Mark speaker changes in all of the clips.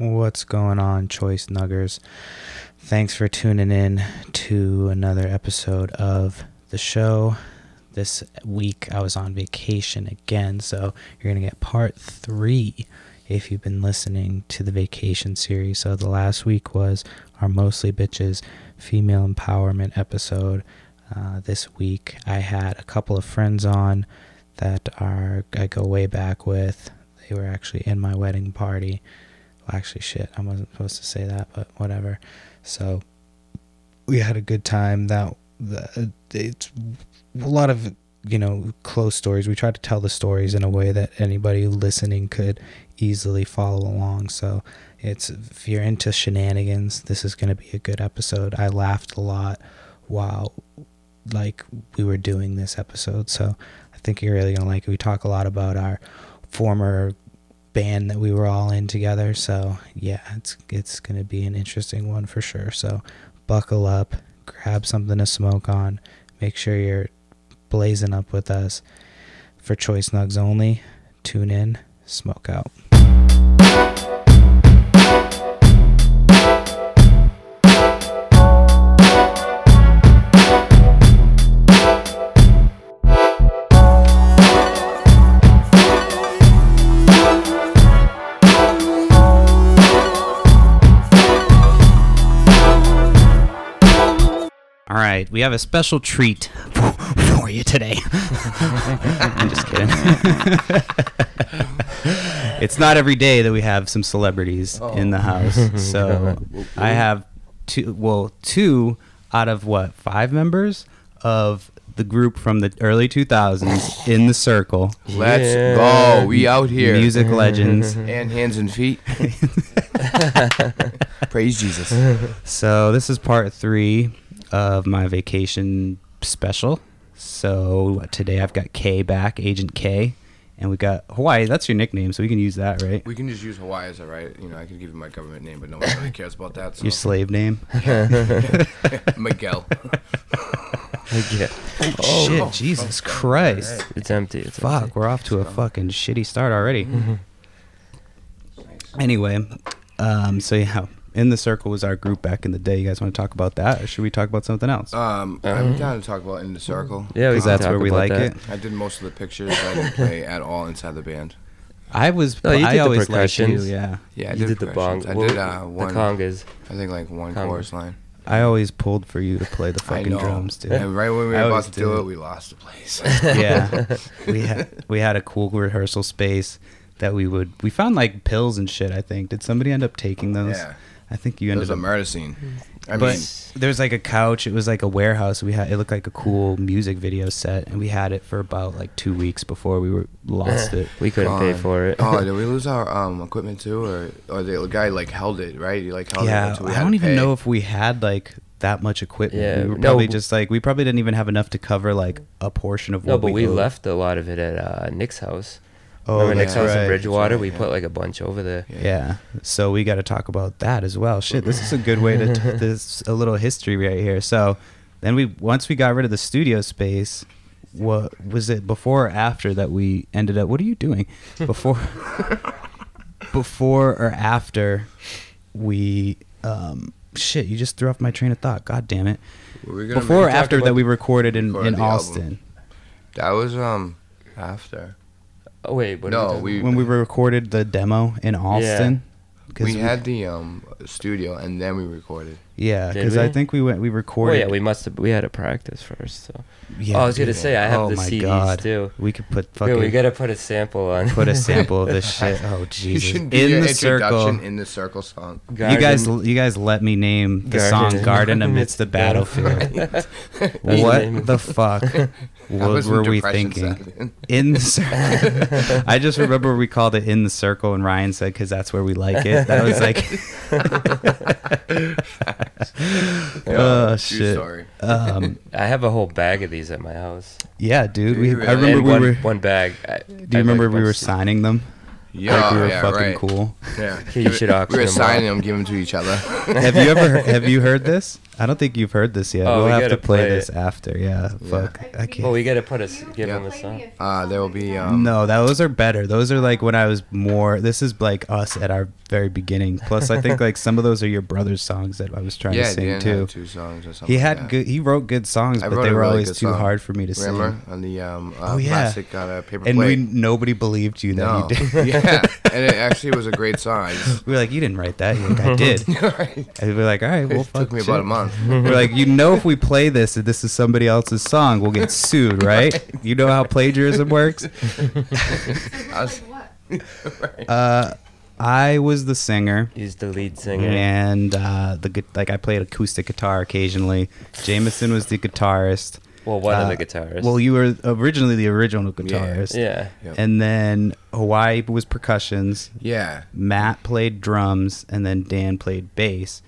Speaker 1: What's going on, Choice Nuggers? Thanks for tuning in to another episode of the show. This week I was on vacation again, so you're going to get part three if you've been listening to the vacation series. So the last week was our Mostly Bitches female empowerment episode. Uh, this week I had a couple of friends on that are I go way back with. They were actually in my wedding party actually shit i wasn't supposed to say that but whatever so we had a good time that the, it's a lot of you know close stories we tried to tell the stories in a way that anybody listening could easily follow along so it's if you're into shenanigans this is going to be a good episode i laughed a lot while like we were doing this episode so i think you're really going to like it we talk a lot about our former band that we were all in together. So yeah, it's it's gonna be an interesting one for sure. So buckle up, grab something to smoke on, make sure you're blazing up with us for choice nugs only. Tune in, smoke out. All right, we have a special treat for, for you today. I'm just kidding. it's not every day that we have some celebrities in the house. So I have two, well, two out of what, five members of the group from the early 2000s in the circle.
Speaker 2: Let's
Speaker 3: Yeah.
Speaker 2: go. We out here.
Speaker 1: Music legends.
Speaker 2: And hands and feet. Praise Jesus.
Speaker 1: So this is part three of my vacation special. So today I've got K back, Agent K, and we got Hawaii. That's your nickname, so we can use that, right?
Speaker 2: We can just use Hawaii as a right. You know, I could give you my government name, but no one really cares about that.
Speaker 1: Your
Speaker 2: So.
Speaker 1: slave name.
Speaker 2: Miguel.
Speaker 3: Yeah,
Speaker 1: Oh,
Speaker 3: Oh,
Speaker 1: Shit, Jesus Christ!
Speaker 3: it's empty. It's
Speaker 1: Fuck, we're off to a fucking shitty start already.
Speaker 3: Mm-hmm.
Speaker 1: Anyway, um, so yeah, in the circle was our group back in the day. You guys want to talk about that, or should we talk about something else?
Speaker 2: Um, I'm down to talk about In the Circle. Uh,
Speaker 3: Yeah, we
Speaker 1: Because
Speaker 3: can
Speaker 1: that's
Speaker 3: talk
Speaker 1: where Uh-huh. we
Speaker 3: about
Speaker 1: like
Speaker 3: that.
Speaker 1: it.
Speaker 2: I did most of the pictures. I didn't play at all inside the band.
Speaker 1: I was.
Speaker 3: No, you
Speaker 1: I
Speaker 3: did the
Speaker 1: always liked you.
Speaker 3: percussions.
Speaker 1: Yeah.
Speaker 2: Yeah, I
Speaker 3: You did the
Speaker 2: percussions.
Speaker 3: bong.
Speaker 2: I did
Speaker 3: well,
Speaker 2: uh, one.
Speaker 3: The congas.
Speaker 2: I think like one
Speaker 3: Conga.
Speaker 2: chorus line.
Speaker 1: I always pulled for you to play the
Speaker 2: I
Speaker 1: fucking
Speaker 2: know.
Speaker 1: drums, dude.
Speaker 2: And right when we
Speaker 1: I
Speaker 2: were about
Speaker 1: always
Speaker 2: to do
Speaker 1: did.
Speaker 2: it, we lost the place.
Speaker 1: yeah, we had we had a cool rehearsal space that we would we found like pills and shit. I think did somebody end up taking those?
Speaker 2: Oh, yeah,
Speaker 1: I think you
Speaker 2: it
Speaker 1: ended
Speaker 2: was a
Speaker 1: up.
Speaker 2: murder scene. I mean,
Speaker 1: But there was like a couch. It was like a warehouse. We had it looked like a cool music video set, and we had it for about like two weeks before we were lost it.
Speaker 3: We couldn't pay
Speaker 2: God.
Speaker 3: for it.
Speaker 2: oh, did we lose our um, equipment too, or or the guy like held it right? He like held it.
Speaker 1: Yeah,
Speaker 2: until we
Speaker 1: I
Speaker 2: had
Speaker 1: don't
Speaker 2: to
Speaker 1: even
Speaker 2: pay.
Speaker 1: know if we had like that much equipment.
Speaker 3: Yeah,
Speaker 1: we were
Speaker 3: no,
Speaker 1: probably
Speaker 3: but-
Speaker 1: just like we probably didn't even have enough to cover like a portion of what
Speaker 3: no, but we
Speaker 1: owed.
Speaker 3: left a lot of it at uh, Nick's house.
Speaker 1: Oh,
Speaker 3: Remember Nick's
Speaker 1: that's
Speaker 3: house in
Speaker 1: right.
Speaker 3: Bridgewater?
Speaker 2: That's right,
Speaker 3: we
Speaker 2: yeah.
Speaker 3: put like a bunch over there.
Speaker 2: Yeah.
Speaker 1: Yeah. So we got to talk about that as well. Shit, this is a good way to t- this a little history right here. So then we once we got rid of the studio space, what was it before or after that we ended up? What are you doing? Before before or after we um shit, you just threw off my train of thought. God damn it.
Speaker 2: Were we gonna
Speaker 1: Before or
Speaker 2: make- talk
Speaker 1: after
Speaker 2: about-
Speaker 1: that we recorded in
Speaker 2: Recorded
Speaker 1: in
Speaker 2: the album.
Speaker 1: Austin.
Speaker 2: That was um after
Speaker 3: Oh wait, what
Speaker 2: No,
Speaker 3: are we,
Speaker 2: we-
Speaker 1: When we recorded the demo in Austin. 'Cause
Speaker 2: we had the um studio and then we recorded.
Speaker 1: yeah,
Speaker 3: Did
Speaker 1: because I
Speaker 3: we?
Speaker 1: think we went we
Speaker 3: doing? Oh
Speaker 1: recorded.
Speaker 3: yeah, we must have. We had to practice first. So.
Speaker 1: Yeah,
Speaker 3: oh, I was gonna
Speaker 1: dude.
Speaker 3: say I have
Speaker 1: Oh
Speaker 3: the
Speaker 1: my
Speaker 3: CDs
Speaker 1: God.
Speaker 3: too.
Speaker 1: We could put
Speaker 3: Yeah,
Speaker 1: fucking
Speaker 3: we gotta put a sample on.
Speaker 1: put a sample of this shit. Oh Jesus!
Speaker 2: You should
Speaker 1: In
Speaker 2: do your
Speaker 1: the circle,
Speaker 2: introduction in the circle song.
Speaker 1: you guys, you guys let me name the song
Speaker 3: Garden.
Speaker 1: "Garden Amidst the Battlefield."
Speaker 3: the name
Speaker 1: what
Speaker 3: of
Speaker 1: the fuck
Speaker 2: That
Speaker 1: what
Speaker 2: was
Speaker 1: were
Speaker 2: some
Speaker 1: we
Speaker 2: depression
Speaker 1: thinking?
Speaker 2: sound.
Speaker 1: In the circle. I just remember we called it "In the Circle," and Ryan said, "Cause that's where we like it." That was like, oh
Speaker 2: True
Speaker 1: shit.
Speaker 2: story.
Speaker 1: Um,
Speaker 3: I have a whole bag of these at my house.
Speaker 1: yeah, dude.
Speaker 2: Do
Speaker 1: We,
Speaker 2: you
Speaker 1: I
Speaker 2: really?
Speaker 1: remember
Speaker 3: And
Speaker 1: we
Speaker 3: one,
Speaker 1: were.
Speaker 3: one bag. I, Do
Speaker 1: Do you remember we were signing them?
Speaker 2: Yeah,
Speaker 1: like we were
Speaker 2: yeah,
Speaker 1: fucking
Speaker 2: right.
Speaker 1: cool.
Speaker 2: Yeah,
Speaker 3: you should auction
Speaker 2: we were
Speaker 3: them
Speaker 2: signing them, giving them to each other.
Speaker 1: have you ever have you heard this?
Speaker 4: I don't think you've heard this yet.
Speaker 3: Oh,
Speaker 4: we'll
Speaker 3: we
Speaker 4: have to
Speaker 3: gotta
Speaker 4: play,
Speaker 3: play
Speaker 4: this
Speaker 3: it.
Speaker 4: after. Yeah,
Speaker 2: Yeah.
Speaker 4: fuck. I can't.
Speaker 3: Well, we gotta put us give
Speaker 2: Yeah.
Speaker 3: him a song.
Speaker 2: Uh, there will be, um,
Speaker 4: no, those are better. Those are like when I was more. This is like us at our very beginning. Plus, I think like some of those are your brother's songs that I was trying
Speaker 2: yeah,
Speaker 4: to sing
Speaker 2: Dan
Speaker 4: too.
Speaker 2: had two songs or something.
Speaker 4: He had
Speaker 2: yeah.
Speaker 4: good. He wrote good songs,
Speaker 2: I
Speaker 4: but
Speaker 2: wrote
Speaker 4: they
Speaker 2: a
Speaker 4: were
Speaker 2: really
Speaker 4: always
Speaker 2: good
Speaker 4: too
Speaker 2: song.
Speaker 4: hard for me to
Speaker 2: Remember
Speaker 4: sing.
Speaker 2: on the um, uh,
Speaker 4: Oh, yeah.
Speaker 2: plastic on a paper
Speaker 4: And we
Speaker 2: plate.
Speaker 4: nobody believed you that
Speaker 2: no,
Speaker 4: you did.
Speaker 2: yeah, and it actually was a great song. I just-
Speaker 4: we were like, you didn't write that. You're like, I did.
Speaker 2: it
Speaker 4: And we were like, all right, well, fuck
Speaker 2: took me
Speaker 4: shit.
Speaker 2: about a month.
Speaker 4: We're like, you know, if we play this, that this is somebody else's song, we'll get sued, right? You know how plagiarism works.
Speaker 2: I was-
Speaker 4: Uh, I was the singer,
Speaker 3: He's the lead singer.
Speaker 4: and uh, the gu- like I played acoustic guitar occasionally. Jameson was the guitarist.
Speaker 3: Well, one
Speaker 4: Uh,
Speaker 3: of the guitarists.
Speaker 4: Well, you were originally the original
Speaker 2: Yeah.
Speaker 4: guitarist,
Speaker 3: yeah.
Speaker 2: Yep.
Speaker 4: and then Hawaii was percussions.
Speaker 2: yeah,
Speaker 4: Matt played drums, and then Dan played bass,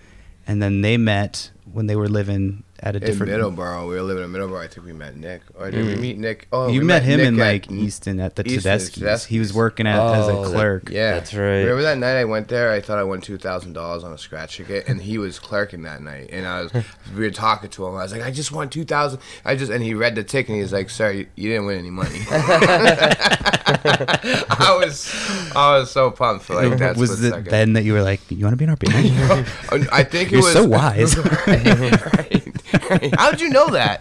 Speaker 4: and then they met when they were living at a
Speaker 2: in
Speaker 4: different
Speaker 2: Middleborough, we were living in Middleborough. I think we met Nick, or did we
Speaker 3: Mm.
Speaker 2: meet Nick? Oh,
Speaker 4: you
Speaker 2: we
Speaker 4: met him
Speaker 2: Nick
Speaker 4: in
Speaker 2: at- E-
Speaker 4: like Easton at the
Speaker 2: Easton at
Speaker 4: Tedeschi's. He was
Speaker 2: Tedeschi's.
Speaker 4: working at, as
Speaker 3: Oh,
Speaker 4: a
Speaker 3: that-
Speaker 4: clerk.
Speaker 2: Yeah,
Speaker 3: That's right.
Speaker 2: Remember that night I went there? I thought I won two thousand dollars on a scratch ticket, and he was clerking that night. And I was, we were talking to him. I was like, I just won two thousand. I just, and he read the ticket. and He's like, Sir, you, you didn't win any money. I was, I was so pumped for like that.
Speaker 4: was
Speaker 2: split
Speaker 4: it
Speaker 2: second.
Speaker 4: then that you were like, you want to be in our band?
Speaker 2: I think it
Speaker 4: You're
Speaker 2: was
Speaker 4: so wise.
Speaker 2: Right, right. How'd you know that?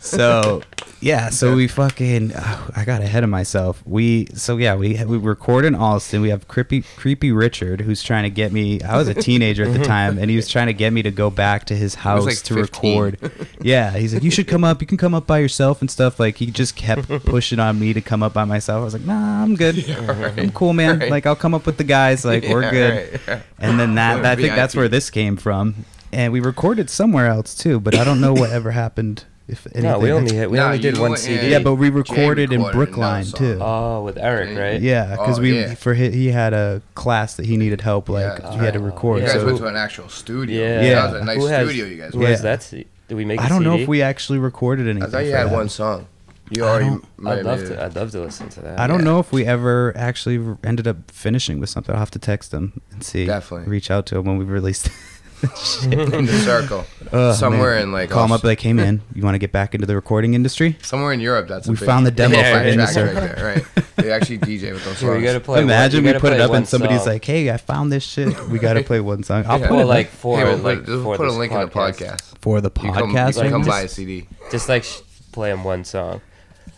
Speaker 4: so, yeah. So we fucking, oh, I got ahead of myself. We so yeah we we record in Alston. We have creepy creepy Richard who's trying to get me. I was a teenager at the time, and he was trying to get me to go back to his house
Speaker 2: Mhm. like,
Speaker 4: to
Speaker 2: 15.
Speaker 4: record. Yeah, he's like, you should come up. You can come up by yourself and stuff. Like he just kept pushing on me to come up by myself. I was like, nah, I'm good. I'm cool, man.
Speaker 2: right.
Speaker 4: Like I'll come up with the guys. Like we're
Speaker 2: Yeah,
Speaker 4: good.
Speaker 2: right, yeah.
Speaker 4: And then that,
Speaker 2: We're
Speaker 4: I think that's
Speaker 2: VIP.
Speaker 4: where this came from. And we recorded somewhere else too, but I don't know what ever happened. If anything.
Speaker 3: No, we only hit, we
Speaker 2: No,
Speaker 3: only did
Speaker 2: you
Speaker 3: one
Speaker 2: went in-
Speaker 3: CD.
Speaker 4: Yeah, but we
Speaker 2: Jay
Speaker 4: recorded in
Speaker 2: recorded
Speaker 4: Brookline
Speaker 2: another
Speaker 4: too.
Speaker 3: oh, with Eric, right?
Speaker 4: yeah, because
Speaker 2: Oh,
Speaker 4: we
Speaker 2: yeah.
Speaker 4: for hi he had a class that he needed help. Like
Speaker 2: that's
Speaker 4: he had to
Speaker 3: right.
Speaker 4: record.
Speaker 2: You guys
Speaker 3: Oh, Yeah.
Speaker 4: So
Speaker 2: went to an actual studio.
Speaker 3: Yeah.
Speaker 2: that was a nice
Speaker 3: Who has-
Speaker 2: studio you guys.
Speaker 3: Who
Speaker 2: were.
Speaker 3: has
Speaker 4: Yeah.
Speaker 3: that? C- Did we make?
Speaker 4: I
Speaker 3: a
Speaker 4: don't know
Speaker 3: CD?
Speaker 4: if we actually recorded anything.
Speaker 2: I thought you
Speaker 4: for
Speaker 2: had
Speaker 4: that.
Speaker 2: one song. You already.
Speaker 4: don't-
Speaker 2: might
Speaker 3: I'd
Speaker 2: have
Speaker 3: love
Speaker 2: made
Speaker 3: to.
Speaker 2: it.
Speaker 3: I'd love to listen to that.
Speaker 4: I don't
Speaker 2: Yeah.
Speaker 4: know if we ever actually r- ended up finishing with something. I'll have to text him and see.
Speaker 2: Definitely.
Speaker 4: reach out to him when we released.
Speaker 2: in the circle,
Speaker 4: Ugh,
Speaker 2: somewhere
Speaker 4: Uh, man.
Speaker 2: in like
Speaker 4: call him up
Speaker 2: Aus-
Speaker 4: like, hey man, you want to get back into the recording industry?
Speaker 2: somewhere in Europe. That's a
Speaker 4: We
Speaker 2: big-
Speaker 4: found the demo
Speaker 2: big
Speaker 3: for
Speaker 2: track
Speaker 3: In the
Speaker 2: right
Speaker 4: Circle.
Speaker 2: there, right? They actually DJ with those
Speaker 3: Yeah,
Speaker 2: songs.
Speaker 3: we gotta play.
Speaker 4: Imagine
Speaker 3: one,
Speaker 4: we put it up and somebody's like, "Hey, I found this shit. We gotta play one song." I'll
Speaker 2: Yeah.
Speaker 4: put
Speaker 3: well,
Speaker 4: it
Speaker 3: like
Speaker 4: like
Speaker 3: for
Speaker 2: Hey, we'll
Speaker 3: like
Speaker 2: put, just
Speaker 3: for
Speaker 2: put a
Speaker 3: this
Speaker 2: link in the podcast.
Speaker 4: for the
Speaker 2: You come, you
Speaker 4: podcast.
Speaker 2: can
Speaker 4: right
Speaker 2: come
Speaker 4: now?
Speaker 2: buy a CD.
Speaker 3: Just like sh- play him one song.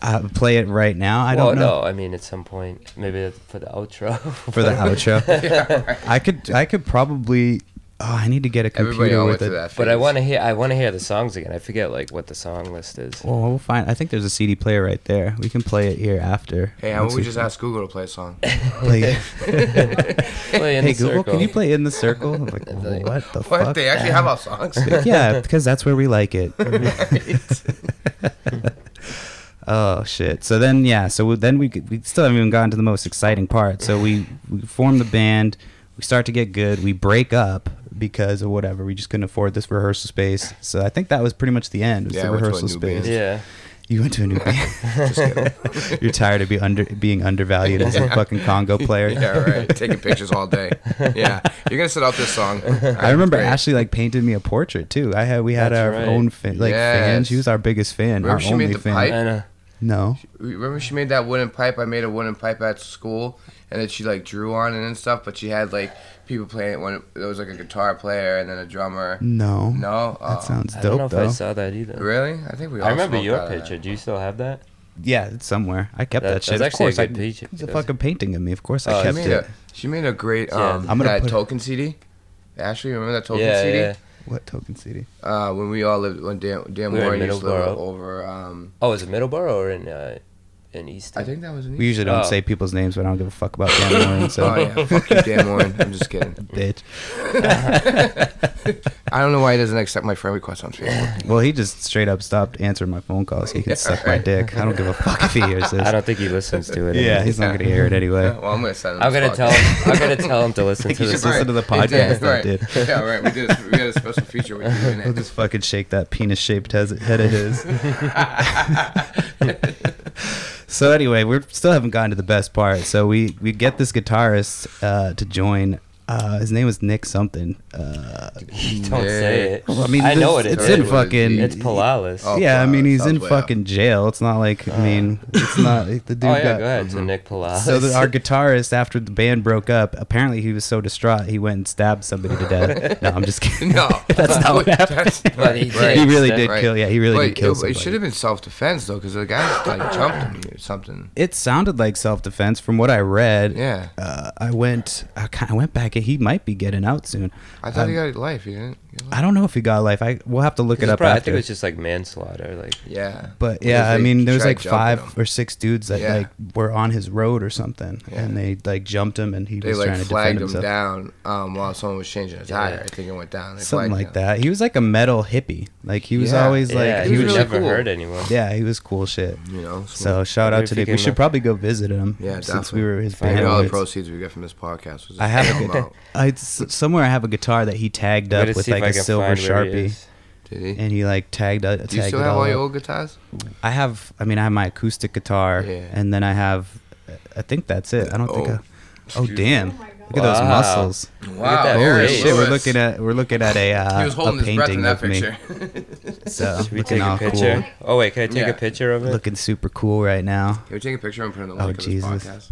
Speaker 4: Uh, play it right now. I don't know
Speaker 3: well, no, I mean at some point maybe for the outro.
Speaker 4: for the outro. I could, I could probably. Oh, I need to get a
Speaker 2: Everybody
Speaker 4: computer
Speaker 2: all went
Speaker 4: with
Speaker 2: to
Speaker 4: it.
Speaker 2: that.
Speaker 3: but I
Speaker 2: phase.
Speaker 3: want to hear. I want to hear the songs again. I forget like what the song list is.
Speaker 4: Well, we'll find. I think there's a CD player right there. We can play it here after.
Speaker 2: Hey, how
Speaker 4: once
Speaker 2: about we just ask Google to play a song?
Speaker 4: play-
Speaker 3: Play in
Speaker 4: hey
Speaker 3: the
Speaker 4: Google,
Speaker 3: circle.
Speaker 4: can you play in the circle? I'm like,
Speaker 3: Like,
Speaker 4: what the
Speaker 2: What?
Speaker 4: fuck?
Speaker 2: They actually have our songs.
Speaker 4: yeah, because that's where we like it. oh shit! So then, yeah. So then we could- we still haven't even gotten to the most exciting part. So we we form the band. We start to get good. We break up because of whatever. We just couldn't afford this rehearsal space. So I think that was pretty much the end. Was
Speaker 2: Yeah,
Speaker 4: the
Speaker 2: I went to a
Speaker 4: rehearsal
Speaker 2: new
Speaker 4: space.
Speaker 2: band.
Speaker 3: Yeah.
Speaker 4: You went to a new band. You're tired of be under being undervalued as a fucking Congo player.
Speaker 2: yeah, right. Taking pictures all day. Yeah, you're gonna set out this song.
Speaker 4: I remember
Speaker 2: Great.
Speaker 4: Ashley like painted me a portrait too. I had we had
Speaker 3: That's
Speaker 4: our
Speaker 3: right.
Speaker 4: own fa- like fan.
Speaker 2: Yes.
Speaker 4: She was our biggest fan,
Speaker 2: Remember
Speaker 4: our
Speaker 2: she made
Speaker 4: only
Speaker 2: the
Speaker 4: fan.
Speaker 3: I
Speaker 2: pipe?
Speaker 3: know.
Speaker 4: No,
Speaker 2: Remember she made that wooden pipe? I made a wooden pipe at school, and then she like drew on it and stuff. But she had like people playing it when it, there was like a guitar player and then a drummer.
Speaker 4: no,
Speaker 2: No,
Speaker 4: That
Speaker 2: Oh.
Speaker 4: sounds
Speaker 3: I don't know
Speaker 4: dope
Speaker 3: if
Speaker 4: though.
Speaker 3: I saw that either.
Speaker 2: really. I think we. All
Speaker 3: I remember
Speaker 2: smoked
Speaker 3: your
Speaker 2: out of that. uh,
Speaker 3: picture. Do you still have that?
Speaker 4: Yeah, it's somewhere. I kept that,
Speaker 3: That-
Speaker 4: shit.
Speaker 3: that's
Speaker 4: Of
Speaker 3: actually a
Speaker 4: course, I,
Speaker 3: good picture.
Speaker 4: it's a fucking painting of me. Of course,
Speaker 3: Oh,
Speaker 4: I
Speaker 3: it's
Speaker 2: She
Speaker 4: kept
Speaker 2: made
Speaker 4: it.
Speaker 2: a, she made a great
Speaker 3: Yeah.
Speaker 2: um
Speaker 4: I'm gonna
Speaker 2: that
Speaker 4: put-
Speaker 2: token CD. Ashley, remember that token
Speaker 3: yeah,
Speaker 2: CD?
Speaker 3: yeah.
Speaker 4: What token CD?
Speaker 2: Uh, when we all lived when Dan, Dan
Speaker 3: We were in
Speaker 2: Warren used to live
Speaker 3: Middleborough.
Speaker 2: over. Um,
Speaker 3: Oh, is it Middleborough or in uh, in Easton?
Speaker 2: I think that was. An
Speaker 4: We usually don't
Speaker 3: Oh.
Speaker 4: say people's names, but I don't give a fuck about Dan Warren. So,
Speaker 2: Oh yeah, fuck you, Dan Warren. I'm just kidding.
Speaker 4: bitch.
Speaker 2: I
Speaker 4: Uh-huh.
Speaker 2: don't know why he doesn't accept my friend request on Facebook.
Speaker 4: Well, he just straight up stopped answering my phone calls. He can
Speaker 2: Yeah,
Speaker 4: suck my
Speaker 2: right.
Speaker 4: dick. I don't give a fuck if he hears
Speaker 3: I
Speaker 4: this.
Speaker 3: don't think he listens to it.
Speaker 4: Yeah, he's not gonna hear it anyway.
Speaker 2: well, I'm gonna send him.
Speaker 3: I'm
Speaker 2: this
Speaker 3: gonna
Speaker 2: podcast.
Speaker 3: tell him. I'm gonna tell him to listen
Speaker 4: Think
Speaker 3: to
Speaker 4: you
Speaker 3: this.
Speaker 4: should listen to the podcast that
Speaker 2: right.
Speaker 4: did.
Speaker 2: Yeah, right. We did. We had a special feature with you in
Speaker 4: He'll
Speaker 2: it.
Speaker 4: just fucking shake that penis shaped head of his. so anyway, we are still haven't gotten to the best part. So we we get this guitarist uh, to join. Uh, his name was Nick something. Uh,
Speaker 3: Don't say it.
Speaker 4: well, I mean,
Speaker 3: I know it
Speaker 4: it's-
Speaker 3: is.
Speaker 4: It's in
Speaker 2: already.
Speaker 4: fucking.
Speaker 3: It's Palalis.
Speaker 2: Oh,
Speaker 4: yeah, I mean,
Speaker 2: Palalis,
Speaker 4: he's in
Speaker 2: sounds way up. Uh.
Speaker 4: fucking jail. It's not like I mean, it's not the dude
Speaker 3: oh yeah,
Speaker 4: got.
Speaker 3: go ahead. So Nick Palalis.
Speaker 4: So the, our guitarist, after the band broke up, apparently he was so distraught he went and stabbed somebody to death. No, I'm just kidding.
Speaker 2: No,
Speaker 4: that's not what happened.
Speaker 2: That's-
Speaker 3: But he
Speaker 2: Right.
Speaker 3: did.
Speaker 4: he really
Speaker 3: Right.
Speaker 4: did kill. Yeah, he really
Speaker 2: Wait,
Speaker 4: did kill
Speaker 2: it,
Speaker 4: somebody.
Speaker 2: it should have been self defense though, because the guy like jumped him or something.
Speaker 4: It sounded like self-defense from what I read.
Speaker 2: Yeah,
Speaker 4: Uh, I went. I kind of went back. He might be getting out soon.
Speaker 2: I thought
Speaker 4: Um,
Speaker 2: he got life. He didn't. he got life?
Speaker 4: I don't know if he got life. I we'll have to look
Speaker 3: It
Speaker 4: it
Speaker 3: was
Speaker 4: up
Speaker 3: probably- I
Speaker 4: after.
Speaker 3: think it was just like manslaughter. Like
Speaker 2: Yeah,
Speaker 4: but
Speaker 2: Because
Speaker 4: yeah, I
Speaker 2: they
Speaker 4: mean, there was
Speaker 2: tried
Speaker 4: like
Speaker 2: jumping
Speaker 4: five
Speaker 2: him.
Speaker 4: or six dudes that
Speaker 2: Yeah.
Speaker 4: like were on his road or something,
Speaker 2: Yeah.
Speaker 4: and they like jumped him, and he
Speaker 2: They
Speaker 4: was
Speaker 2: like
Speaker 4: trying to defend
Speaker 2: flagged him
Speaker 4: himself.
Speaker 2: down um, while someone was changing a tire.
Speaker 3: Yeah.
Speaker 2: I think it went down. They
Speaker 4: Something like
Speaker 2: flagged him.
Speaker 4: that. He was like a metal hippie. Like he was
Speaker 2: uh, Yeah.
Speaker 4: always like
Speaker 3: yeah,
Speaker 4: he,
Speaker 3: he
Speaker 4: was,
Speaker 3: would
Speaker 2: really
Speaker 3: never
Speaker 2: cool.
Speaker 3: hurt anyone.
Speaker 4: yeah, he was cool shit.
Speaker 2: You know.
Speaker 4: So shout out
Speaker 3: if
Speaker 4: to
Speaker 3: he
Speaker 4: Nick. We
Speaker 3: came
Speaker 4: should
Speaker 3: up-
Speaker 4: probably go visit him.
Speaker 2: Yeah,
Speaker 4: since we
Speaker 2: definitely.
Speaker 4: were his
Speaker 2: Maybe
Speaker 4: band.
Speaker 2: all the
Speaker 4: It's-
Speaker 2: proceeds we get from this podcast. Was
Speaker 4: I have a
Speaker 2: him
Speaker 4: good-
Speaker 2: out.
Speaker 4: I, s- somewhere I have a guitar that he tagged
Speaker 3: Gotta
Speaker 4: up with
Speaker 3: see if
Speaker 4: like
Speaker 3: I
Speaker 4: a
Speaker 3: can
Speaker 4: silver
Speaker 3: find where he
Speaker 4: sharpie,
Speaker 3: is.
Speaker 2: Did he?
Speaker 4: and he like tagged uh,
Speaker 2: Do you
Speaker 4: tagged
Speaker 2: still
Speaker 4: it
Speaker 2: have
Speaker 4: all.
Speaker 2: all your
Speaker 4: up.
Speaker 2: old guitars?
Speaker 4: I have. I mean, I have my acoustic guitar,
Speaker 2: Yeah.
Speaker 4: and then I have. I think that's it. I don't think.
Speaker 2: Oh.
Speaker 4: I, oh damn!
Speaker 5: Oh my God.
Speaker 4: Look at those
Speaker 3: Wow.
Speaker 4: muscles.
Speaker 3: Wow, that
Speaker 4: Holy
Speaker 3: Great.
Speaker 4: shit! We're looking at we're looking at a uh,
Speaker 2: He was holding
Speaker 4: a
Speaker 2: his breath
Speaker 4: painting
Speaker 2: in that
Speaker 4: of me.
Speaker 2: picture.
Speaker 4: So
Speaker 3: Should we
Speaker 4: looking
Speaker 3: take a
Speaker 4: all
Speaker 3: picture?
Speaker 4: cool,
Speaker 3: Oh wait, can I take
Speaker 2: Yeah.
Speaker 3: a picture of it?
Speaker 4: looking super cool right now.
Speaker 2: Can we take a picture and put it in the
Speaker 4: Oh,
Speaker 2: link of this
Speaker 4: Jesus.
Speaker 2: podcast?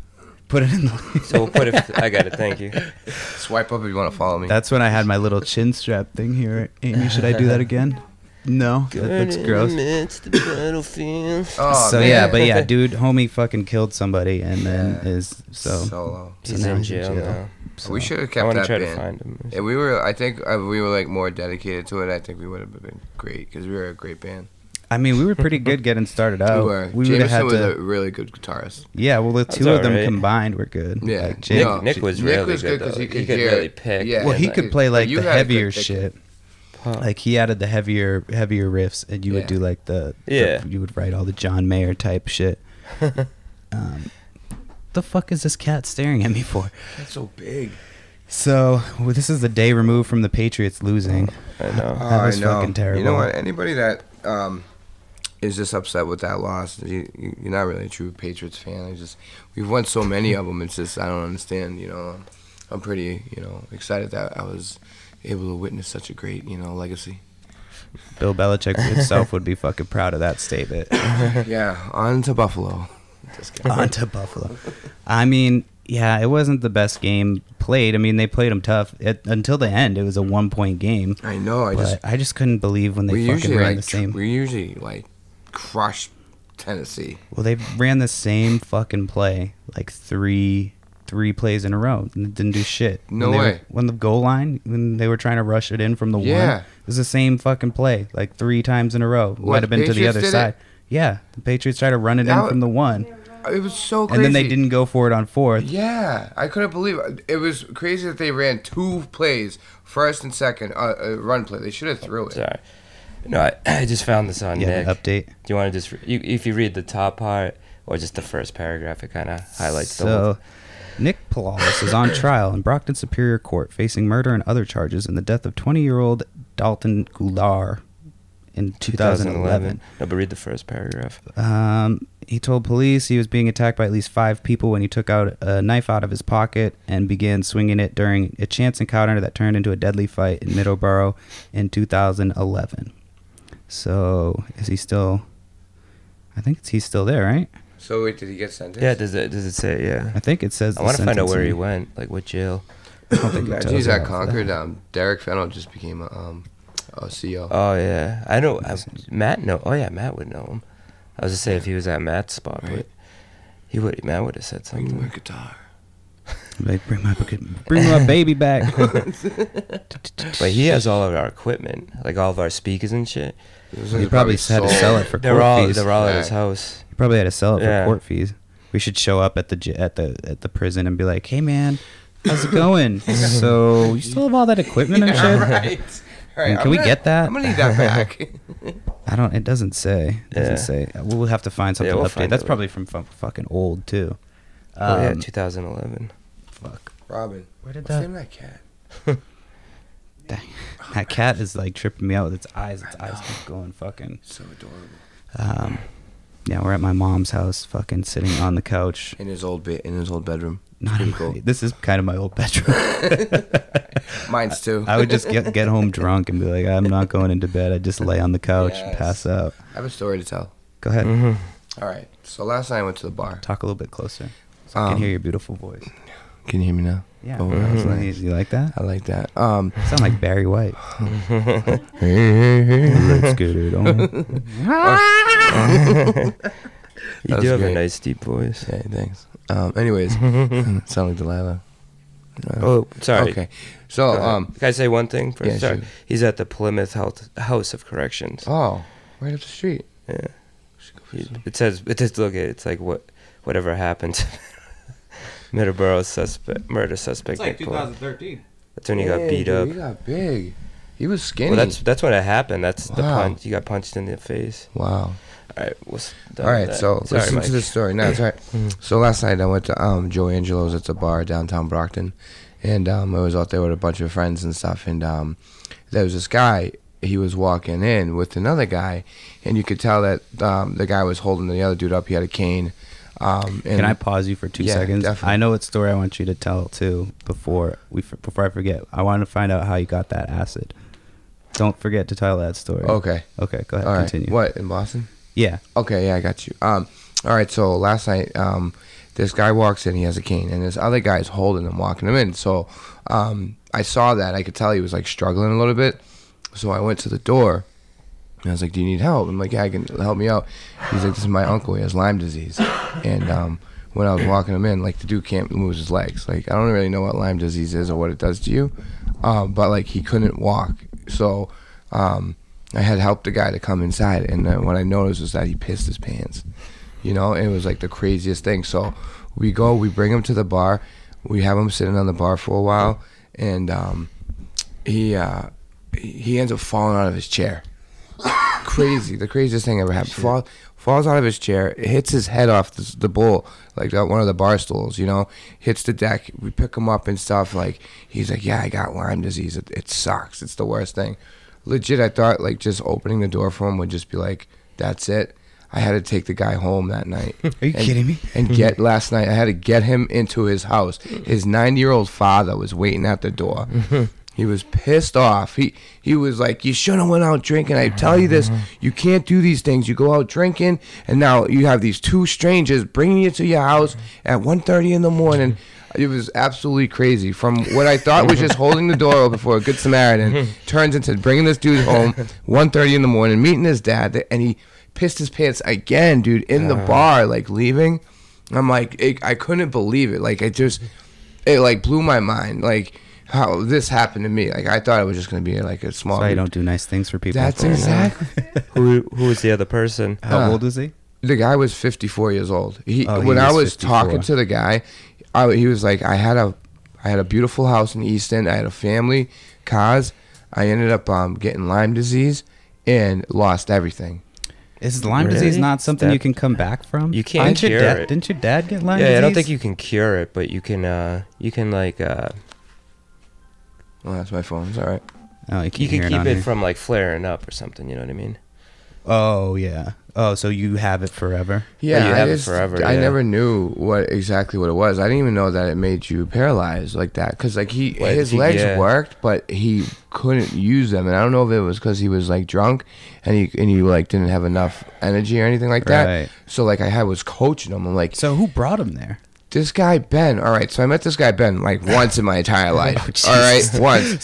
Speaker 4: Put it in the.
Speaker 3: So we'll put it. I got it. Thank you.
Speaker 2: Swipe up if you want to follow me.
Speaker 4: That's when I had my little chin strap thing here. Amy, should I do that again? No, that looks gross.
Speaker 2: oh,
Speaker 4: so
Speaker 2: man.
Speaker 4: yeah, but yeah, dude, homie fucking killed somebody and then
Speaker 2: Yeah.
Speaker 4: is so.
Speaker 2: solo.
Speaker 4: so
Speaker 3: He's
Speaker 4: now
Speaker 3: in jail now.
Speaker 4: So-
Speaker 2: uh, We should have
Speaker 3: I
Speaker 2: kept
Speaker 3: want to
Speaker 2: that
Speaker 3: try
Speaker 2: band.
Speaker 3: to find him.
Speaker 2: If we were, I think, if we were like more dedicated to it, I think we would have been great because we were a great band.
Speaker 4: I mean, we were pretty good getting started out.
Speaker 2: we were.
Speaker 4: Oh, We would have
Speaker 2: Jameson
Speaker 4: had
Speaker 2: was
Speaker 4: to.
Speaker 2: a really good guitarist.
Speaker 4: Yeah, well, the
Speaker 3: That's
Speaker 4: two of them
Speaker 3: alright.
Speaker 4: combined were good.
Speaker 2: Yeah.
Speaker 4: Like, Jake,
Speaker 3: Nick,
Speaker 2: No,
Speaker 3: Nick was
Speaker 2: Nick
Speaker 3: really
Speaker 2: was
Speaker 3: good
Speaker 2: good 'cause
Speaker 3: though.
Speaker 2: he
Speaker 3: He could,
Speaker 2: could hear-
Speaker 3: really pick.
Speaker 2: yeah.
Speaker 4: well,
Speaker 2: and
Speaker 4: he
Speaker 2: like-
Speaker 4: could play
Speaker 2: but
Speaker 4: like
Speaker 2: you
Speaker 4: the
Speaker 2: guys could
Speaker 4: heavier
Speaker 2: pick it.
Speaker 4: shit.
Speaker 3: Huh.
Speaker 4: Like he added the heavier, heavier riffs, and you would
Speaker 2: Yeah.
Speaker 4: do like the, the-
Speaker 3: Yeah.
Speaker 4: you would write all the John Mayer type shit. um, the fuck is this cat staring at me for?
Speaker 2: That's so big.
Speaker 4: So well, this is the day removed from the Patriots losing.
Speaker 3: I know.
Speaker 4: That was fucking
Speaker 2: You Oh, know
Speaker 4: terrible.
Speaker 2: what? Anybody that um, is just upset with that loss, you, you- you're not really a true Patriots fan. It's just we've won so many of them. It's just I don't understand. You know, I'm, I'm pretty you know excited that I was able to witness such a great you know legacy.
Speaker 4: Bill Belichick himself would be fucking proud of that statement.
Speaker 2: yeah, on to Buffalo. Just kidding.
Speaker 4: on to Buffalo. I mean, yeah, it wasn't the best game played. I mean, they played them tough it, until the end. It was a one point game.
Speaker 2: I know. I
Speaker 4: but
Speaker 2: just
Speaker 4: I just couldn't believe when
Speaker 2: we
Speaker 4: they fucking
Speaker 2: usually
Speaker 4: ran
Speaker 2: like
Speaker 4: the same.
Speaker 2: we usually like crush Tennessee.
Speaker 4: well, they ran the same fucking play like three three plays in a row and it didn't do shit.
Speaker 2: No
Speaker 4: When they were-
Speaker 2: way.
Speaker 4: when the goal line, when they were trying to rush it in from the
Speaker 2: Yeah.
Speaker 4: one, it was the same fucking play like three times in a row.
Speaker 2: What,
Speaker 4: Might have been to the
Speaker 2: Patriots
Speaker 4: other
Speaker 2: did it?
Speaker 4: side. Yeah, the Patriots tried to run it
Speaker 2: That
Speaker 4: in
Speaker 2: wa-
Speaker 4: from the one,
Speaker 2: It was so
Speaker 4: and
Speaker 2: crazy.
Speaker 4: then they didn't go for it on fourth.
Speaker 2: Yeah, I couldn't believe it. It was crazy that they ran two plays, first and second, uh, uh, run play. They should have threw it.
Speaker 3: Sorry. No, I, I just found this on
Speaker 4: Yeah,
Speaker 3: Nick.
Speaker 4: the update.
Speaker 3: Do you want to just re- you, if you read the top part or just the first paragraph? It kind of highlights the whole.
Speaker 4: So, Nick Palalis is on trial in Brockton Superior Court facing murder and other charges in the death of 20 year old Dalton Goulart in 2011.
Speaker 3: No, but read the first paragraph.
Speaker 4: Um, he told police he was being attacked by at least five people when he took out a knife out of his pocket and began swinging it during a chance encounter that turned into a deadly fight in Middleborough in 2011. So, is he still. I think he's still there, right?
Speaker 2: So wait, did he get sentenced?
Speaker 3: Yeah, does it does it say? Yeah,
Speaker 4: I think it says.
Speaker 3: I
Speaker 4: the
Speaker 3: want to find out
Speaker 4: sentence
Speaker 3: where
Speaker 4: in-
Speaker 3: he went, like what jail.
Speaker 4: I don't think it
Speaker 2: Imagine
Speaker 4: tells
Speaker 2: he's
Speaker 4: you
Speaker 2: at
Speaker 4: after that.
Speaker 2: Concord. Um, Derek Fennel just became a, um, a CEO.
Speaker 3: Oh yeah, I know. I, Matt know. Oh yeah, Matt would know him. I was just saying if he was at Matt's spot, but
Speaker 2: Right.
Speaker 3: he would. Matt would have said
Speaker 2: Bring my
Speaker 3: something.
Speaker 2: guitar.
Speaker 4: Like, bring my bring my baby back.
Speaker 3: But he has all of our equipment, like all of our speakers and shit.
Speaker 4: He probably had to sell it for
Speaker 3: They're
Speaker 4: court
Speaker 3: all
Speaker 4: fees.
Speaker 3: they're all at his
Speaker 2: Yeah.
Speaker 3: house.
Speaker 4: He probably had to sell it for
Speaker 3: Yeah.
Speaker 4: court fees. We should show up at the j- at the at the prison and be like, "Hey, man, how's it going? so you still have all that equipment and
Speaker 2: Yeah,
Speaker 4: shit?
Speaker 2: right. All
Speaker 4: And
Speaker 2: right,
Speaker 4: can we
Speaker 2: gonna-
Speaker 4: get that?
Speaker 2: I'm gonna need that back.
Speaker 4: I don't. It doesn't say. It doesn't
Speaker 3: Yeah.
Speaker 4: say. We'll have to find something
Speaker 3: we'll
Speaker 4: to update.
Speaker 3: find
Speaker 4: That's
Speaker 3: it.
Speaker 4: probably from fu- fucking old too. Um,
Speaker 3: oh yeah, 2011.
Speaker 4: fuck.
Speaker 2: Robin,
Speaker 4: Where did
Speaker 2: what's the
Speaker 4: that?
Speaker 2: name of that cat?
Speaker 4: That cat is like tripping me out with its eyes. Its eyes keep going fucking.
Speaker 2: So adorable.
Speaker 4: Um, Yeah, we're at my mom's house, fucking sitting on the couch.
Speaker 2: in his old bit in his old bedroom.
Speaker 4: Not in my,
Speaker 2: Pretty cool.
Speaker 4: This is kind of my old bedroom.
Speaker 2: Mine's too.
Speaker 4: I would just get get home drunk and be like, I'm not going into bed. I just lay on the couch and
Speaker 2: Yes. Mm-hmm.
Speaker 4: pass out.
Speaker 2: I have a story to tell.
Speaker 4: Go ahead,
Speaker 3: Mhm.
Speaker 2: All right. So last night I went to the bar.
Speaker 4: talk a little bit closer. So I
Speaker 2: Um,
Speaker 4: can hear your beautiful voice.
Speaker 2: Can you hear me now?
Speaker 4: Yeah,
Speaker 2: Oh, that was
Speaker 4: Mhm.
Speaker 2: nice.
Speaker 4: you like that?
Speaker 2: I like that. Um,
Speaker 4: You sound like Barry White. Let's get it on.
Speaker 3: You
Speaker 2: That
Speaker 3: do
Speaker 2: was
Speaker 3: have a
Speaker 2: great.
Speaker 3: nice deep voice.
Speaker 2: hey, thanks. Um, anyways, sound like Delilah. Uh,
Speaker 3: Oh, sorry.
Speaker 2: Okay. So,
Speaker 3: Go ahead.
Speaker 2: um,
Speaker 3: can I say one thing? First?
Speaker 2: yeah,
Speaker 3: sorry.
Speaker 2: sure.
Speaker 3: He's at the Plymouth Health House of Corrections.
Speaker 2: oh, right up the street.
Speaker 3: Yeah.
Speaker 2: Should go for
Speaker 3: He-
Speaker 2: some-
Speaker 3: It says it just look at it's like what whatever happened. to Middleborough suspect murder suspect. Nick Fuller.
Speaker 4: 2013.
Speaker 3: that's when he got
Speaker 2: Hey,
Speaker 3: beat
Speaker 2: dude,
Speaker 3: up.
Speaker 2: He got big. He was skinny.
Speaker 3: Well, that's that's when it happened. That's the
Speaker 2: Wow.
Speaker 3: punch. You got punched in the face.
Speaker 2: wow.
Speaker 3: All right, what's done
Speaker 2: All right,
Speaker 3: with that.
Speaker 2: so
Speaker 3: sorry,
Speaker 2: listen
Speaker 3: Mike.
Speaker 2: to the story. No, it's all right. So last night I went to um, Joe Angelo's. It's a bar downtown Brockton, and um, I was out there with a bunch of friends and stuff. And um, there was this guy. He was walking in with another guy, and you could tell that um, the guy was holding the other dude up. He had a cane. Um, and
Speaker 4: Can I pause you for two
Speaker 2: Yeah,
Speaker 4: seconds?
Speaker 2: definitely.
Speaker 4: I know what story I want you to tell too before we f- before I forget. I want to find out how you got that acid. Don't forget to tell that story.
Speaker 2: Okay.
Speaker 4: Okay. Go ahead.
Speaker 2: All right.
Speaker 4: continue.
Speaker 2: What in Boston?
Speaker 4: Yeah.
Speaker 2: Okay, yeah, I got you. Um, all right. So last night, um, this guy walks in. He has a cane, and this other guy's holding him, walking him in. So, um, I saw that. I could tell he was like struggling a little bit. So I went to the door, and I was like, "Do you need help?" I'm like, "Yeah, I can help me out." He's like, "This is my uncle. He has Lyme disease." And um, when I was walking him in, like the dude can't move his legs. Like I don't really know what Lyme disease is or what it does to you, um, but like he couldn't walk. So. Um, I had helped the guy to come inside, and uh, what I noticed was that he pissed his pants. You know, it was like the craziest thing. So we go, we bring him to the bar, we have him sitting on the bar for a while, and um, he uh, he ends up falling out of his chair. Crazy, the craziest thing ever happened. Fall, falls out of his chair, hits his head off the, the bowl, like uh, one of the bar stools. You know, hits the deck. We pick him up and stuff. Like he's like, yeah, I got Lyme disease. It, it sucks. It's the worst thing legit i thought like just opening the door for him would just be like that's it i had to take the guy home that night
Speaker 4: Are you
Speaker 2: And-
Speaker 4: kidding me?
Speaker 2: and get last night i had to get him into his house his nine year old father was waiting at the door he was pissed off he he was like you shouldn't have went out drinking i tell you this you can't do these things you go out drinking and now you have these two strangers bringing you to your house at 1.30 in the morning it was absolutely crazy. From what I thought was just holding the door open for a good Samaritan, turns into bringing this dude home, 1.30 in the morning, meeting his dad, th- and he pissed his pants again, dude, in
Speaker 4: Uh-huh.
Speaker 2: the bar, like leaving. I'm like, it, I couldn't believe it. Like, it just, it like blew my mind. Like, how this happened to me. Like, I thought it was just gonna be like a small.
Speaker 4: That's why you don't do nice things for people.
Speaker 2: That's exactly.
Speaker 3: who who was the other person?
Speaker 4: How
Speaker 2: Ah.
Speaker 4: old is he?
Speaker 2: The guy was 54 years old. He
Speaker 4: Oh, he
Speaker 2: when I
Speaker 4: was
Speaker 2: was
Speaker 4: 54.
Speaker 2: talking to the guy, I, he was like, "I had a, I had a beautiful house in Easton. I had a family, cars. I ended up um, getting Lyme disease and lost everything.
Speaker 4: Is Lyme
Speaker 3: Really?
Speaker 4: disease not something
Speaker 3: That-
Speaker 4: you can come back from?
Speaker 3: You can't
Speaker 4: Didn't your
Speaker 3: cure
Speaker 4: dad,
Speaker 3: it.
Speaker 4: Didn't your dad get Lyme
Speaker 3: yeah,
Speaker 4: disease?
Speaker 3: I don't think you can cure it, but you can uh you can like uh
Speaker 2: Well, that's my phone. It's all right.
Speaker 4: Oh, you
Speaker 3: you
Speaker 4: can,
Speaker 3: can
Speaker 4: hear
Speaker 3: keep
Speaker 4: it, on
Speaker 3: it
Speaker 4: here.
Speaker 3: from like flaring up or something. You know what I mean?
Speaker 4: Oh yeah. Oh, so you have it forever.
Speaker 2: Yeah,
Speaker 3: you
Speaker 2: I
Speaker 3: have it
Speaker 2: just,
Speaker 3: forever,
Speaker 2: I
Speaker 3: yeah.
Speaker 2: never knew what exactly what it was. I didn't even know that it made you paralyzed like that. Cause like he,
Speaker 3: Wait,
Speaker 2: his
Speaker 3: he-
Speaker 2: legs
Speaker 3: yeah.
Speaker 2: worked, but he couldn't use them. And I don't know if it was because he was like drunk, and he and he like didn't have enough energy or anything like that.
Speaker 4: Right.
Speaker 2: So like I had was coaching him. I'm like,
Speaker 4: So who brought him there?
Speaker 2: this guy Ben. All right, so I met this guy Ben like once in my
Speaker 3: Oh,
Speaker 2: entire life. all right, once.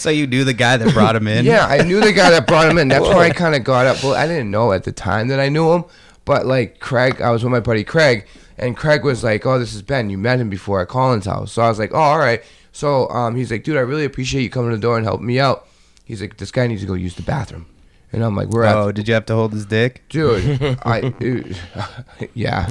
Speaker 4: So you knew the guy that brought him in?
Speaker 2: Yeah, I knew the guy that brought him in. That's where I kind of got up. Well, I didn't know at the time that I knew him, but like Craig, I was with my buddy Craig, and Craig was like, "Oh, this is Ben. You met him before at Colin's house." So I was like, "Oh, all right." So um, he's like, "Dude, I really appreciate you coming to the door and helping me out." He's like, "This guy needs to go use the bathroom," and I'm like, "We're at
Speaker 4: Oh, did you have to hold his dick?
Speaker 2: dude i it- yeah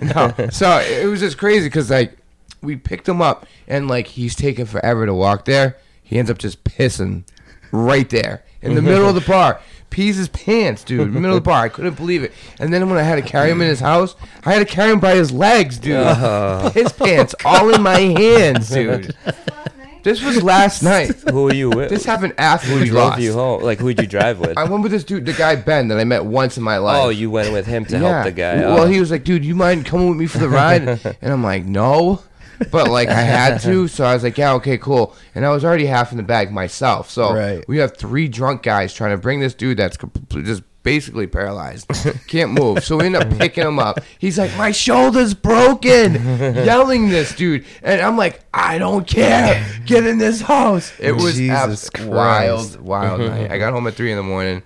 Speaker 2: no so it was just crazy because like we picked him up and like he's taking forever to walk there he ends up just pissing right there in the middle of the bar pees his pants dude in the middle of the bar i couldn't believe it and then when i had to carry him in his house i had to carry him by his legs dude his pants all in my hands dude
Speaker 5: Last night?
Speaker 2: This was last night.
Speaker 3: Who were you with?
Speaker 2: This happened after
Speaker 3: Who
Speaker 2: we
Speaker 3: drove
Speaker 2: lost.
Speaker 3: you home? Like, who'd you drive with?
Speaker 2: I went with this dude, the guy Ben, that I met once in my life.
Speaker 3: oh, you went with him to help the guy.
Speaker 2: Well,
Speaker 3: out.
Speaker 2: he was like, "Dude, you mind coming with me for the ride?" and I'm like, "No," but like I had to, so I was like, "Yeah, okay, cool." And I was already half in the bag myself, so
Speaker 4: Right.
Speaker 2: we have three drunk guys trying to bring this dude that's compl- just basically paralyzed, can't move. So we end up picking him up. He's like, "My shoulder's broken," yelling this dude, and I'm like, "I don't care, get in this house." It was
Speaker 4: Jesus
Speaker 2: abs-
Speaker 4: Christ.
Speaker 2: wild, wild night. I got home at three in the morning.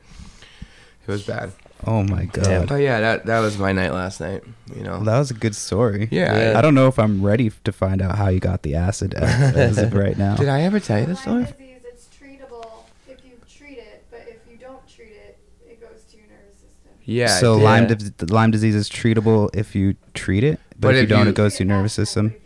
Speaker 2: It was bad.
Speaker 4: Oh my god.
Speaker 3: Damn.
Speaker 2: Oh yeah, that that was my night last night. You know.
Speaker 4: Well, that was a good story.
Speaker 2: yeah.
Speaker 3: Yeah.
Speaker 4: I don't know if I'm ready f- to find out how you got the acid as, as of right now.
Speaker 2: Did I ever tell you this
Speaker 5: Lyme
Speaker 2: story?
Speaker 5: disease, it's treatable if you treat it, but if you don't treat it, it goes to your nervous system.
Speaker 2: Yeah.
Speaker 4: so
Speaker 3: did.
Speaker 4: Lyme, dis- Lyme disease is treatable if you treat it, but, if, you don't, it goes to your nervous system.
Speaker 5: If you don't treat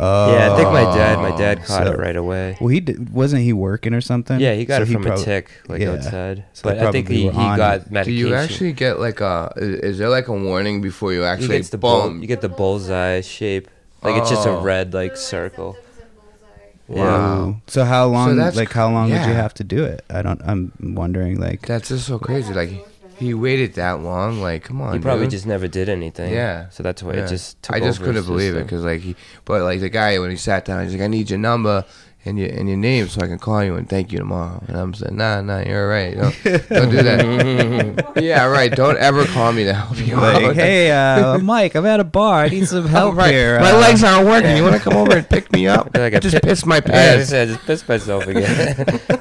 Speaker 4: Oh.
Speaker 3: yeah, I think my dad. My dad caught
Speaker 4: So-
Speaker 3: it right away.
Speaker 4: Well, he did, wasn't he working or something?
Speaker 3: Yeah, he got
Speaker 4: So
Speaker 3: it from
Speaker 4: prob-
Speaker 3: a tick, like
Speaker 4: yeah.
Speaker 3: outside.
Speaker 4: So they
Speaker 3: But I think
Speaker 4: probably
Speaker 3: he, he
Speaker 4: were on it.
Speaker 3: got
Speaker 2: Do
Speaker 3: medication.
Speaker 2: you actually get like a? i- Is there like a warning before you
Speaker 3: You
Speaker 2: actually
Speaker 3: get the bull,
Speaker 2: bum?
Speaker 3: you get the bullseye shape. Like it's just a
Speaker 2: Oh.
Speaker 3: red like
Speaker 5: Literally
Speaker 3: circle.
Speaker 5: symptoms and bullseye.
Speaker 3: Yeah.
Speaker 2: Wow.
Speaker 4: So how long?
Speaker 2: that's
Speaker 4: like
Speaker 2: cr-
Speaker 4: how long would you
Speaker 2: yeah.
Speaker 4: have to do it? I don't. I'm wondering. Like
Speaker 2: That's just so crazy. Like he waited that long. Like come on.
Speaker 3: He probably
Speaker 2: dude.
Speaker 3: just never did anything.
Speaker 2: Yeah.
Speaker 3: So that's why
Speaker 2: Yeah.
Speaker 3: it just took
Speaker 2: I just
Speaker 3: over
Speaker 2: couldn't
Speaker 3: his
Speaker 2: believe it
Speaker 3: system.
Speaker 2: because like he, but like the guy when he sat down, he's like, I need your number. And your, and your name so I can call you and thank you tomorrow. And I'm saying, nah, nah, you're all right. Don't, don't do that. yeah, right. Don't ever call me to help you
Speaker 4: like,
Speaker 2: out.
Speaker 4: hey, uh, Mike, I'm at a bar. I need some help
Speaker 2: Right.
Speaker 4: here.
Speaker 2: My
Speaker 4: uh,
Speaker 2: legs aren't working. You want to come over and pick me up?
Speaker 3: Like
Speaker 2: I
Speaker 3: I
Speaker 2: just
Speaker 3: pi-
Speaker 2: pissed my
Speaker 3: I just,
Speaker 2: pants.
Speaker 3: I just pissed myself again.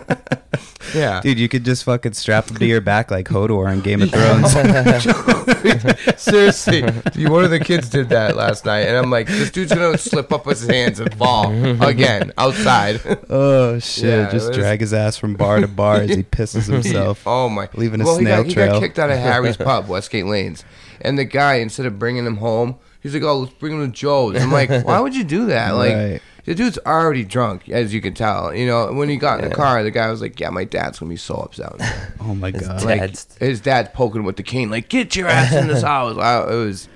Speaker 2: Yeah.
Speaker 4: Dude, you could just fucking strap them to your back like Hodor in Game of Thrones.
Speaker 2: Seriously, Dude, one of the kids did that last night, and I'm like, this dude's gonna slip up with his hands and fall again outside.
Speaker 4: oh shit!
Speaker 2: Yeah,
Speaker 4: just
Speaker 2: it was-
Speaker 4: drag his ass from bar to bar as he pisses himself.
Speaker 2: oh my!
Speaker 4: Leaving a
Speaker 2: well,
Speaker 4: snail
Speaker 2: he got, He
Speaker 4: trail.
Speaker 2: got kicked out of Harry's pub, Westgate Lanes, and the guy instead of bringing him home, he's like, "Oh, let's bring him to Joe's." I'm like, "Why would you do that?" Like.
Speaker 4: Right.
Speaker 2: The dude's already drunk, as you can tell. You know, when he got in the car, the guy was like, "Yeah, my dad's gonna be so upset." with me."
Speaker 4: Oh my
Speaker 3: His
Speaker 4: god!
Speaker 3: dad-
Speaker 2: like
Speaker 3: Dad's-
Speaker 2: his dad's poking him with the cane, like get your ass in this house. I, it was,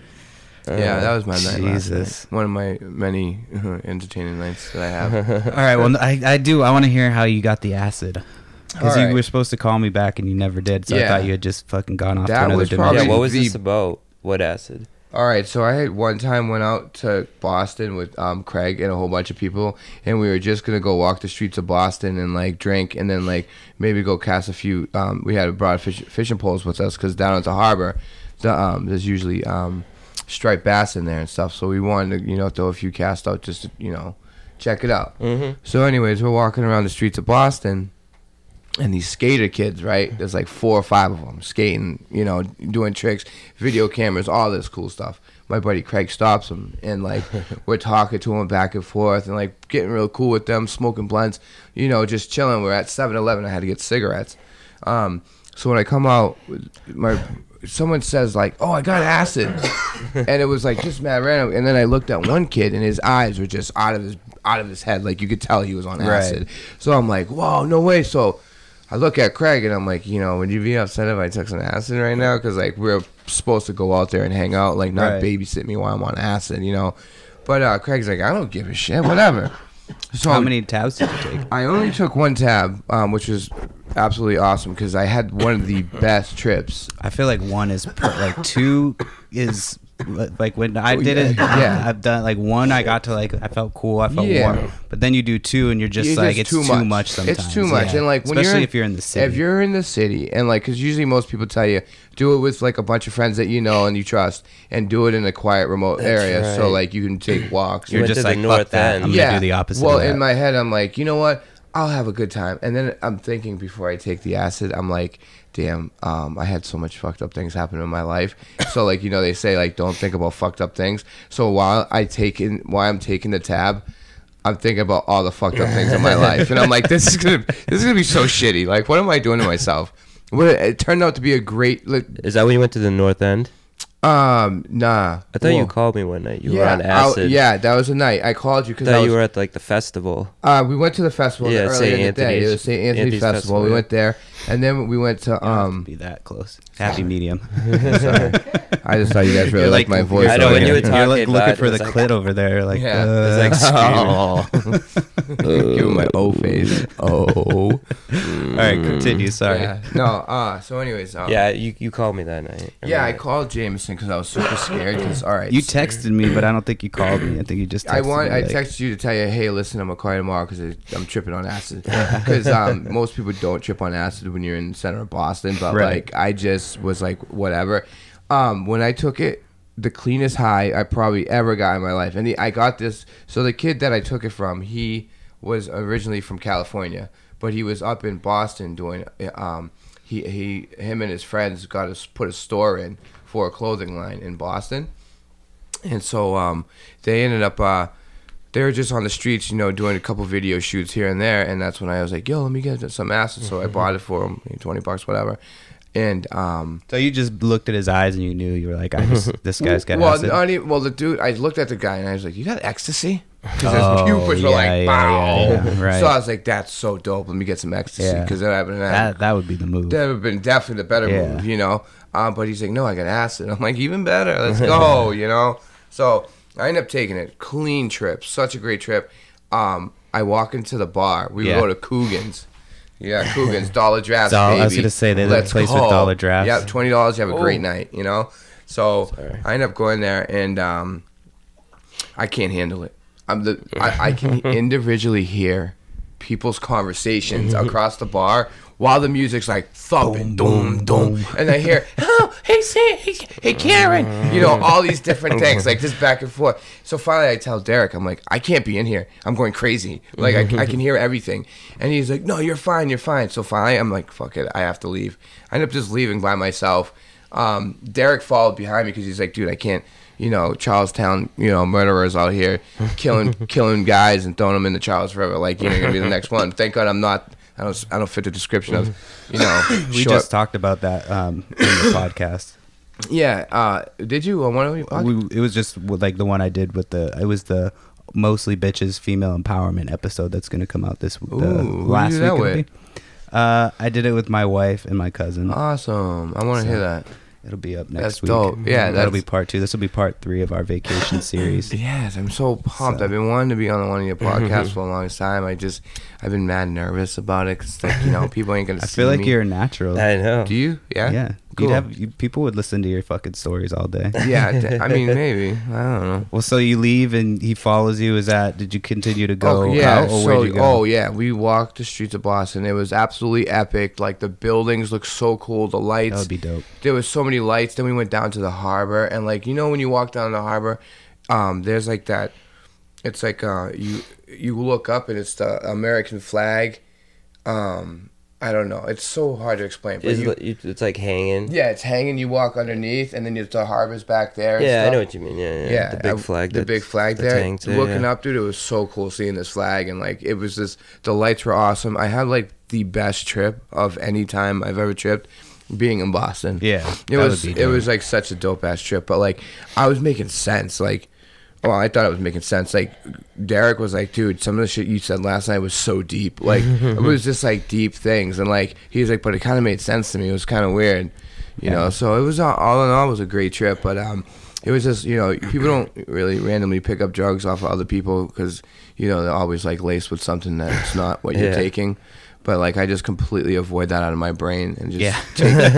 Speaker 2: yeah, that was my night. last
Speaker 4: Jesus.
Speaker 2: night. one of my many uh, entertaining nights that I have.
Speaker 4: All right. Well, I, I do. I want to hear how you got the acid. Because
Speaker 2: All
Speaker 4: you
Speaker 2: right.
Speaker 4: were supposed to call me back and you never did, so I
Speaker 2: Yeah.
Speaker 4: thought you had just fucking gone off to
Speaker 2: That
Speaker 4: another
Speaker 2: was
Speaker 4: dimension.
Speaker 3: yeah,
Speaker 2: probably
Speaker 3: what was
Speaker 2: the-
Speaker 3: this about? What acid?
Speaker 2: All right, so I had one time went out to Boston with um, Craig and a whole bunch of people, and we were just gonna go walk the streets of Boston and like drink, and then like maybe go cast a few. Um, we had brought fish, fishing poles with us because down at the harbor, the, um, there's usually um, striped bass in there and stuff. So we wanted to you know throw a few casts out just to, you know check it out.
Speaker 3: Mm-hmm.
Speaker 2: So, anyways, we're walking around the streets of Boston, and these skater kids, right? There's like four or five of them skating, you know, doing tricks, video cameras, all this cool stuff. My buddy Craig stops them, and like we're talking to him back and forth, and like getting real cool with them, smoking blunts, you know, just chilling. We're at 7-Eleven. I had to get cigarettes. Um, so when I come out, my someone says like, "Oh, I got acid," and it was like just mad random. And then I looked at one kid, and his eyes were just out of his out of his head. Like you could tell he was on acid. So I'm like, "Whoa, no way!" So I look at Craig, and I'm like, "You know, would you be upset if I took some acid right now? Because like we're supposed to go out there and hang out, like not
Speaker 4: Right.
Speaker 2: babysit me while I'm on acid, you know." But uh, Craig's like, "I don't give a shit, whatever." So
Speaker 4: How
Speaker 2: I'm-
Speaker 4: many tabs did you take?
Speaker 2: I only took one tab, um, which was absolutely awesome because I had one of the best trips.
Speaker 4: I feel like one is per, like two is li- like when I did it.
Speaker 2: Oh, yeah.
Speaker 4: I, have done like one. I got to like I felt cool. I felt
Speaker 2: Yeah.
Speaker 4: warm. But then you do two, and you're just
Speaker 2: It's
Speaker 4: like
Speaker 2: just
Speaker 4: it's too much. sometimes.
Speaker 2: It's too much,
Speaker 4: yeah.
Speaker 2: and like when
Speaker 4: especially
Speaker 2: you're
Speaker 4: if you're in the city.
Speaker 2: if you're in the city, and like because usually most people tell you do it with like a bunch of friends that you know and you trust, and do it in a quiet, remote area so
Speaker 3: right.
Speaker 2: like you can take walks.
Speaker 4: you're
Speaker 3: went
Speaker 4: just
Speaker 3: to the
Speaker 4: like fuck
Speaker 3: north
Speaker 4: that.
Speaker 3: end.
Speaker 4: I'm
Speaker 2: yeah.
Speaker 4: gonna do the opposite.
Speaker 2: Well,
Speaker 4: of that.
Speaker 2: in my head, I'm like, you know what? I'll have a good time. And then I'm thinking before I take the acid, I'm like, damn, um, I had so much fucked up things happen in my life. So like, you know, they say like, don't think about fucked up things. So while I take in, while I'm taking the tab. I'm thinking about all the fucked up things in my life, and I'm like, this is gonna, this is gonna be so shitty. Like, what am I doing to myself? What, it turned out to be a great, like,
Speaker 3: Is that when you went to the north end?
Speaker 2: um, nah.
Speaker 3: I thought
Speaker 2: Well,
Speaker 3: you called me one night. You were
Speaker 2: yeah,
Speaker 3: on
Speaker 2: I'll-
Speaker 3: acid.
Speaker 2: yeah, that was the night I called you
Speaker 3: I
Speaker 2: because
Speaker 3: thought
Speaker 2: I was,
Speaker 3: you were at like the festival.
Speaker 2: Uh, we went to the festival
Speaker 3: Yeah,
Speaker 2: earlier
Speaker 3: St.
Speaker 2: in the day. It
Speaker 3: Anthony's-
Speaker 2: was St. Anthony's,
Speaker 3: Anthony's
Speaker 2: Festival.
Speaker 3: Festival,
Speaker 2: We
Speaker 3: yeah.
Speaker 2: went there, and then we went to.
Speaker 4: You don't have to
Speaker 2: Um,
Speaker 4: be that close. Happy medium.
Speaker 2: I just thought you guys really
Speaker 4: You're
Speaker 2: liked my voice.
Speaker 3: I know,
Speaker 2: over
Speaker 3: when you
Speaker 2: here.
Speaker 3: were
Speaker 4: you're
Speaker 3: talking
Speaker 4: like,
Speaker 3: about
Speaker 4: looking
Speaker 3: it,
Speaker 4: for
Speaker 3: it
Speaker 4: the
Speaker 3: was like-
Speaker 4: clit over there, like
Speaker 2: Yeah.
Speaker 4: uh,
Speaker 3: It's like screaming.
Speaker 2: Give me my O face. Oh.
Speaker 4: All right, continue. Sorry.
Speaker 2: Yeah. No. Uh. So, anyways. Um,
Speaker 3: Yeah, you, you called me that night.
Speaker 2: Yeah, I called Jameson because I was super scared. Because all right,
Speaker 4: You texted me, but I don't think you called me. I think you just. Texted
Speaker 2: I want.
Speaker 4: Me,
Speaker 2: I
Speaker 4: like,
Speaker 2: texted you to tell you, hey, listen, I'm gonna call you tomorrow because I'm tripping on acid. Because um, most people don't trip on acid when you're in the center of Boston, but
Speaker 4: Right.
Speaker 2: like I just was like whatever. Um, when I took it, the cleanest high I probably ever got in my life, and the, I got this. So the kid that I took it from, he was originally from California, but he was up in Boston doing. Um, he he him and his friends got us put a store in for a clothing line in Boston and so um, they ended up uh, they were just on the streets, you know, doing a couple video shoots here and there, and that's when I was like, "Yo, let me get some acid." So I
Speaker 4: Mm-hmm.
Speaker 2: bought it for him, twenty bucks, whatever. And um,
Speaker 4: So you just looked at his eyes and you knew you were like, I just this guy's got
Speaker 2: well, uh,
Speaker 4: acid.
Speaker 2: not even- well, the dude, I looked at the guy and I was like, "You got ecstasy?" Because
Speaker 4: Oh,
Speaker 2: his pupils were
Speaker 4: yeah, yeah,
Speaker 2: like, "Wow!"
Speaker 4: yeah, yeah, right.
Speaker 2: So I was like, "That's so dope. Let me get some ecstasy."
Speaker 4: Yeah.
Speaker 2: Because then I've been
Speaker 4: that that would be the move.
Speaker 2: That would have been definitely the better
Speaker 4: Yeah.
Speaker 2: move, you know. Um, but he's like, no, I got acid. I'm like, even better. Let's go, you know. So I end up taking it. Clean trip. Such a great trip. Um, I walk into the bar. We
Speaker 4: Yeah.
Speaker 2: go to Coogan's. Yeah, Coogan's Dollar Drafts.
Speaker 4: Doll- I
Speaker 2: baby.
Speaker 4: was gonna say, they're the place with Dollar Drafts. Oh.
Speaker 2: Yep, twenty dollars. You have a great night, you know. So
Speaker 3: Sorry.
Speaker 2: I end up going there, and um, I can't handle it. I'm the I, I can individually hear people's conversations across the bar while the music's like thumping, boom, boom, and I hear, oh, hey, Sam, hey, hey, Karen, you know, all these different things, like just back and forth. So finally, I tell Derek, I'm like, I can't be in here. I'm going crazy. Like I, I can hear everything, and he's like, No, you're fine, you're fine. So finally, I'm like, Fuck it, I have to leave. I end up just leaving by myself. Um, Derek followed behind me because he's like, Dude, I can't you know, Charlestown, you know, murderers out here killing killing guys and throwing them into Charles River. Like you're gonna be the next one. Thank God I'm not. I don't. I don't fit the description of, you know,
Speaker 4: we
Speaker 2: short-
Speaker 4: just talked about that um, in the podcast.
Speaker 2: Yeah. Uh, did you on one of you?
Speaker 4: We, it was just with, like the one I did with the. It was the mostly bitches female empowerment episode that's going to come out this the
Speaker 2: Ooh, who
Speaker 4: last week.
Speaker 2: you did that
Speaker 4: it'll
Speaker 2: with?
Speaker 4: be. Uh, I did it with my wife and my cousin.
Speaker 2: Awesome. I want to hear that.
Speaker 4: It'll be up next
Speaker 2: That's
Speaker 4: week.
Speaker 2: dope. Yeah,
Speaker 4: that'll
Speaker 2: that's-
Speaker 4: be part two. This will be part three of our vacation series.
Speaker 2: Yes, I'm so pumped.
Speaker 4: So-
Speaker 2: I've been wanting to be on one of your podcasts for a long time. I just, I've been mad nervous about it because, like, you know, people ain't gonna.
Speaker 4: I
Speaker 2: see
Speaker 4: feel like
Speaker 2: me.
Speaker 4: you're a natural.
Speaker 3: I know.
Speaker 2: Do you? Yeah.
Speaker 4: yeah,
Speaker 2: Cool.
Speaker 4: you'd have you, people would listen to your fucking stories all day.
Speaker 2: yeah. d- I mean, maybe. I don't know.
Speaker 4: Well, so you leave and he follows you. Is that did you continue to go?
Speaker 2: Oh yeah,
Speaker 4: out, or
Speaker 2: so
Speaker 4: where'd you go?
Speaker 2: oh yeah, we walked the streets of Boston. It was absolutely epic. Like the buildings look so cool, the
Speaker 4: that
Speaker 2: lights.
Speaker 4: would be dope.
Speaker 2: there was so many lights. Then we went down to the harbor, and like you know when you walk down the harbor, um, there's like that. It's like uh, you you look up and it's the American flag. Um, I don't know. It's so hard to explain. But
Speaker 3: It's,
Speaker 2: you,
Speaker 3: li- you- it's like hanging.
Speaker 2: yeah, it's hanging. You walk underneath, and then you, the harbor's back there. and
Speaker 3: Yeah, I
Speaker 2: stuff
Speaker 3: know what you mean. Yeah, yeah. the big
Speaker 2: uh,
Speaker 3: flag.
Speaker 2: the big
Speaker 3: that's-
Speaker 2: flag
Speaker 3: that's
Speaker 2: there.
Speaker 3: hanging too,
Speaker 2: Looking
Speaker 3: yeah.
Speaker 2: up, dude, it was so cool seeing this flag, and like it was just the lights were awesome. I had like the best trip of any time I've ever tripped, being in Boston.
Speaker 4: Yeah,
Speaker 2: it
Speaker 4: that would
Speaker 2: was
Speaker 4: be
Speaker 2: it
Speaker 4: dope.
Speaker 2: was like such a dope ass trip, but like I was making sense, like. Well, I thought it was making sense. Like Derek was like, "Dude, some of the shit you said last night was so deep. Like it was just like deep things." And like he was like, "But it kind of made sense to me. It was kind of weird, you know." So it was all, all in all, it was a great trip. But um, it was just you know people don't really randomly pick up drugs off of other people because you know they're always like laced with something that's not what you're
Speaker 3: Yeah.
Speaker 2: taking. But like I just completely avoid that out of my brain and just
Speaker 4: Yeah.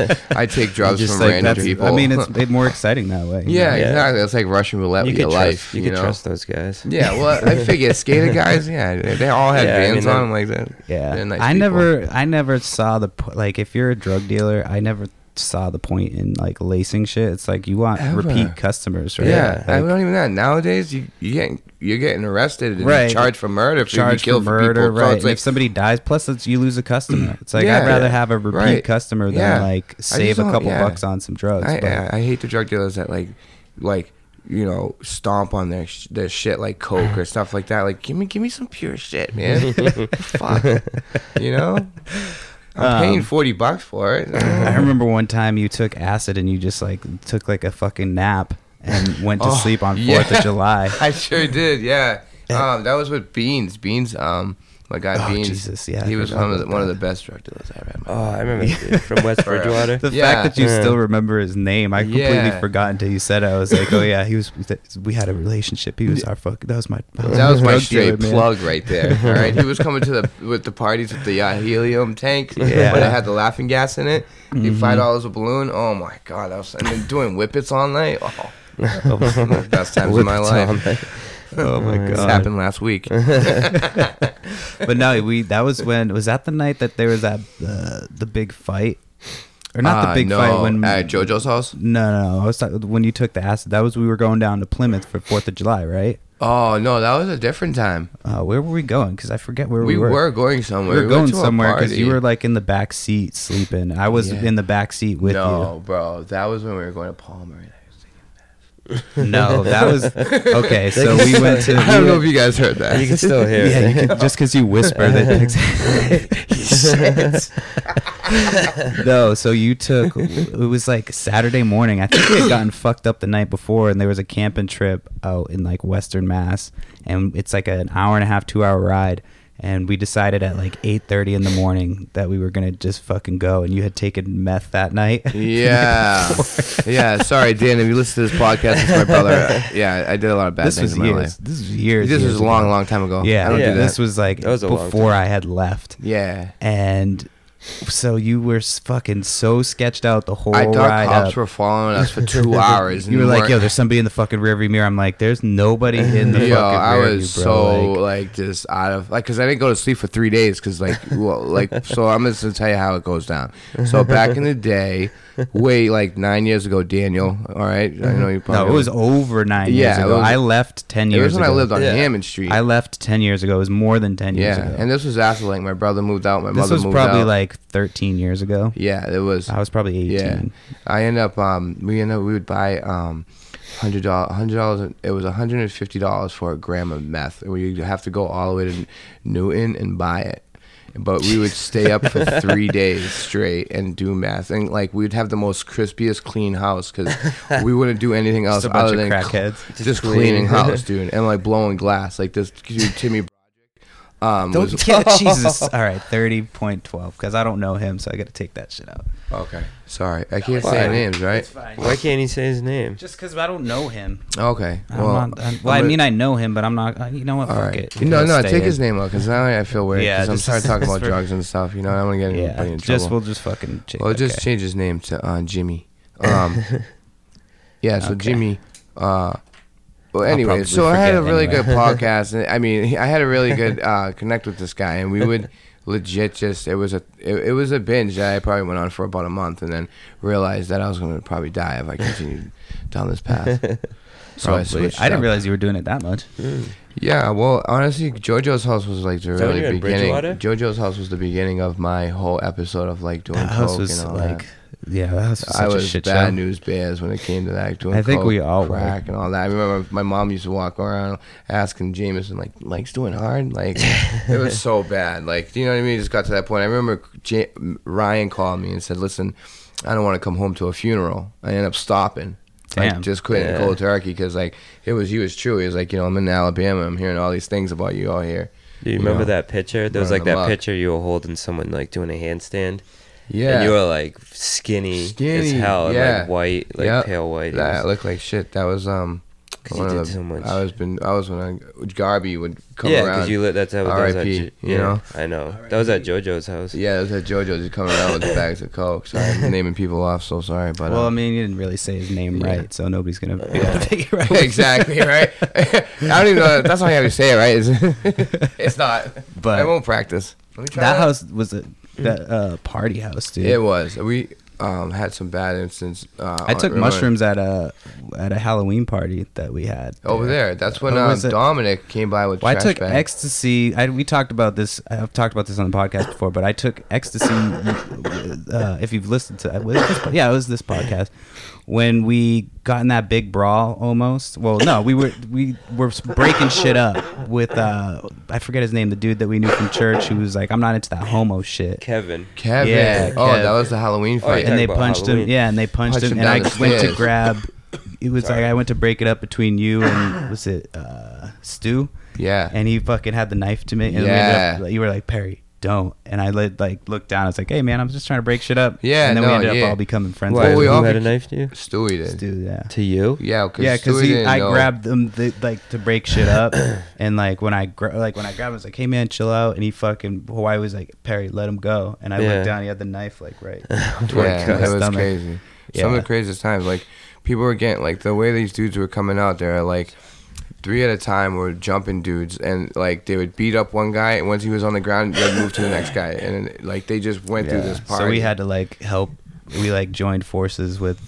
Speaker 2: take, I take drugs
Speaker 4: Just
Speaker 2: from
Speaker 4: like
Speaker 2: random
Speaker 4: that's-
Speaker 2: people.
Speaker 4: I mean, it's it more exciting that way. you
Speaker 2: yeah,
Speaker 4: know?
Speaker 3: Yeah.
Speaker 2: exactly. It's like Russian roulette
Speaker 3: You
Speaker 2: with
Speaker 3: could
Speaker 2: your
Speaker 3: trust,
Speaker 2: life.
Speaker 3: you,
Speaker 2: You,
Speaker 3: could
Speaker 2: know?
Speaker 3: trust those guys.
Speaker 2: Yeah, well, I figure skater guys. Yeah, they they all had
Speaker 3: Yeah, I
Speaker 2: bands
Speaker 3: mean,
Speaker 2: on like that.
Speaker 4: yeah.
Speaker 2: they're nice
Speaker 4: I
Speaker 2: people.
Speaker 4: never, I never saw the po- like. If you're a drug dealer, I never saw the point in like lacing shit. It's like you want
Speaker 2: Ever.
Speaker 4: repeat customers, right?
Speaker 2: Yeah, I
Speaker 4: Like,
Speaker 2: mean, not even that. Nowadays, you you getting you're getting arrested and
Speaker 4: Right.
Speaker 2: charged for murder if
Speaker 4: charge
Speaker 2: you kill
Speaker 4: for murder,
Speaker 2: people.
Speaker 4: right?
Speaker 2: So
Speaker 4: and
Speaker 2: it's like
Speaker 4: if somebody dies, plus it's, you lose a customer. It's like
Speaker 2: Yeah.
Speaker 4: I'd rather have a repeat
Speaker 2: Right.
Speaker 4: customer than
Speaker 2: Yeah.
Speaker 4: like
Speaker 2: I just
Speaker 4: save a
Speaker 2: don't-
Speaker 4: couple
Speaker 2: yeah.
Speaker 4: bucks on some drugs.
Speaker 2: I,
Speaker 4: but-
Speaker 2: I, I hate the drug dealers that like like you know stomp on their sh- their shit like coke or stuff like that. Like give me give me some pure shit, man. Fuck, you know. I'm paying
Speaker 4: Um,
Speaker 2: forty bucks for it.
Speaker 4: I remember one time you took acid and you just like took like a fucking nap and went to
Speaker 2: Oh,
Speaker 4: sleep on
Speaker 2: yeah.
Speaker 4: Fourth of July.
Speaker 2: I sure did. Yeah, Um, that was with Beans. Beans, um, my guy
Speaker 4: Oh,
Speaker 2: Beans.
Speaker 4: Jesus, yeah, I
Speaker 2: he was
Speaker 4: forgot
Speaker 2: one of the,
Speaker 4: about
Speaker 2: one of
Speaker 4: that.
Speaker 2: the best drug dealers I ever had. in my
Speaker 3: Oh, I remember that dude from West
Speaker 2: For real.
Speaker 3: Bridgewater.
Speaker 4: The
Speaker 2: Yeah.
Speaker 4: fact that you
Speaker 3: Yeah.
Speaker 4: still remember his name, I completely
Speaker 2: Yeah.
Speaker 4: forgot until you said it. I was like, oh yeah, he was. We had a relationship. He was our fuck. That was my.
Speaker 2: That was my
Speaker 4: drug
Speaker 2: straight
Speaker 4: dealer, man.
Speaker 2: plug right there. All right, he was coming to the with the parties with the uh, helium tank,
Speaker 4: Yeah. Mm-hmm.
Speaker 2: but it had the laughing gas in it. You five dollars a balloon. Oh my god, that was and then doing whippets all night. Oh, one of the best times of my
Speaker 3: Whippets
Speaker 2: life.
Speaker 3: on there.
Speaker 4: Oh my
Speaker 2: This
Speaker 4: god!
Speaker 2: happened last week.
Speaker 4: But no, we. That was when. Was that the night that there was that uh, the big fight, or not
Speaker 2: Uh,
Speaker 4: the big
Speaker 2: no,
Speaker 4: fight when
Speaker 2: at JoJo's house.
Speaker 4: No, no, no. I was talking, when you took the acid. That was we were going down to Plymouth for Fourth of July, right?
Speaker 2: Oh no, that was a different time.
Speaker 4: Uh, where were we going? Because I forget where we,
Speaker 2: We, were. going
Speaker 4: We
Speaker 2: somewhere.
Speaker 4: were
Speaker 2: went
Speaker 4: going
Speaker 2: to a
Speaker 4: somewhere because you
Speaker 2: party.
Speaker 4: were like in the back seat sleeping. I was
Speaker 2: Yeah.
Speaker 4: in the back seat with
Speaker 2: no, bro, that was when we were going to Palmer.
Speaker 4: you. No, that was okay. So we went to.
Speaker 2: I don't know if you guys heard that.
Speaker 3: You can still hear
Speaker 4: yeah,
Speaker 3: it.
Speaker 4: you can, just because you whisper that. no, so you took. It was like Saturday morning. I think we had gotten fucked up the night before, and there was a camping trip out in like Western Mass, and it's like an hour and a half, two hour ride. And we decided at like eight thirty in the morning that we were gonna just fucking go. And you had taken meth that night.
Speaker 2: Yeah. yeah. Sorry, Dan. If you listen to this podcast, it's my brother. Yeah, I did a lot of bad
Speaker 4: this
Speaker 2: things
Speaker 4: was
Speaker 2: in my
Speaker 4: years.
Speaker 2: life.
Speaker 4: This was years.
Speaker 2: this
Speaker 4: years
Speaker 2: was a long,
Speaker 4: ago.
Speaker 2: long time ago.
Speaker 4: Yeah,
Speaker 2: Oh, I don't
Speaker 3: yeah.
Speaker 2: do that.
Speaker 4: this was like
Speaker 3: That was a long
Speaker 4: before I had left.
Speaker 2: yeah.
Speaker 4: and so you were s- fucking so sketched out the whole
Speaker 2: I thought
Speaker 4: ride
Speaker 2: cops
Speaker 4: up.
Speaker 2: were following us for two hours.
Speaker 4: you were like,
Speaker 2: weren't-
Speaker 4: "Yo, there's somebody in the fucking rearview mirror." I'm like, "There's nobody in the fucking
Speaker 2: Yo, I
Speaker 4: rearview,
Speaker 2: was
Speaker 4: bro."
Speaker 2: so
Speaker 4: Like,
Speaker 2: like, just out of like because I didn't go to sleep for three days because like well like so I'm just gonna tell you how it goes down. So back in the day, way like nine years ago, Daniel. All right, I know you probably
Speaker 4: Mm-hmm. no, it was over nine years
Speaker 2: Yeah, it
Speaker 4: ago.
Speaker 2: was-
Speaker 4: I left ten
Speaker 2: it
Speaker 4: years.
Speaker 2: was when
Speaker 4: ago.
Speaker 2: I lived on
Speaker 3: Yeah.
Speaker 2: Hammond Street.
Speaker 4: I left ten years ago. It was more than ten years
Speaker 2: yeah,
Speaker 4: ago.
Speaker 2: and this was after like my brother moved out, my
Speaker 4: this
Speaker 2: mother
Speaker 4: was
Speaker 2: moved
Speaker 4: probably
Speaker 2: out.
Speaker 4: like thirteen years ago.
Speaker 2: Yeah, it was.
Speaker 4: I was probably eighteen.
Speaker 2: Yeah, I end up. Um, we end up. We would buy um, hundred dollars. Hundred dollars. It was hundred and fifty dollars for a gram of meth. and We'd have to go all the way to Newton and buy it. But we would stay up for three days straight and do meth, and like we'd have the most crispiest clean house because we wouldn't do anything else
Speaker 4: Just a bunch
Speaker 2: other
Speaker 4: of
Speaker 2: than cl-
Speaker 4: crackheads.
Speaker 2: just,
Speaker 3: Just clean.
Speaker 2: cleaning house, dude, and like blowing glass. Like this dude Timmy. Broderick, Um, was,
Speaker 4: Don't yeah, Jesus. All right, thirty point twelve because I don't know him, so I got to take that shit out.
Speaker 2: okay, sorry, I can't
Speaker 3: it's
Speaker 2: say
Speaker 3: fine.
Speaker 2: names, right?
Speaker 4: fine.
Speaker 3: Why can't he say his name?
Speaker 4: Just because I don't know him.
Speaker 2: Okay,
Speaker 4: I'm not, I'm, well, I
Speaker 2: I'm gonna-
Speaker 4: mean, I know him, but I'm not. uh, You know what?
Speaker 2: All
Speaker 4: fuck
Speaker 2: right.
Speaker 4: it.
Speaker 2: No,
Speaker 4: Let's
Speaker 2: no,
Speaker 4: stay
Speaker 2: take
Speaker 4: in.
Speaker 2: his name out because now I feel weird.
Speaker 4: Yeah,
Speaker 2: Yeah, I'm
Speaker 4: just-
Speaker 2: starting to talk about
Speaker 4: for-
Speaker 2: drugs and stuff. You know, I don't want to get
Speaker 4: Yeah,
Speaker 2: anybody in trouble.
Speaker 4: just we'll just fucking. Check,
Speaker 2: well, just
Speaker 4: okay.
Speaker 2: change his name to uh, Jimmy. Um, yeah, so
Speaker 4: Okay.
Speaker 2: Jimmy. Uh, well,
Speaker 4: probably
Speaker 2: anyway, so I had a
Speaker 4: forget
Speaker 2: really
Speaker 4: anyway.
Speaker 2: good podcast. and- I mean, I had a really good uh, connect with this guy, and we would legit just it was a it, it was a binge that I probably went on for about a month, and then realized that I was going to probably die if I continued down this path. So I
Speaker 4: Probably.
Speaker 2: switched
Speaker 4: I didn't
Speaker 2: up.
Speaker 4: realize you were doing it that much.
Speaker 2: Yeah, well, honestly, JoJo's house was like the
Speaker 3: that when
Speaker 2: really
Speaker 3: you were in
Speaker 2: beginning.
Speaker 3: Bridgewater?
Speaker 2: JoJo's house was the beginning of my whole episode of like doing
Speaker 4: That house
Speaker 2: coke
Speaker 4: was
Speaker 2: and all
Speaker 4: like,
Speaker 2: that.
Speaker 4: yeah, that house was such
Speaker 2: I was
Speaker 4: a shit
Speaker 2: bad
Speaker 4: show.
Speaker 2: news bears when it came to that doing
Speaker 4: I think
Speaker 2: coke,
Speaker 4: we all were.
Speaker 2: crack and all that. I remember my mom used to walk around asking Jameson like, "Like's doing hard." Like it was so bad. Like do you know what I mean? It just got to that point. I remember J- Ryan called me and said, "Listen, I don't want to come home to a funeral." I ended up stopping.
Speaker 4: Damn.
Speaker 2: Like just quitting
Speaker 3: Yeah.
Speaker 2: cold turkey because like it was he was true. He was like, you know, I'm in Alabama. I'm hearing all these things about you all here.
Speaker 3: Do you remember
Speaker 2: Yeah.
Speaker 3: that picture? There was
Speaker 2: Running
Speaker 3: like
Speaker 2: them
Speaker 3: that
Speaker 2: up.
Speaker 3: picture you were holding someone like doing a handstand.
Speaker 2: Yeah,
Speaker 3: And you were like skinny,
Speaker 2: Skinny,
Speaker 3: as hell, and,
Speaker 2: yeah.
Speaker 3: like white, like
Speaker 2: Yep.
Speaker 3: pale white. It
Speaker 2: That
Speaker 3: was-
Speaker 2: looked like shit. That was um.
Speaker 3: 'Cause you
Speaker 2: one of
Speaker 3: did
Speaker 2: the-
Speaker 3: so much.
Speaker 2: I was been. I was when I, Garby would come
Speaker 3: yeah,
Speaker 2: around.
Speaker 3: because you lit. That's how that was at.
Speaker 2: R.I.P.,
Speaker 3: Jo-
Speaker 2: you
Speaker 3: yeah,
Speaker 2: know?
Speaker 3: I know. That was at JoJo's house.
Speaker 2: yeah, it was at JoJo's. He'd come around with bags of coke. Sorry, I'm naming people off. So sorry, but
Speaker 4: Well, I
Speaker 2: um,
Speaker 4: mean, you didn't really say his name
Speaker 2: Yeah.
Speaker 4: right, so nobody's gonna be able to figure out.
Speaker 2: exactly right. I don't even know. That's not how you say it, right? It's, it's not.
Speaker 4: But-
Speaker 2: I won't practice. Let me try
Speaker 4: That house was a that uh, party house, dude.
Speaker 2: It was. We um had some bad incidents. Uh,
Speaker 4: I took
Speaker 2: remember-
Speaker 4: mushrooms at a at a Halloween party that we had
Speaker 2: over there. That's when
Speaker 4: Oh,
Speaker 2: um,
Speaker 4: was it-
Speaker 2: Dominic came by with.
Speaker 4: Well, I
Speaker 2: trash
Speaker 4: took
Speaker 2: bags.
Speaker 4: ecstasy. I, we talked about this. I've talked about this on the podcast before, but I took ecstasy. uh, if you've listened to, was it this, po- yeah, it was this podcast when we got in that big brawl almost. Well, no, we were we were breaking shit up with uh, I forget his name, the dude that we knew from church who was like, I'm not into that homo shit.
Speaker 3: Kevin.
Speaker 2: Kevin.
Speaker 4: Yeah,
Speaker 2: oh,
Speaker 4: Kev.
Speaker 2: that was the Halloween
Speaker 3: Oh,
Speaker 2: fight.
Speaker 3: yeah.
Speaker 4: And they
Speaker 3: Talking about
Speaker 4: punched him.
Speaker 3: Halloween.
Speaker 4: Yeah, and they punched,
Speaker 2: Punched
Speaker 4: him,
Speaker 2: him
Speaker 4: and I
Speaker 2: down the
Speaker 4: went to
Speaker 2: stairs.
Speaker 4: grab. It was
Speaker 3: Sorry.
Speaker 4: like I went to break it up between you and was it uh, Stu.
Speaker 2: Yeah.
Speaker 4: and he fucking had the knife to me. And we ended
Speaker 2: Yeah.
Speaker 4: up- like, you were like Perry, don't. And I lit, like looked down. I was like, hey man, I'm just trying to break shit up.
Speaker 2: Yeah,
Speaker 4: and then
Speaker 2: no,
Speaker 4: we ended
Speaker 2: yeah.
Speaker 4: up all becoming friends.
Speaker 2: Well,
Speaker 3: Why?
Speaker 4: after
Speaker 2: we
Speaker 3: Who
Speaker 2: all
Speaker 3: had a
Speaker 2: bec-
Speaker 3: knife to you?
Speaker 2: Stewie
Speaker 4: this,
Speaker 2: did.
Speaker 4: dude, yeah.
Speaker 3: To you?
Speaker 2: Yeah, because
Speaker 4: Yeah, because
Speaker 2: Stewie didn't
Speaker 4: I
Speaker 2: know.
Speaker 4: grabbed them the, like to break shit up, and like when I gra- like when I grabbed him, I was like, "Hey man, chill out." And he fucking Hawaii was like, "Perry, let him go." And I
Speaker 3: Yeah.
Speaker 4: looked down, he had the knife like right.
Speaker 2: Yeah,
Speaker 4: my
Speaker 2: that was
Speaker 4: stomach.
Speaker 2: crazy. Some of
Speaker 4: Yeah.
Speaker 2: the craziest times, like people were getting like the way these dudes were coming out there, like three at a time were jumping dudes, and like they would beat up one guy, and once he was on the ground, they'd move to the next guy, and then, like they just went through this party.
Speaker 4: So we had to like help. We like joined forces with.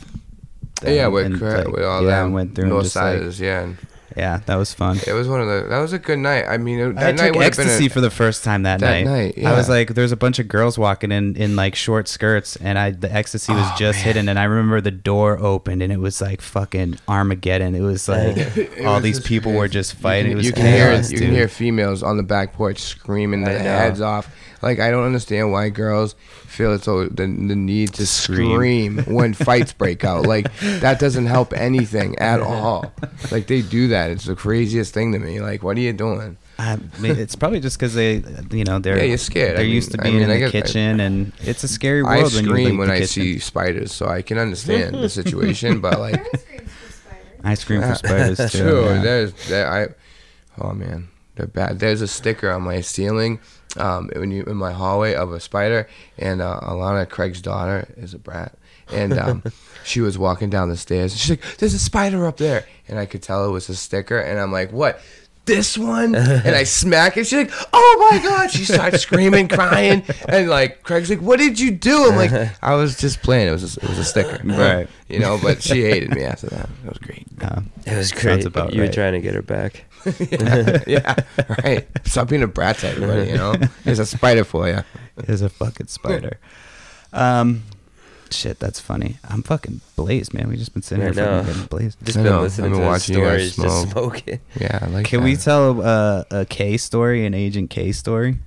Speaker 4: them
Speaker 2: yeah, with,
Speaker 4: and,
Speaker 2: cra-
Speaker 4: like,
Speaker 2: with all
Speaker 4: yeah,
Speaker 2: that
Speaker 4: and went through and just like,
Speaker 2: Siders, yeah. And
Speaker 4: yeah, that was fun.
Speaker 2: it was one of the that was a good night. I mean, it, that
Speaker 4: I
Speaker 2: night
Speaker 4: took
Speaker 2: would have been
Speaker 4: ecstasy
Speaker 2: a,
Speaker 4: for the first time that,
Speaker 2: That night,
Speaker 4: night.
Speaker 2: yeah.
Speaker 4: I was like, there's a bunch of girls walking in in like short skirts, and I the ecstasy was
Speaker 2: Oh,
Speaker 4: just hidden. And I remember the door opened, and it was like fucking Armageddon. It was like
Speaker 2: It
Speaker 4: all
Speaker 2: was
Speaker 4: these
Speaker 2: just
Speaker 4: people were just fighting. it
Speaker 2: You can,
Speaker 4: was
Speaker 2: you can hear
Speaker 4: chaos,
Speaker 2: you can
Speaker 4: dude.
Speaker 2: hear females on the back porch screaming
Speaker 3: I
Speaker 2: their
Speaker 3: know.
Speaker 2: heads off. Like I don't understand why girls feel it's so the, the need to scream.
Speaker 4: Scream.
Speaker 2: when fights break out. Like that doesn't help anything at all. Like they do that. It's the craziest thing to me. Like what are you doing?
Speaker 4: I mean, it's probably just because they, you know, they're
Speaker 2: Yeah, you're scared. I
Speaker 4: They're
Speaker 2: mean-
Speaker 4: used to
Speaker 2: I
Speaker 4: being
Speaker 2: mean, I
Speaker 4: in the
Speaker 2: guess I-
Speaker 4: kitchen, and it's a scary world.
Speaker 2: I
Speaker 4: when you leave
Speaker 2: scream when
Speaker 4: the
Speaker 2: I
Speaker 4: kitchen.
Speaker 2: see spiders, so I can understand the situation. But like,
Speaker 5: Perry
Speaker 4: I
Speaker 5: screams for spiders.
Speaker 4: scream for spiders too.
Speaker 2: True.
Speaker 4: yeah.
Speaker 2: There's there. I. Oh man, they're bad. There's a sticker on my ceiling, um, when you in my hallway of a spider, and uh, Alana Craig's daughter is a brat, and um, she was walking down the stairs, and she's like, "There's a spider up there," and I could tell it was a sticker, and I'm like, "What?" This one, and I smack it. She's like, "Oh my god!" She starts screaming, crying, and like Craig's like, "What did you do?" I'm like, "I was just playing. It was a, it was a sticker,
Speaker 4: Right.
Speaker 2: You know." But she hated me after that. It was great.
Speaker 4: Uh,
Speaker 3: It was
Speaker 4: Sounds
Speaker 3: great.
Speaker 4: about
Speaker 3: you were
Speaker 4: right.
Speaker 3: trying to get her back.
Speaker 2: yeah, yeah, right. Stop being a brat to everybody, you know? There's a spider for you.
Speaker 4: is a fucking spider. Um, shit, that's funny. I'm fucking blazed, man. We just been sitting
Speaker 3: I
Speaker 4: here fucking
Speaker 3: know.
Speaker 4: getting blazed.
Speaker 3: Just
Speaker 2: I
Speaker 3: been
Speaker 2: know.
Speaker 3: listening
Speaker 2: I've been
Speaker 3: to the
Speaker 2: watching you guys
Speaker 3: stories, just
Speaker 2: smoke.
Speaker 3: smoking.
Speaker 2: Yeah, I like
Speaker 4: Can
Speaker 2: that.
Speaker 4: we tell uh, a K story, an Agent K story?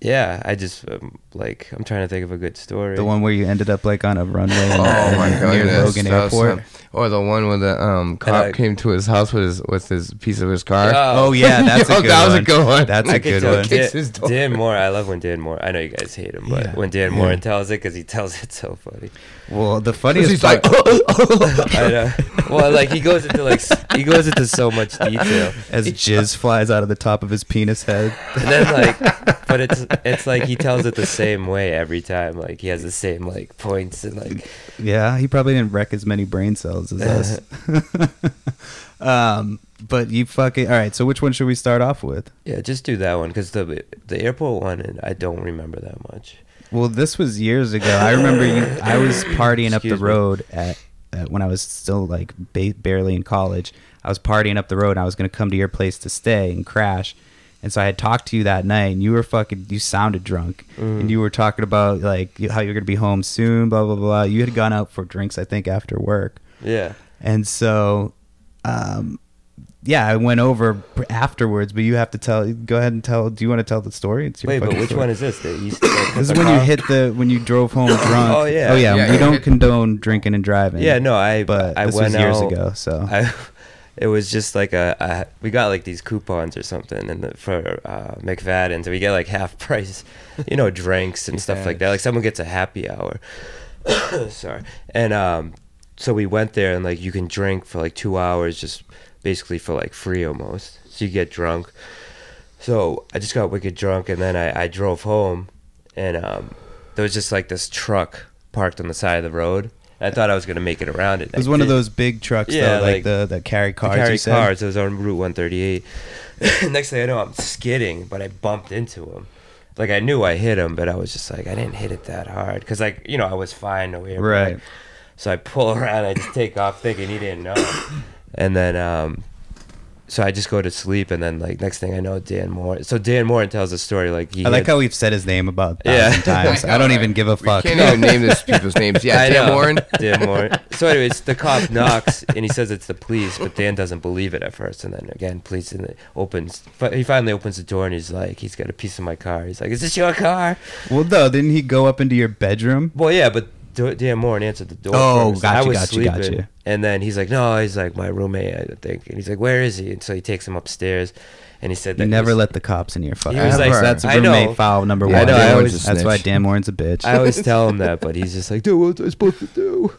Speaker 3: Yeah, I just um, like I'm trying to think of a good story.
Speaker 4: The one where you ended up like on a runway in-
Speaker 2: Oh my
Speaker 4: in-
Speaker 2: god!
Speaker 4: near Logan Airport.
Speaker 2: or the one where the um, cop
Speaker 3: I-
Speaker 2: came to his house with his with his piece of his car.
Speaker 4: Oh yeah, that's
Speaker 2: Yo,
Speaker 4: a good
Speaker 2: that was
Speaker 4: one.
Speaker 2: a good one.
Speaker 4: That's a
Speaker 3: I could
Speaker 4: good
Speaker 3: tell
Speaker 4: one.
Speaker 2: Kicks
Speaker 3: Dan,
Speaker 2: his door.
Speaker 3: Dan Moore. I love when Dan Moore. I know you guys hate him, but
Speaker 4: Yeah.
Speaker 3: when Dan Moore tells it, because he tells it so funny.
Speaker 4: Well, the
Speaker 2: 'Cause
Speaker 4: funniest
Speaker 2: he's like,
Speaker 4: part.
Speaker 3: I know. Well, like he goes into like s- he goes into so much detail,
Speaker 4: as jizz flies out of the top of his penis head.
Speaker 3: and then like, but it's it's like he tells it the same way every time. Like he has the same like points and like
Speaker 4: Yeah, he probably didn't wreck as many brain cells as us. um, but you fucking all right. So which one should we start off with?
Speaker 3: yeah, just do that one because the the airport one and I don't remember that much.
Speaker 4: Well, this was years ago. I remember you, I was partying up the
Speaker 3: Excuse me.
Speaker 4: road at, at when I was still like ba- barely in college. I was partying up the road and I was going to come to your place to stay and crash. And so I had talked to you that night and you were fucking you sounded drunk
Speaker 3: Mm.
Speaker 4: and you were talking about like how you're going to be home soon, blah blah blah. You had gone out for drinks I think after work.
Speaker 3: Yeah.
Speaker 4: And so um yeah, I went over pr- afterwards, but you have to tell. Go ahead and tell. Do you want to tell the story? It's your
Speaker 3: Wait, but
Speaker 4: fucking
Speaker 3: which
Speaker 4: story.
Speaker 3: one is this? The East, like,
Speaker 4: This
Speaker 3: the
Speaker 4: is when you
Speaker 3: car-
Speaker 4: hit the when you drove home drunk.
Speaker 3: Oh, yeah.
Speaker 4: Oh yeah.
Speaker 2: Yeah,
Speaker 4: we
Speaker 2: you
Speaker 4: don't
Speaker 2: hit-
Speaker 4: condone drinking and driving.
Speaker 3: Yeah, no, I
Speaker 4: But
Speaker 3: I
Speaker 4: this
Speaker 3: went
Speaker 4: was years
Speaker 3: out-
Speaker 4: ago, so
Speaker 3: I, it was just like a, a we got like these coupons or something and the, for uh, McFadden, so we get like half price, you know, drinks and stuff like that. Like someone gets a happy hour, sorry, and um, so we went there and like you can drink for like two hours, just basically for like free almost. So you get drunk. So I just got wicked drunk and then I, I drove home and um, there was just like this truck parked on the side of the road. I thought I was gonna make it around it.
Speaker 4: it was
Speaker 3: I
Speaker 4: one of
Speaker 3: didn't.
Speaker 4: those big trucks
Speaker 3: Yeah,
Speaker 4: though, like,
Speaker 3: like-
Speaker 4: the that carry cars.
Speaker 3: To carry
Speaker 4: you said.
Speaker 3: cars. It was on Route 138. Next thing I know, I'm skidding, but I bumped into him. Like I knew I hit him, but I was just like, I didn't hit it that hard because, like, you know, I was fine over here.
Speaker 4: Right.
Speaker 3: So I pull around, I just take off, thinking he didn't know. And then, um, so I just go to sleep, and then like next thing I know, Dan Moore. So Dan Moore tells a story like he.
Speaker 4: I like
Speaker 3: had-
Speaker 4: how we've said his name about a
Speaker 3: Yeah.
Speaker 4: thousand times. I, don't even give a fuck.
Speaker 2: We can't even name this people's names. Yeah,
Speaker 3: I
Speaker 2: Tim
Speaker 3: know.
Speaker 2: Warren.
Speaker 3: Dan Moore. So, anyways, the cop knocks and he says it's the police, but Dan doesn't believe it at first. And then again, police and it opens. But he finally opens the door and he's like, he's got a piece of my car. He's like, is this your car?
Speaker 4: Well, no, didn't he go up into your bedroom?
Speaker 3: Well, yeah, but do- Dan Moore and answered the door.
Speaker 4: Oh,
Speaker 3: first.
Speaker 4: gotcha,
Speaker 3: I was
Speaker 4: gotcha,
Speaker 3: sleeping.
Speaker 4: gotcha.
Speaker 3: And then he's like, no, he's like my roommate, I think. And he's like, where is he? And so he takes him upstairs, and he said that
Speaker 4: You never
Speaker 3: he's-
Speaker 4: let the cops in your fuck.
Speaker 3: He was
Speaker 4: house.
Speaker 3: like,
Speaker 4: So that's
Speaker 3: I
Speaker 4: roommate
Speaker 3: know.
Speaker 4: foul number
Speaker 3: I
Speaker 4: one.
Speaker 3: know,
Speaker 4: Dan
Speaker 3: I always-
Speaker 4: Warren's a that's why Dan Warren's a bitch.
Speaker 3: I always tell him that, but he's just like, dude, what was I supposed to do?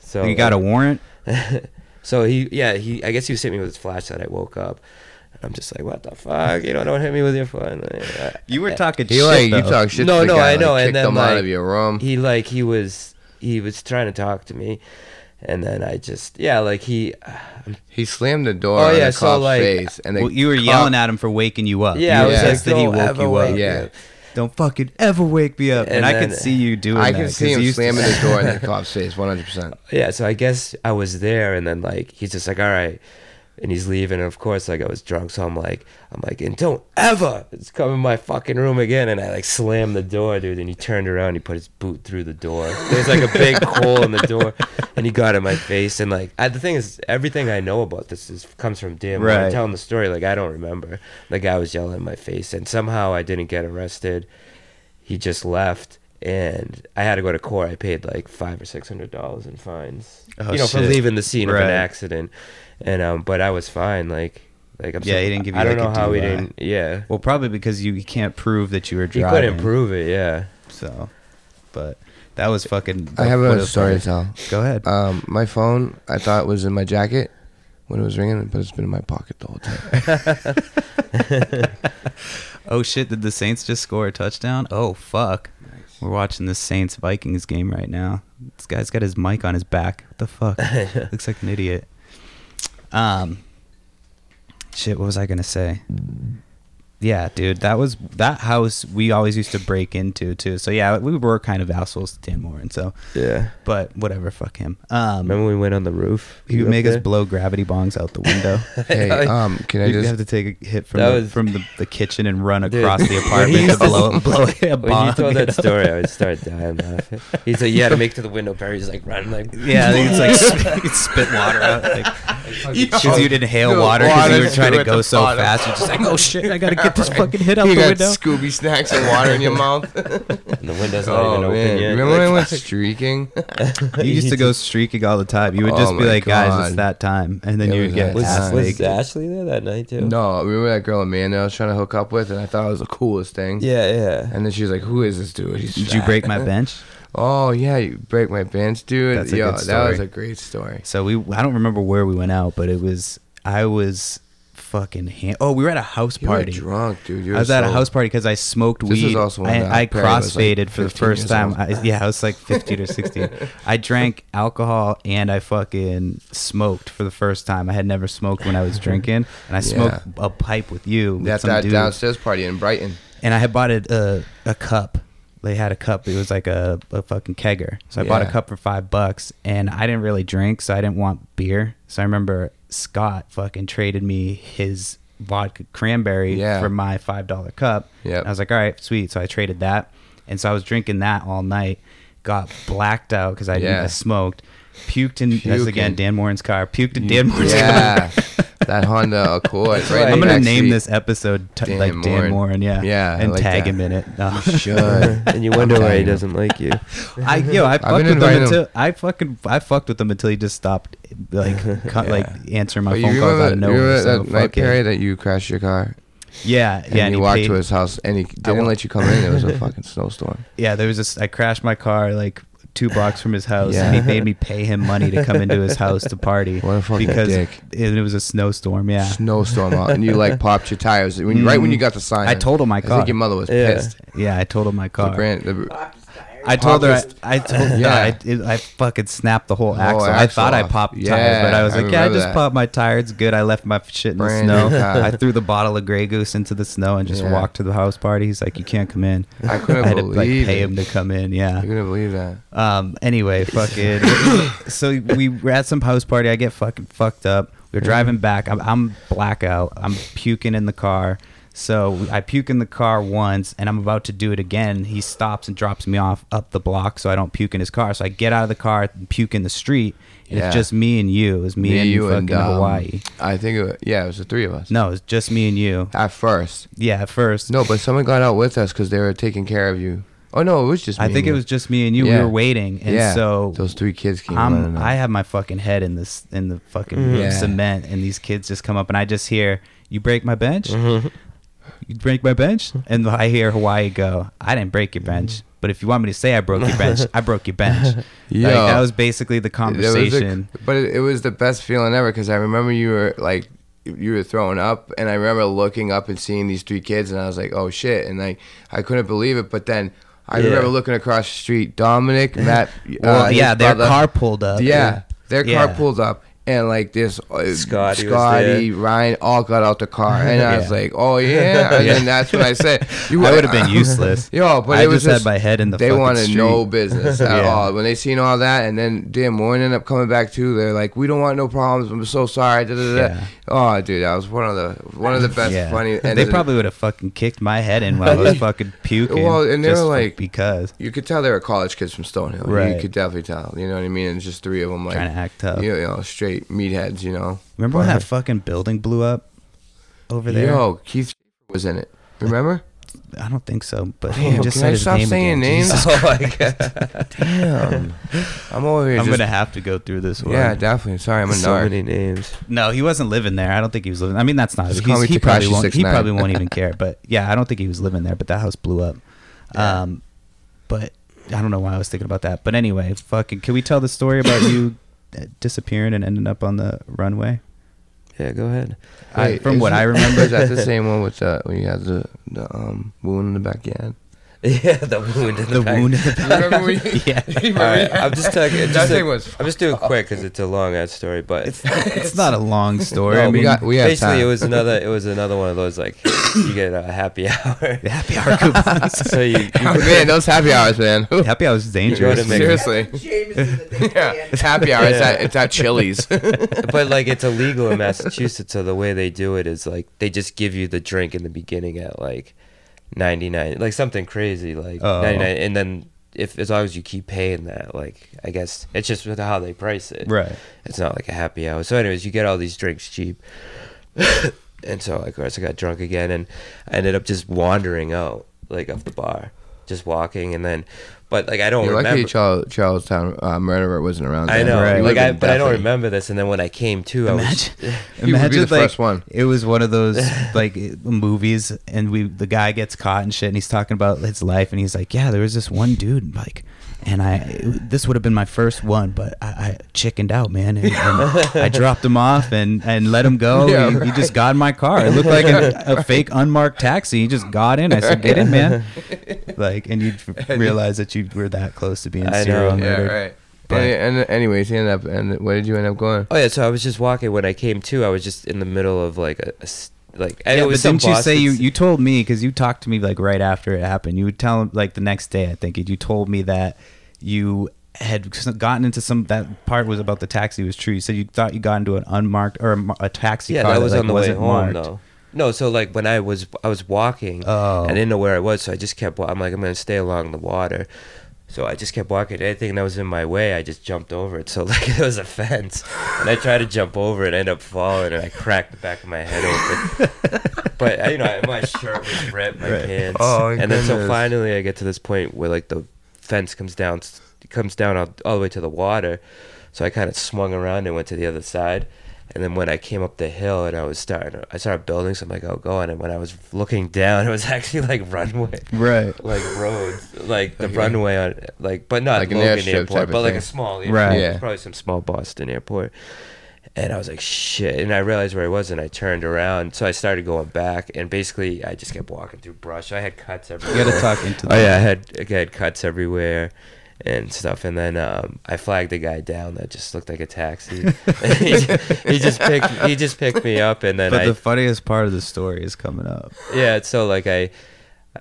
Speaker 3: So
Speaker 4: you got a warrant?
Speaker 3: so he, yeah, he. I guess he was hitting me with his flashlight. I woke up. I'm just like, what the fuck? You don't know what hit me with your flashlight.
Speaker 4: You were talking
Speaker 2: He
Speaker 4: shit.
Speaker 2: like you
Speaker 4: though.
Speaker 2: talk shit. to
Speaker 3: No,
Speaker 2: the
Speaker 3: no,
Speaker 2: guy,
Speaker 3: I
Speaker 2: like,
Speaker 3: know, and
Speaker 2: kicked
Speaker 3: then,
Speaker 2: him out
Speaker 3: like,
Speaker 2: of your room.
Speaker 3: he like he was he was trying to talk to me, and then I just yeah like he
Speaker 4: Uh,
Speaker 2: He slammed the door
Speaker 3: Oh,
Speaker 2: on
Speaker 3: yeah,
Speaker 2: the
Speaker 3: so,
Speaker 2: cop's
Speaker 3: like,
Speaker 2: face, and the
Speaker 4: well, you were
Speaker 2: cop-
Speaker 4: yelling at him for waking you up.
Speaker 3: yeah I
Speaker 4: you
Speaker 3: was
Speaker 2: Yeah.
Speaker 3: like
Speaker 4: pissed that he
Speaker 3: "Don't
Speaker 4: woke
Speaker 3: ever
Speaker 4: you up.
Speaker 3: wake
Speaker 2: Yeah.
Speaker 3: up."
Speaker 4: Don't fucking ever wake me up. And,
Speaker 3: And
Speaker 4: I could
Speaker 3: then-
Speaker 4: see you doing
Speaker 2: I
Speaker 4: that.
Speaker 2: can
Speaker 4: 'cause
Speaker 2: see
Speaker 4: you
Speaker 2: him
Speaker 4: used to-
Speaker 2: slamming the door in the cop's face, 100. percent
Speaker 3: yeah so I guess I was there, and then like he's just like all right. And he's leaving, and of course, like I was drunk, so I'm like, I'm like, and don't ever come in my fucking room again. And I like slammed the door, dude. And he turned around, and he put his boot through the door. There's like a big hole in the door, and he got in my face. And like, I, the thing is, everything I know about this is comes from Dan. When I'm
Speaker 4: Right.
Speaker 3: telling the story, like I don't remember. The guy was yelling in my face, and somehow I didn't get arrested. he just left and I had to go to court. I paid like five or six hundred dollars in fines.
Speaker 4: Oh,
Speaker 3: you know, for
Speaker 4: shit.
Speaker 3: leaving the scene of
Speaker 4: Right.
Speaker 3: an accident. And um but I was fine, like like I'm
Speaker 4: Yeah,
Speaker 3: so-
Speaker 4: he didn't give you,
Speaker 3: I don't
Speaker 4: like, a
Speaker 3: know how he
Speaker 4: DUI.
Speaker 3: didn't yeah.
Speaker 4: Well, probably because you can't prove that you were
Speaker 3: He
Speaker 4: driving.
Speaker 3: couldn't prove it, yeah.
Speaker 4: So, but that was fucking.
Speaker 2: I have
Speaker 4: what
Speaker 2: another
Speaker 4: a-
Speaker 2: story to tell.
Speaker 4: Go ahead.
Speaker 2: Um, my phone, I thought was in my jacket when it was ringing, but it's been in my pocket the whole time.
Speaker 4: oh shit! Did the Saints just score a touchdown? Oh fuck! We're watching the Saints Vikings game right now. This guy's got his mic on his back. What the fuck? Looks like an idiot. Um, shit. What was I gonna say? Yeah, dude, that was that house we always used to break into too. So yeah, we were kind of assholes to Dan Moore, and so
Speaker 3: Yeah.
Speaker 4: but whatever, fuck him. Um,
Speaker 3: Remember when we went on the roof?
Speaker 4: He
Speaker 3: You
Speaker 4: would
Speaker 3: up
Speaker 4: make us uh,
Speaker 3: there?
Speaker 4: blow gravity bongs out the window.
Speaker 2: Hey, um, can I
Speaker 4: You'd
Speaker 2: just?
Speaker 4: have to take a hit from
Speaker 3: That
Speaker 4: the,
Speaker 3: was-
Speaker 4: from the, the kitchen and run
Speaker 3: Dude,
Speaker 4: across the
Speaker 3: when
Speaker 4: apartment to
Speaker 3: he used to-
Speaker 4: blow, blow a
Speaker 3: when
Speaker 4: bomb.
Speaker 3: you told
Speaker 4: know?
Speaker 3: that story, I would start dying laughing. He's like, "You had to make to the window, Perry." He's like, "Run!" Like,
Speaker 4: Yeah, I think it's like spit, you'd spit water out. Because you'd inhale
Speaker 2: Yo,
Speaker 4: water because you
Speaker 2: water
Speaker 4: were trying
Speaker 2: through
Speaker 4: to
Speaker 2: at
Speaker 4: go
Speaker 2: the
Speaker 4: so
Speaker 2: bottom.
Speaker 4: fast. You're just like, oh shit, I gotta get this fucking hit out
Speaker 2: you
Speaker 4: the
Speaker 2: got
Speaker 4: window.
Speaker 2: Scooby snacks and water in your mouth.
Speaker 3: and the window's not
Speaker 2: oh
Speaker 3: even
Speaker 2: man,
Speaker 3: open yet.
Speaker 2: remember when I went streaking?
Speaker 4: You used to go streaking all the time. You would
Speaker 2: Oh
Speaker 4: just be
Speaker 2: my
Speaker 4: like, guys, it's
Speaker 2: God.
Speaker 4: that time. And then
Speaker 2: It
Speaker 4: you would
Speaker 2: was
Speaker 4: get
Speaker 2: that
Speaker 3: was,
Speaker 4: ass
Speaker 2: time.
Speaker 3: was
Speaker 4: naked.
Speaker 3: Ashley there that night too?
Speaker 2: no, remember that girl Amanda I was trying to hook up with, and I thought it was the coolest thing.
Speaker 3: Yeah, yeah.
Speaker 2: And then she was like, "Who is this dude?" He's
Speaker 4: Did you
Speaker 2: fat."
Speaker 4: break my bench?
Speaker 2: Oh yeah, you break my bench, dude.
Speaker 4: That's a
Speaker 2: Yo,
Speaker 4: good
Speaker 2: that was
Speaker 4: story.
Speaker 2: a great story.
Speaker 4: So we I don't remember where we went out, but it was I was fucking ham- oh we were at a house
Speaker 2: You were
Speaker 4: party.
Speaker 2: drunk, dude. You
Speaker 4: I
Speaker 2: were
Speaker 4: was at a
Speaker 2: so-
Speaker 4: house party because I smoked
Speaker 2: This
Speaker 4: weed.
Speaker 2: is also when, uh,
Speaker 4: I, I
Speaker 2: Perry was, like,
Speaker 4: crossfaded for the
Speaker 2: 15
Speaker 4: first
Speaker 2: years
Speaker 4: time.
Speaker 2: old.
Speaker 4: I, yeah, I was like 15 or 16. I drank alcohol and I fucking smoked for the first time. I had never smoked when I was drinking, and I smoked a pipe with you. With
Speaker 2: At
Speaker 4: some
Speaker 2: that
Speaker 4: dude
Speaker 2: downstairs party in Brighton.
Speaker 4: and I had bought it a, a cup. They had a cup. It was like a, a fucking kegger. So I bought a
Speaker 2: Yeah.
Speaker 4: cup for five bucks, and I didn't really drink, so I didn't want beer. So I remember Scott fucking traded me his vodka cranberry
Speaker 2: Yeah.
Speaker 4: for my five dollar cup.
Speaker 2: Yep.
Speaker 4: And I was like, all right, sweet. So I traded that, and so I was drinking that all night. Got blacked out because I,
Speaker 2: Yeah.
Speaker 4: I smoked, puked in. That's again
Speaker 2: Puking.
Speaker 4: Dan Morin's car. Puked in Dan Morin's car.
Speaker 2: Yeah, that Honda Accord. Right
Speaker 4: I'm
Speaker 2: in the
Speaker 4: gonna
Speaker 2: back
Speaker 4: name
Speaker 2: seat.
Speaker 4: this episode t-
Speaker 2: Dan
Speaker 4: like Dan
Speaker 2: Morin.
Speaker 4: Morin, yeah,
Speaker 2: Yeah, I
Speaker 4: and
Speaker 2: like
Speaker 4: tag
Speaker 2: that.
Speaker 4: him in it. No.
Speaker 2: You should.
Speaker 3: and you wonder why he
Speaker 2: telling you.
Speaker 3: doesn't like you.
Speaker 4: I yo, I fucked
Speaker 2: been
Speaker 4: with them
Speaker 2: inviting
Speaker 4: until
Speaker 2: him.
Speaker 4: I fucking I fucked with them until he just stopped like co-
Speaker 2: Yeah.
Speaker 4: like answering my
Speaker 2: But you
Speaker 4: phone calls
Speaker 2: remember,
Speaker 4: out of
Speaker 2: you
Speaker 4: nowhere.
Speaker 2: remember
Speaker 4: So
Speaker 2: that night
Speaker 4: fuck it.
Speaker 2: period that you crashed your car
Speaker 4: Yeah,
Speaker 2: and
Speaker 4: yeah,
Speaker 2: you
Speaker 4: he
Speaker 2: walked
Speaker 4: paid-
Speaker 2: to his house and he didn't
Speaker 4: wa-
Speaker 2: let you come in. There was a fucking snowstorm.
Speaker 4: yeah. There was this. I crashed my car like two blocks from his house, and
Speaker 2: Yeah.
Speaker 4: he made me pay him money to come into his house to party
Speaker 2: What a fucking
Speaker 4: because
Speaker 2: dick.
Speaker 4: and it was a snowstorm. Yeah,
Speaker 2: Snowstorm out, and you like popped your tires when you, right when you got the sign.
Speaker 4: I told him my
Speaker 2: I
Speaker 4: car.
Speaker 2: think your mother was
Speaker 3: Yeah.
Speaker 2: pissed.
Speaker 4: yeah, I totaled my
Speaker 2: The
Speaker 4: car.
Speaker 2: brand, the,
Speaker 4: I told her.
Speaker 2: Popped
Speaker 4: I, I told.
Speaker 2: Yeah.
Speaker 4: Yeah. I, it, I fucking snapped the whole
Speaker 2: Whole
Speaker 4: axle. I
Speaker 2: axle
Speaker 4: thought I
Speaker 2: off.
Speaker 4: popped tires,
Speaker 2: Yeah,
Speaker 4: but I was
Speaker 2: I
Speaker 4: like, yeah, I
Speaker 2: remember
Speaker 4: just
Speaker 2: that.
Speaker 4: popped my tire. It's good. I left my shit in
Speaker 2: Brand
Speaker 4: the
Speaker 2: new
Speaker 4: snow.
Speaker 2: car.
Speaker 4: I threw the bottle of Grey Goose into the snow and just
Speaker 2: Yeah.
Speaker 4: walked to the house party. He's like, you can't come in.
Speaker 2: I couldn't
Speaker 4: I had to like
Speaker 2: believe
Speaker 4: pay
Speaker 2: it.
Speaker 4: him to come in. Yeah.
Speaker 2: I couldn't believe that.
Speaker 4: Um. Anyway, fucking. so we were at some house party. I get fucking fucked up. We're
Speaker 2: Mm.
Speaker 4: driving back. I'm, I'm blackout. I'm puking in the car. So I puke in the car once, and I'm about to do it again. He stops and drops me off up the block, so I don't puke in his car. So I get out of the car, and puke in the street, and
Speaker 2: Yeah.
Speaker 4: it's just me and you. It was me,
Speaker 2: Me,
Speaker 4: and you
Speaker 2: you,
Speaker 4: fucking
Speaker 2: and um,
Speaker 4: Hawaii.
Speaker 2: I think it was, yeah, it was the three of us.
Speaker 4: No, it's just me and you.
Speaker 2: At first,
Speaker 4: Yeah, at first.
Speaker 2: no, but someone got out with us because they were taking care of you. Oh no, it was just.
Speaker 4: I
Speaker 2: me
Speaker 4: think
Speaker 2: and
Speaker 4: it
Speaker 2: you.
Speaker 4: was just me and you. We
Speaker 2: Yeah.
Speaker 4: were waiting, and
Speaker 2: yeah.
Speaker 4: so
Speaker 2: those three kids came. running
Speaker 4: I'm,
Speaker 2: up.
Speaker 4: I have my fucking head in this in the fucking
Speaker 2: Mm-hmm. Yeah.
Speaker 4: cement, and these kids just come up, and I just hear you break my bench,
Speaker 2: Mm-hmm.
Speaker 4: you break my bench, and I hear Hawaii go, I didn't break your bench,
Speaker 2: Mm-hmm.
Speaker 4: but if you want me to say I broke your bench, I broke your bench.
Speaker 2: Yo.
Speaker 4: like, that was basically the
Speaker 2: It was the-
Speaker 4: conversation.
Speaker 2: but it, it was the best feeling ever because I remember you were like you were throwing up and I remember looking up and seeing these three kids and I was like, oh shit, and like I couldn't believe it. But then I
Speaker 3: Yeah.
Speaker 2: remember looking across the street, Dominic, Matt, uh,
Speaker 4: well,
Speaker 2: his
Speaker 4: yeah, their
Speaker 2: brother-
Speaker 4: car pulled up.
Speaker 2: yeah, their
Speaker 4: Yeah.
Speaker 2: car pulled up. And like this, uh,
Speaker 3: Scotty was
Speaker 2: Scotty, Ryan all got out the car, and I was
Speaker 4: Yeah.
Speaker 2: like, "Oh yeah!" And
Speaker 4: Yeah.
Speaker 2: then that's when I said,
Speaker 4: I would have been useless.
Speaker 2: Yo, but
Speaker 4: I
Speaker 2: it was
Speaker 4: just had my head in the
Speaker 2: They
Speaker 4: fucking
Speaker 2: wanted
Speaker 4: street.
Speaker 2: no business at
Speaker 4: Yeah.
Speaker 2: all. When they seen all that, and then Dan Moore ended up coming back too. They're like, "We don't want no problems. I'm so sorry." Da, da, da.
Speaker 4: Yeah.
Speaker 2: Oh, dude, that was one of the one of the best
Speaker 4: Yeah.
Speaker 2: funny. And
Speaker 4: they probably would have fucking kicked my head in while I was fucking puking.
Speaker 2: Well, and they
Speaker 4: just
Speaker 2: were
Speaker 4: for-
Speaker 2: like-
Speaker 4: because
Speaker 2: you could tell they were college kids from Stonehill. You
Speaker 4: Right.
Speaker 2: could definitely tell. You know what I mean? And just three of them, like
Speaker 4: trying to act tough.
Speaker 2: you know, straight meatheads. You know.
Speaker 4: Remember when that fucking building blew up over there?
Speaker 2: Yo, Keith was in it. Remember?
Speaker 4: I don't think so, but
Speaker 2: Damn,
Speaker 4: you just
Speaker 2: Oh, can
Speaker 4: said
Speaker 2: I
Speaker 4: his
Speaker 2: stop
Speaker 4: name
Speaker 2: saying
Speaker 4: again.
Speaker 2: names?
Speaker 4: Jesus.
Speaker 3: Oh my god!
Speaker 2: Damn. I'm over here.
Speaker 4: I'm
Speaker 2: just,
Speaker 4: gonna have to go through this one.
Speaker 2: Yeah, definitely. Sorry, I'm a
Speaker 3: so
Speaker 2: nerd.
Speaker 3: many names.
Speaker 4: No, he wasn't living there. I don't think he was living. I mean, that's not.
Speaker 2: Just
Speaker 4: he's-
Speaker 2: call me
Speaker 4: he probably
Speaker 2: Tekashi
Speaker 4: won't. He
Speaker 2: 69.
Speaker 4: probably won't even care. But yeah, I don't think he was living there. But that house blew up.
Speaker 2: Yeah.
Speaker 4: Um, but I don't know why I was thinking about that. But anyway, fucking, can we tell the story about you uh, disappearing and ending up on the runway?
Speaker 3: Yeah, go ahead.
Speaker 4: I-
Speaker 2: Wait,
Speaker 4: from
Speaker 2: is
Speaker 4: what
Speaker 2: it-
Speaker 4: I remember,
Speaker 2: is that the same one with the when you had the, the um wound in the backyard?
Speaker 3: Yeah, the wound. In the,
Speaker 4: The
Speaker 3: back.
Speaker 4: wound in the
Speaker 2: Remember we-
Speaker 4: yeah,
Speaker 3: All right, I'm just talking.
Speaker 2: That
Speaker 3: just a-
Speaker 2: thing was-
Speaker 3: I'm just doing quick because it's a long ass story, but
Speaker 4: it's, it's not a long story.
Speaker 3: No,
Speaker 4: I
Speaker 2: we
Speaker 4: mean,
Speaker 2: got- have
Speaker 3: basically it
Speaker 2: time.
Speaker 3: was another. It was another one of those like you get a happy hour.
Speaker 4: the happy hour coupons.
Speaker 3: so you, you
Speaker 2: Oh, man, those happy hours, man.
Speaker 4: happy hour is dangerous.
Speaker 3: make-
Speaker 2: Seriously. Yeah, it's happy hour. It's at it's at Chili's.
Speaker 3: but like it's illegal in Massachusetts, so the way they do it is like they just give you the drink in the beginning at like ninety nine, like something crazy, like
Speaker 4: Oh.
Speaker 3: ninety nine, and then if as long as you keep paying that, like I guess it's just with how they price it.
Speaker 4: Right.
Speaker 3: It's not like a happy hour. So, anyways, you get all these drinks cheap, and so of course I got drunk again, and I ended up just wandering out like of the bar, just walking, and then, but like I don't
Speaker 2: You're
Speaker 3: remember.
Speaker 2: lucky Charles, Charlestown uh, murderer wasn't around.
Speaker 3: I
Speaker 2: then.
Speaker 3: know,
Speaker 4: Right.
Speaker 2: You
Speaker 3: like
Speaker 2: would've
Speaker 3: I,
Speaker 2: been
Speaker 3: but I don't
Speaker 2: deafening.
Speaker 3: remember this. And then when I came to, I was
Speaker 4: Imagine,
Speaker 2: be
Speaker 4: imagine
Speaker 2: the
Speaker 4: like
Speaker 2: first one.
Speaker 4: it was one of those like movies, and we the guy gets caught and shit, and he's talking about his life, and he's like, "Yeah, there was this one dude, like, and I this would have been my first one, but I, I chickened out, man, and, and I dropped him off and and let him go.
Speaker 2: Yeah,
Speaker 4: he, he just got in my car. It looked like a, a fake unmarked taxi. He just got in. I said, "Get in, man!" Like, and you realize that you were that close to being
Speaker 3: I know.
Speaker 4: serial
Speaker 2: Yeah,
Speaker 4: murdered.
Speaker 2: right.
Speaker 4: But-
Speaker 2: and, and anyways, he ended up. And where did you end up going?
Speaker 3: Oh yeah, so I was just walking when I came to. I was just in the middle of like a, a s- like. And
Speaker 4: yeah,
Speaker 3: it was
Speaker 4: but
Speaker 3: some
Speaker 4: didn't you say you,
Speaker 3: Boston-
Speaker 4: you told me because you talked to me like right after it happened. You would tell like the next day, I think, you told me that you had gotten into some that part was about the taxi was true. You said you thought you got into an unmarked or a, mar- a taxi
Speaker 3: yeah,
Speaker 4: car
Speaker 3: that was
Speaker 4: like,
Speaker 3: on the way
Speaker 4: wasn't
Speaker 3: home
Speaker 4: marked.
Speaker 3: though. No, so like when I was I was walking,
Speaker 4: Oh.
Speaker 3: I didn't know where I was, so I just kept. wa- I'm like I'm gonna stay along the water. So I just kept walking. Anything that was in my way, I just jumped over it. So like it was a fence, and I tried to jump over it, I ended up falling, and I cracked the back of my head open. but I- you know, my shirt was ripped, my
Speaker 4: Right.
Speaker 3: pants,
Speaker 2: Oh,
Speaker 3: and then so
Speaker 2: goodness.
Speaker 3: finally I get to this point where like the fence comes down, comes down all, all the way to the water. So I kind of swung around and went to the other side. And then when I came up the hill and I was starting, I started building. So I'm like, oh, go on. And when I was looking down, it was actually like runway,
Speaker 4: Right.
Speaker 3: like roads, like the
Speaker 2: Okay.
Speaker 3: runway on, like, but not
Speaker 2: Like an airstrip
Speaker 3: Logan
Speaker 2: type
Speaker 3: Airport,
Speaker 2: of
Speaker 3: but like
Speaker 2: thing.
Speaker 3: a small, airport.
Speaker 4: Right.
Speaker 2: Yeah.
Speaker 3: probably some small Boston airport. And I was like, shit. And I realized where I was and I turned around. So I started going back. And basically, I just kept walking through brush. I had cuts
Speaker 4: You
Speaker 3: everywhere.
Speaker 4: got to talk into
Speaker 3: Oh
Speaker 4: that.
Speaker 3: yeah, I had I had cuts everywhere and stuff, and then um, I flagged a guy down that just looked like a taxi. he, he just picked he just picked me up, and then
Speaker 4: But
Speaker 3: I
Speaker 4: the funniest part of the story is coming up.
Speaker 3: yeah, so like I,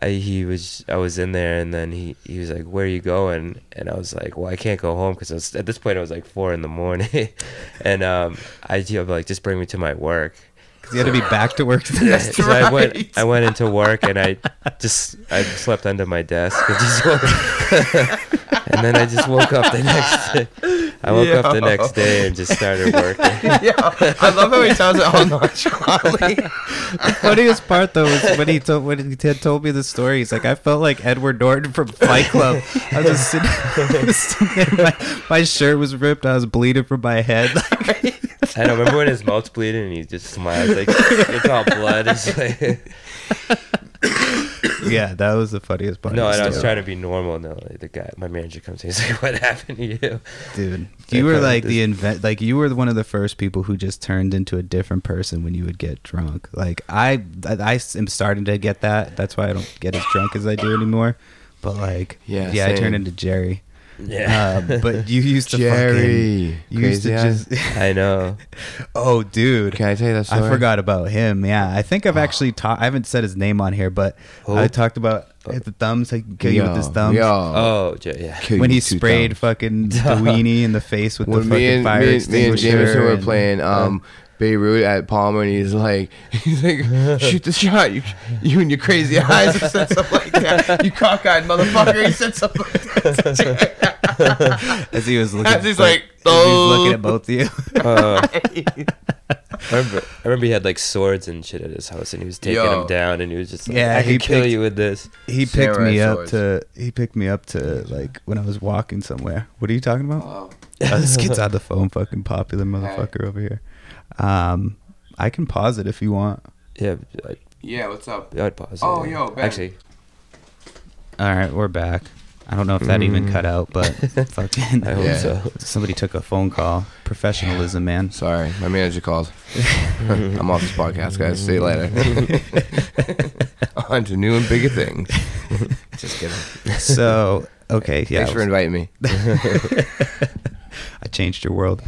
Speaker 3: I he was I was in there, and then he he was like, "Where are you going?" And I was like, "Well, I can't go home because at this point it was like four in the morning," and um, I I'm like, "Just bring me to my work."
Speaker 4: You had to be back to work. The
Speaker 3: Yeah,
Speaker 4: next
Speaker 3: so I went. I went into work and I just I slept under my desk and just woke, and then I just woke up the next. I woke up the
Speaker 2: Yo.
Speaker 3: next day and just started working.
Speaker 2: yeah, I love how he tells it all nonchalantly.
Speaker 4: Funniest part though was when he told when he had told me the story. He's like, I felt like Edward Norton from Fight Club. I was just sitting, I was sitting there. My, my shirt was ripped. I was bleeding from my head.
Speaker 3: I know. Remember when his mouth's bleeding and he just smiles like it's all blood. It's like,
Speaker 4: yeah, that was the funniest part.
Speaker 3: no,
Speaker 4: of
Speaker 3: and
Speaker 4: the
Speaker 3: I was
Speaker 4: story.
Speaker 3: trying to be normal. No, like, the guy, my manager comes in. He's like, "What happened to you?"
Speaker 4: dude.
Speaker 3: They
Speaker 4: You were
Speaker 3: probably
Speaker 4: like the
Speaker 3: just-
Speaker 4: invent, like you were one of the first people who just turned into a different person when you would get drunk. Like I, I I am starting to get that. That's why I don't get as drunk as I do anymore. But like,
Speaker 2: Yeah,
Speaker 4: yeah, I
Speaker 2: same.
Speaker 4: turned into Jerry.
Speaker 3: Yeah,
Speaker 4: Uh, but you used to fucking, you used to
Speaker 2: Crazy eyes.
Speaker 4: just,
Speaker 3: I know.
Speaker 4: oh dude,
Speaker 2: Can I tell you that story?
Speaker 4: I forgot about him. Yeah, I think I've actually taught. I haven't said his name on here, but
Speaker 3: Who?
Speaker 2: Oh.
Speaker 4: I talked about the thumbs. I can kill you with his thumbs.
Speaker 2: Yo.
Speaker 3: Oh, j- yeah.
Speaker 2: Kill you
Speaker 4: when he
Speaker 2: with two
Speaker 4: sprayed
Speaker 2: thumbs.
Speaker 4: fucking the weenie in the face with the
Speaker 2: when
Speaker 4: fucking
Speaker 2: me and,
Speaker 4: fire
Speaker 2: me, and- me and
Speaker 4: extinguisher.
Speaker 2: Jameson were
Speaker 4: and- uh,
Speaker 2: playing um, Beirut at Palmer, and he's like, he's like, shoot the shot, you, you and your crazy eyes. He said something like that. You cockeyed motherfucker. He said something like that.
Speaker 4: as he was looking.
Speaker 2: As he's like,
Speaker 4: as he was looking
Speaker 2: "Oh."
Speaker 4: at both of you.
Speaker 3: Uh, I remember, I remember he had like swords and shit at his house, and he was taking
Speaker 2: Yo.
Speaker 3: them down, and he was just like,
Speaker 4: Yeah,
Speaker 3: "I
Speaker 4: he
Speaker 3: could kill
Speaker 4: picked-
Speaker 3: you with this."
Speaker 4: He picked
Speaker 2: Samurai
Speaker 4: me up
Speaker 2: swords.
Speaker 4: to. He picked me up to like when I was walking somewhere. What are you talking about?
Speaker 2: Oh,
Speaker 4: Uh, this kid's on the phone, fucking popular motherfucker over here. Um, I can pause it if you want.
Speaker 3: Yeah, I'd,
Speaker 2: yeah, what's up?
Speaker 3: I'd pause. it,
Speaker 2: Oh,
Speaker 3: yeah.
Speaker 2: yo, Ben.
Speaker 3: actually,
Speaker 4: All right, we're back. I don't know if that
Speaker 3: mm.
Speaker 4: even cut out, but fucking.
Speaker 3: I hope
Speaker 2: Yeah.
Speaker 3: so.
Speaker 4: Somebody took a phone call. Professionalism, man.
Speaker 2: Sorry, my manager called. I'm off this podcast, guys. See you later. On to new and bigger things. Just kidding.
Speaker 4: So okay, yeah.
Speaker 2: Thanks for inviting me.
Speaker 4: I changed your world.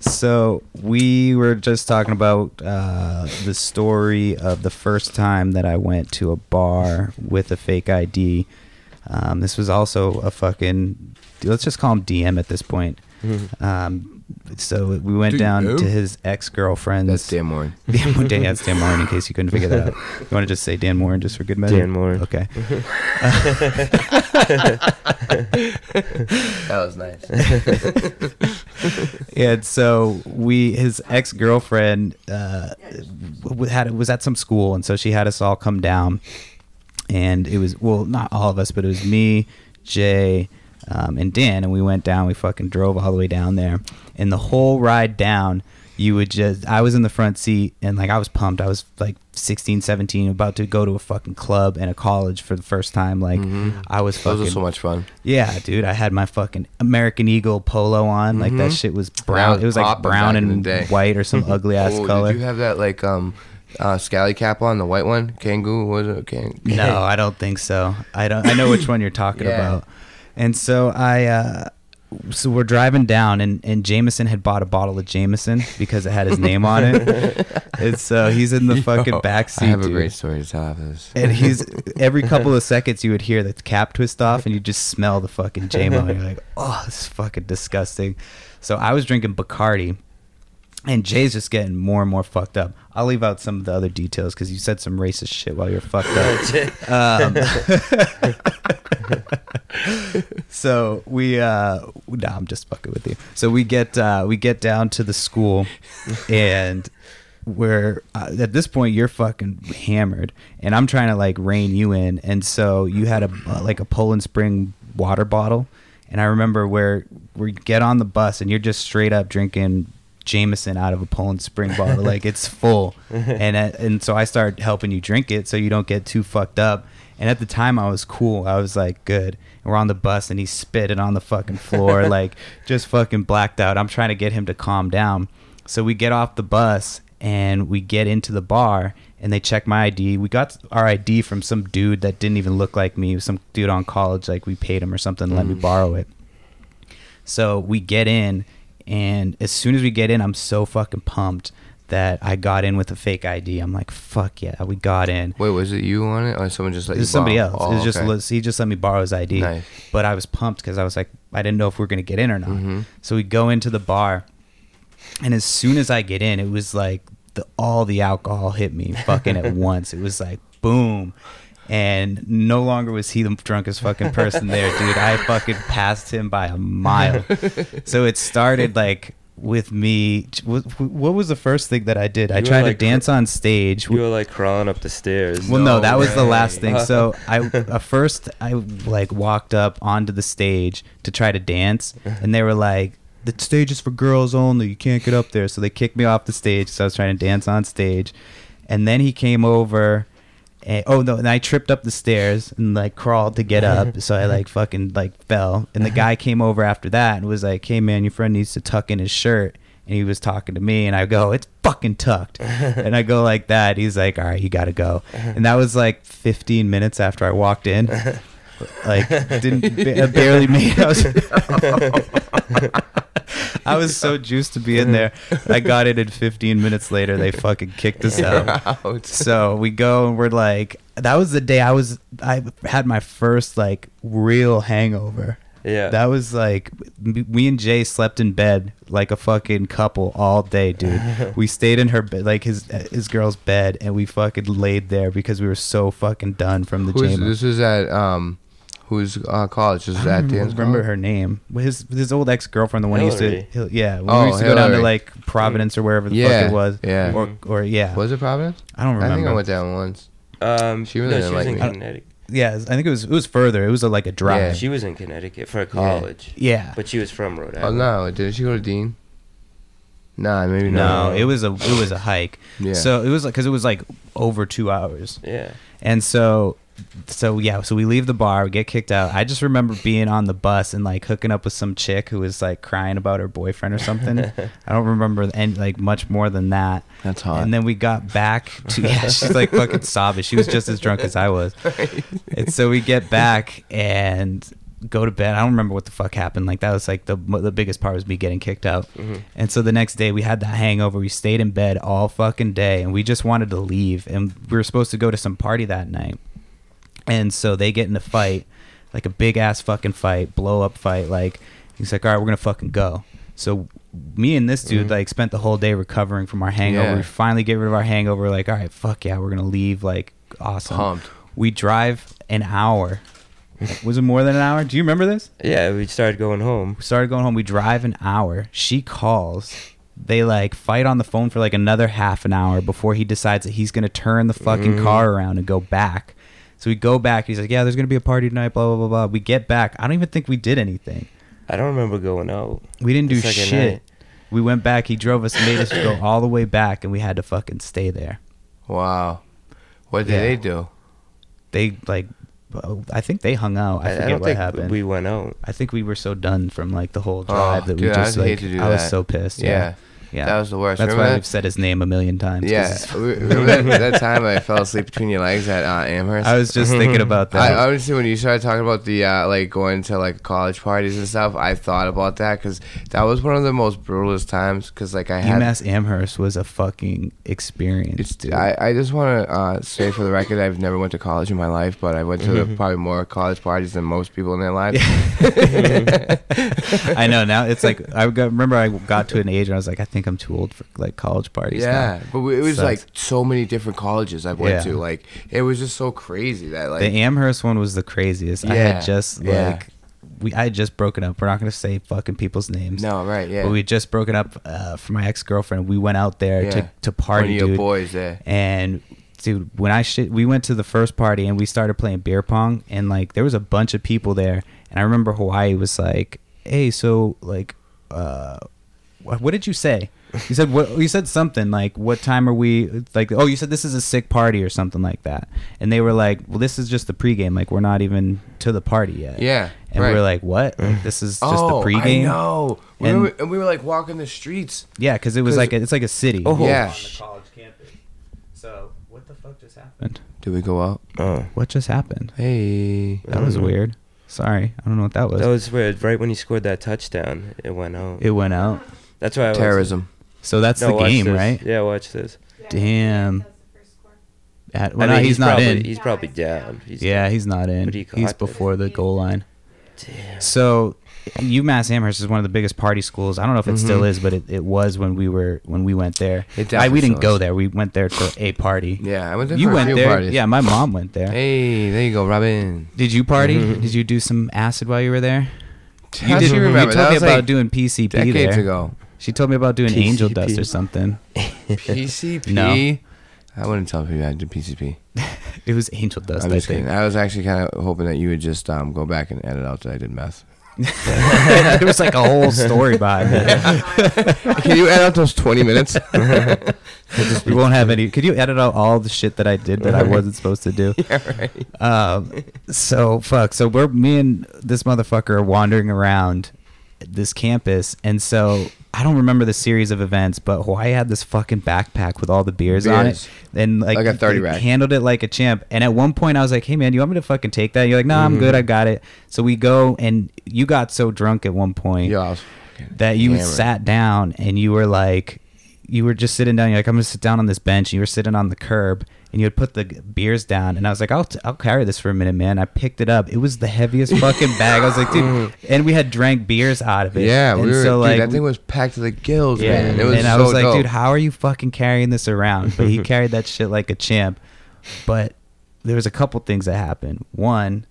Speaker 4: So we were just talking about uh, the story of the first time that I went to a bar with a fake ID. Um, this was also a fucking. Let's just call him DM at this point. Um, so we went down
Speaker 2: DM?
Speaker 4: to his ex girlfriend's.
Speaker 2: That's Dan Warren.
Speaker 4: Dan Moore. Dan, that's Dan Moore. In case you couldn't figure that out, you want to just say Dan Moore just for good measure.
Speaker 3: Dan Moore.
Speaker 4: Okay.
Speaker 2: That was nice.
Speaker 4: and so we his ex-girlfriend uh w- had was at some school and so she had us all come down and it was well not all of us but it was me jay um, and dan and we went down we fucking drove all the way down there and the whole ride down you would just i was in the front seat and like i was pumped i was like 16 17 about to go to a fucking club and a college for the first time like
Speaker 3: Mm.
Speaker 2: Mm-hmm.
Speaker 4: i was
Speaker 2: Those
Speaker 4: fucking
Speaker 2: are so much fun.
Speaker 4: yeah, dude, I had my fucking American Eagle polo on. Like that shit was brown.
Speaker 2: Mm-hmm.
Speaker 4: it was
Speaker 2: was
Speaker 4: like
Speaker 2: popping
Speaker 4: brown
Speaker 2: back in
Speaker 4: and
Speaker 2: the day.
Speaker 4: white or some ugly ass
Speaker 2: Oh,
Speaker 4: color.
Speaker 2: Did you have that like um, uh, scally cap on the white one? Kangoo what was it? Kang-
Speaker 4: no, I don't think so. I don't. I know which one you're talking
Speaker 2: Yeah.
Speaker 4: about. And so I, uh, so we're driving down, and and Jameson had bought a bottle of Jameson because it had his name on it. and so he's in the fucking
Speaker 2: Yo,
Speaker 4: backseat.
Speaker 2: I have a
Speaker 4: dude.
Speaker 2: great story to tell after this.
Speaker 4: And he's every couple of seconds you would hear the cap twist off, and you just smell the fucking JMO, and you're like, oh, this is fucking disgusting. So I was drinking Bacardi, and Jay's just getting more and more fucked up. I'll leave out some of the other details because you said some racist shit while you're fucked up. Um, so we, uh, nah, I'm just fucking with you. So we get uh, we get down to the school, and we're uh, at this point you're fucking hammered, and I'm trying to like rein you in, and so you had a uh, like a Poland Spring water bottle, and I remember where we get on the bus and you're just straight up drinking. Jameson out of a Poland Spring bottle, like it's full, and uh, and so I start helping you drink it so you don't get too fucked up. And at the time, I was cool. I was like, good. And we're on the bus, and he spit it on the fucking floor, like just fucking blacked out. I'm trying to get him to calm down. So we get off the bus and we get into the bar, and they check my ID. We got our ID from some dude that didn't even look like me. It was some dude on college, like we paid him or something, let
Speaker 2: Mm.
Speaker 4: me borrow it. So we get in, and as soon as we get in, I'm so fucking pumped that I got in with a fake ID. I'm like, fuck yeah, we got in.
Speaker 2: Wait, was it you on it, or someone just like
Speaker 4: It was somebody else.
Speaker 2: Oh,
Speaker 4: it was just
Speaker 2: okay.
Speaker 4: just he just let me borrow his ID.
Speaker 2: Nice.
Speaker 4: But I was pumped because I was like, I didn't know if we were gonna get in or not.
Speaker 2: Mm-hmm.
Speaker 4: So we go into the bar, and as soon as I get in, it was like the, all the alcohol hit me fucking at once. It was like boom, And no longer was he the drunkest fucking person there, dude. I fucking passed him by a mile. So it started like with me. What what was the first thing that I did? I
Speaker 3: You were,
Speaker 4: tried
Speaker 3: like,
Speaker 4: to dance on stage.
Speaker 3: You were like crawling up the stairs.
Speaker 4: Well, no,
Speaker 2: No
Speaker 4: that was the
Speaker 2: way.
Speaker 4: last thing. So I uh, first I like walked up onto the stage to try to dance, and they were like, "The stage is for girls only. You can't get up there." So they kicked me off the stage. So I was trying to dance on stage, and then he came over. And, oh no! And I tripped up the stairs and like crawled to get up, so I like fucking like fell. And the guy came over after that and was like, "Hey man, your friend needs to tuck in his shirt." And he was talking to me, and I go, "It's fucking tucked." and I go like that. He's like, "All right, you gotta go." And that was like 15 minutes after I walked in. Like, didn't ba- uh, barely made. I was, I was so juiced to be in there. I got in, and 15 minutes later, they fucking kicked us out.
Speaker 2: Out.
Speaker 4: So we go and we're like, that was the day I was, I had my first like real hangover.
Speaker 3: Yeah.
Speaker 4: That was like, m- me and Jay slept in bed like a fucking couple all day, dude. we stayed in her bed, like his his girl's bed, and we fucking laid there because we were so fucking done from the
Speaker 2: Who's,
Speaker 4: jam.
Speaker 2: this is at um, who's uh, college? This is
Speaker 4: I
Speaker 2: at
Speaker 4: don't
Speaker 2: Dan's.
Speaker 4: remember
Speaker 2: college?
Speaker 4: her name. His his old ex girlfriend, the one he
Speaker 3: Hillary.
Speaker 4: used to, he'll- yeah, when
Speaker 2: Oh,
Speaker 4: we used to go down to
Speaker 2: Hillary.
Speaker 4: like Providence or wherever the
Speaker 2: Yeah,
Speaker 4: fuck it was,
Speaker 2: yeah.
Speaker 4: or or yeah,
Speaker 2: Was it Providence?
Speaker 4: I don't remember.
Speaker 2: I think I went down once.
Speaker 3: um,
Speaker 2: She really
Speaker 3: no,
Speaker 2: didn't
Speaker 3: she was
Speaker 2: like
Speaker 3: in
Speaker 2: me.
Speaker 3: Connecticut.
Speaker 4: Yeah, I think it was it was further. It was a, like a drive.
Speaker 3: She was in Connecticut for college,
Speaker 4: Yeah.
Speaker 3: but she was from Rhode
Speaker 2: Oh
Speaker 3: Island.
Speaker 2: no, did she go to Dean? Nah, maybe
Speaker 4: no,
Speaker 2: not.
Speaker 4: it was a it was a hike.
Speaker 2: Yeah.
Speaker 4: So it was like cuz it was like over 2 hours.
Speaker 3: Yeah.
Speaker 4: And so so yeah, so we leave the bar, we get kicked out. I just remember being on the bus and like hooking up with some chick who was like crying about her boyfriend or something. I don't remember and like much more than that.
Speaker 2: That's
Speaker 4: And then we got back to yeah, she's like fucking sobbing. She was just as drunk as I was. And so we get back and go to bed. I don't remember what the fuck happened. Like that was like the the biggest part was me getting kicked out.
Speaker 2: Mm-hmm.
Speaker 4: And so the next day we had that hangover. We stayed in bed all fucking day and we just wanted to leave. And we were supposed to go to some party that night. And so they get in a fight, like a big ass fucking fight, blow up fight. Like he's like, all right, we're gonna fucking go. So me and this dude like spent the whole day recovering from our hangover.
Speaker 2: Yeah.
Speaker 4: We finally get rid of our hangover. Like, all right, fuck yeah, we're gonna leave. Like, awesome.
Speaker 2: Pumped.
Speaker 4: We drive an hour. Was it more than an hour? Do you remember this?
Speaker 3: Yeah, we started going home.
Speaker 4: We started going home. We drive an hour. She calls. They like fight on the phone for like another half an hour before he decides that he's gonna turn the fucking
Speaker 2: Mm.
Speaker 4: car around and go back. So we go back. He's like, "Yeah, there's gonna be a party tonight." Blah blah blah blah. We get back. I don't even think we did anything.
Speaker 3: I don't remember going out.
Speaker 4: We didn't do
Speaker 3: The second
Speaker 4: shit.
Speaker 3: night.
Speaker 4: We went back. He drove us, made us go all the way back, and we had to fucking stay there.
Speaker 2: Wow. What did
Speaker 4: Yeah.
Speaker 2: they do?
Speaker 4: They like, oh, I think they hung out. I forget
Speaker 3: don't
Speaker 4: what
Speaker 3: think
Speaker 4: happened.
Speaker 3: we went out.
Speaker 4: I think we were so done from like the whole drive that we
Speaker 2: Oh, dude, I
Speaker 4: just
Speaker 2: would hate
Speaker 4: like.
Speaker 2: to do
Speaker 4: I was
Speaker 2: that.
Speaker 4: so pissed.
Speaker 2: Yeah.
Speaker 4: Yeah, yeah.
Speaker 2: That was the worst.
Speaker 4: That's why
Speaker 2: Remember
Speaker 4: we've
Speaker 2: that?
Speaker 4: said his name a million times. 'cause
Speaker 2: Yeah.
Speaker 4: it's-
Speaker 2: Re- Remember that, that time I fell asleep between your legs at uh, Amherst?
Speaker 4: I was just thinking about that.
Speaker 2: I honestly, when you started talking about the uh, like going to like college parties and stuff, I thought about that because that was one of the most brutalest times. Because like I had,
Speaker 4: UMass Amherst was a fucking experience,
Speaker 2: it's,
Speaker 4: dude.
Speaker 2: I, I just want to uh, say for the record, I've never went to college in my life, but I went to
Speaker 4: Mm-hmm.
Speaker 2: probably more college parties than most people in their lives.
Speaker 4: I know now. It's like I got, remember I got to an age where I was like, I think I'm too old for like college parties. now.
Speaker 2: Yeah, but we, it was
Speaker 4: Sucks.
Speaker 2: like so many different colleges I went
Speaker 4: Yeah.
Speaker 2: to. Like it was just so crazy that like
Speaker 4: the Amherst one was the craziest. I had
Speaker 2: Yeah,
Speaker 4: just like
Speaker 2: yeah.
Speaker 4: we I had just broken up. We're not gonna say fucking people's names.
Speaker 2: no right yeah
Speaker 4: But we had just broken up uh, from my ex girlfriend. We went out there
Speaker 2: Yeah.
Speaker 4: to to
Speaker 2: one
Speaker 4: party,
Speaker 2: of your
Speaker 4: dude.
Speaker 2: boys there.
Speaker 4: And dude, when I shit, we went to the first party and we started playing beer pong, and like there was a bunch of people there, and I remember Hawaii was like, "Hey, so like, uh, wh- what did you say?" You said what? You said something like, "What time are we?" Like, oh, you said this is a sick party or something like that, and they were like, "Well, this is just the pregame. Like, we're not even to the party yet."
Speaker 2: Yeah,
Speaker 4: and we
Speaker 2: right.
Speaker 4: were like, "What? Like, this is just
Speaker 2: oh,
Speaker 4: the
Speaker 2: I
Speaker 4: pregame?"
Speaker 2: know. We
Speaker 4: And-
Speaker 2: were, and we were like walking the streets.
Speaker 4: Yeah, because it was
Speaker 2: 'Cause-
Speaker 4: like a, it's like a city.
Speaker 3: Oh.
Speaker 2: Yeah.
Speaker 4: on the college campus. So what the fuck just happened?
Speaker 2: Did we go out?
Speaker 3: Oh.
Speaker 4: What just happened?
Speaker 2: Hey.
Speaker 4: That was
Speaker 3: Mhm.
Speaker 4: weird. Sorry, I don't know what that was.
Speaker 3: That was weird. Right when he scored that touchdown, it went out.
Speaker 4: it went out.
Speaker 3: That's why I was
Speaker 2: Terrorism.
Speaker 4: So that's
Speaker 3: No,
Speaker 4: the
Speaker 3: watch
Speaker 4: game,
Speaker 3: this.
Speaker 4: right?
Speaker 3: Yeah, watch this.
Speaker 5: Yeah,
Speaker 4: Damn.
Speaker 5: That's the first score.
Speaker 4: At- well,
Speaker 3: I mean,
Speaker 4: no, he's, not
Speaker 3: probably,
Speaker 4: in.
Speaker 3: He's probably down. He's
Speaker 4: yeah, he's not in.
Speaker 3: But he
Speaker 4: he's
Speaker 3: caught it.
Speaker 4: before the goal line.
Speaker 3: Damn.
Speaker 4: So UMass Amherst is one of the biggest party schools. I don't know if it still
Speaker 2: Mhm.
Speaker 4: is, but it, it was when we were when we went there.
Speaker 2: It
Speaker 4: I, we
Speaker 2: definitely
Speaker 4: didn't
Speaker 2: still
Speaker 4: go
Speaker 2: is.
Speaker 4: there. We went there for a party.
Speaker 2: Yeah, I went there.
Speaker 4: you
Speaker 2: for a
Speaker 4: went
Speaker 2: few
Speaker 4: there.
Speaker 2: Parties.
Speaker 4: Yeah, my mom went there.
Speaker 2: Hey, there you go, Robin.
Speaker 4: Did you party? Did you do some acid while you were there?
Speaker 2: How'd
Speaker 4: did.
Speaker 2: you
Speaker 4: You
Speaker 2: remember?
Speaker 4: told
Speaker 2: That
Speaker 4: me
Speaker 2: was,
Speaker 4: about
Speaker 2: like,
Speaker 4: doing PCP
Speaker 2: Decades
Speaker 4: there.
Speaker 2: ago.
Speaker 4: She told me about doing angel
Speaker 3: PCP.
Speaker 4: dust or something.
Speaker 2: PCP.
Speaker 4: No.
Speaker 2: I wouldn't tell people I did PCP.
Speaker 4: It was angel dust,
Speaker 2: I'm
Speaker 4: I
Speaker 2: just kidding.
Speaker 4: think.
Speaker 2: I was actually kind of hoping that you would just um, go back and edit out that I did meth.
Speaker 4: there was like a whole story behind it.
Speaker 2: Can you edit out those 20 minutes?
Speaker 4: we won't have any. Could you edit out all the shit that I did that I wasn't supposed to do? Um, so fuck. So we're me and this motherfucker are wandering around this campus, and so I don't remember the series of events, but Hawaii had this fucking backpack with all the beers, on it,
Speaker 2: Beers.
Speaker 4: and like,
Speaker 2: Like a 30
Speaker 4: he
Speaker 2: rack.
Speaker 4: handled it like a champ. And at one point, I was like, "Hey man, you want me to fucking take that?" And you're like, "No,
Speaker 2: Mm-hmm.
Speaker 4: I'm good. I got it." So we go, and you got so drunk at one point
Speaker 2: Yo, I was
Speaker 4: that you
Speaker 2: hammered.
Speaker 4: sat down and you were like you were just sitting down you're like i'm gonna sit down on this bench and you were sitting on the curb and you would put the g- beers down and i was like I'll, t- I'll carry this for a minute man i picked it up it was the heaviest fucking bag i was like dude and we had drank beers out of it
Speaker 2: Yeah,
Speaker 4: and
Speaker 2: we were,
Speaker 4: so like
Speaker 2: dude, that thing was packed to the gills,
Speaker 4: yeah
Speaker 2: man. It was
Speaker 4: and
Speaker 2: so
Speaker 4: i was like
Speaker 2: dope.
Speaker 4: dude how are you fucking carrying this around but he carried that shit like a champ but there was a couple things that happened one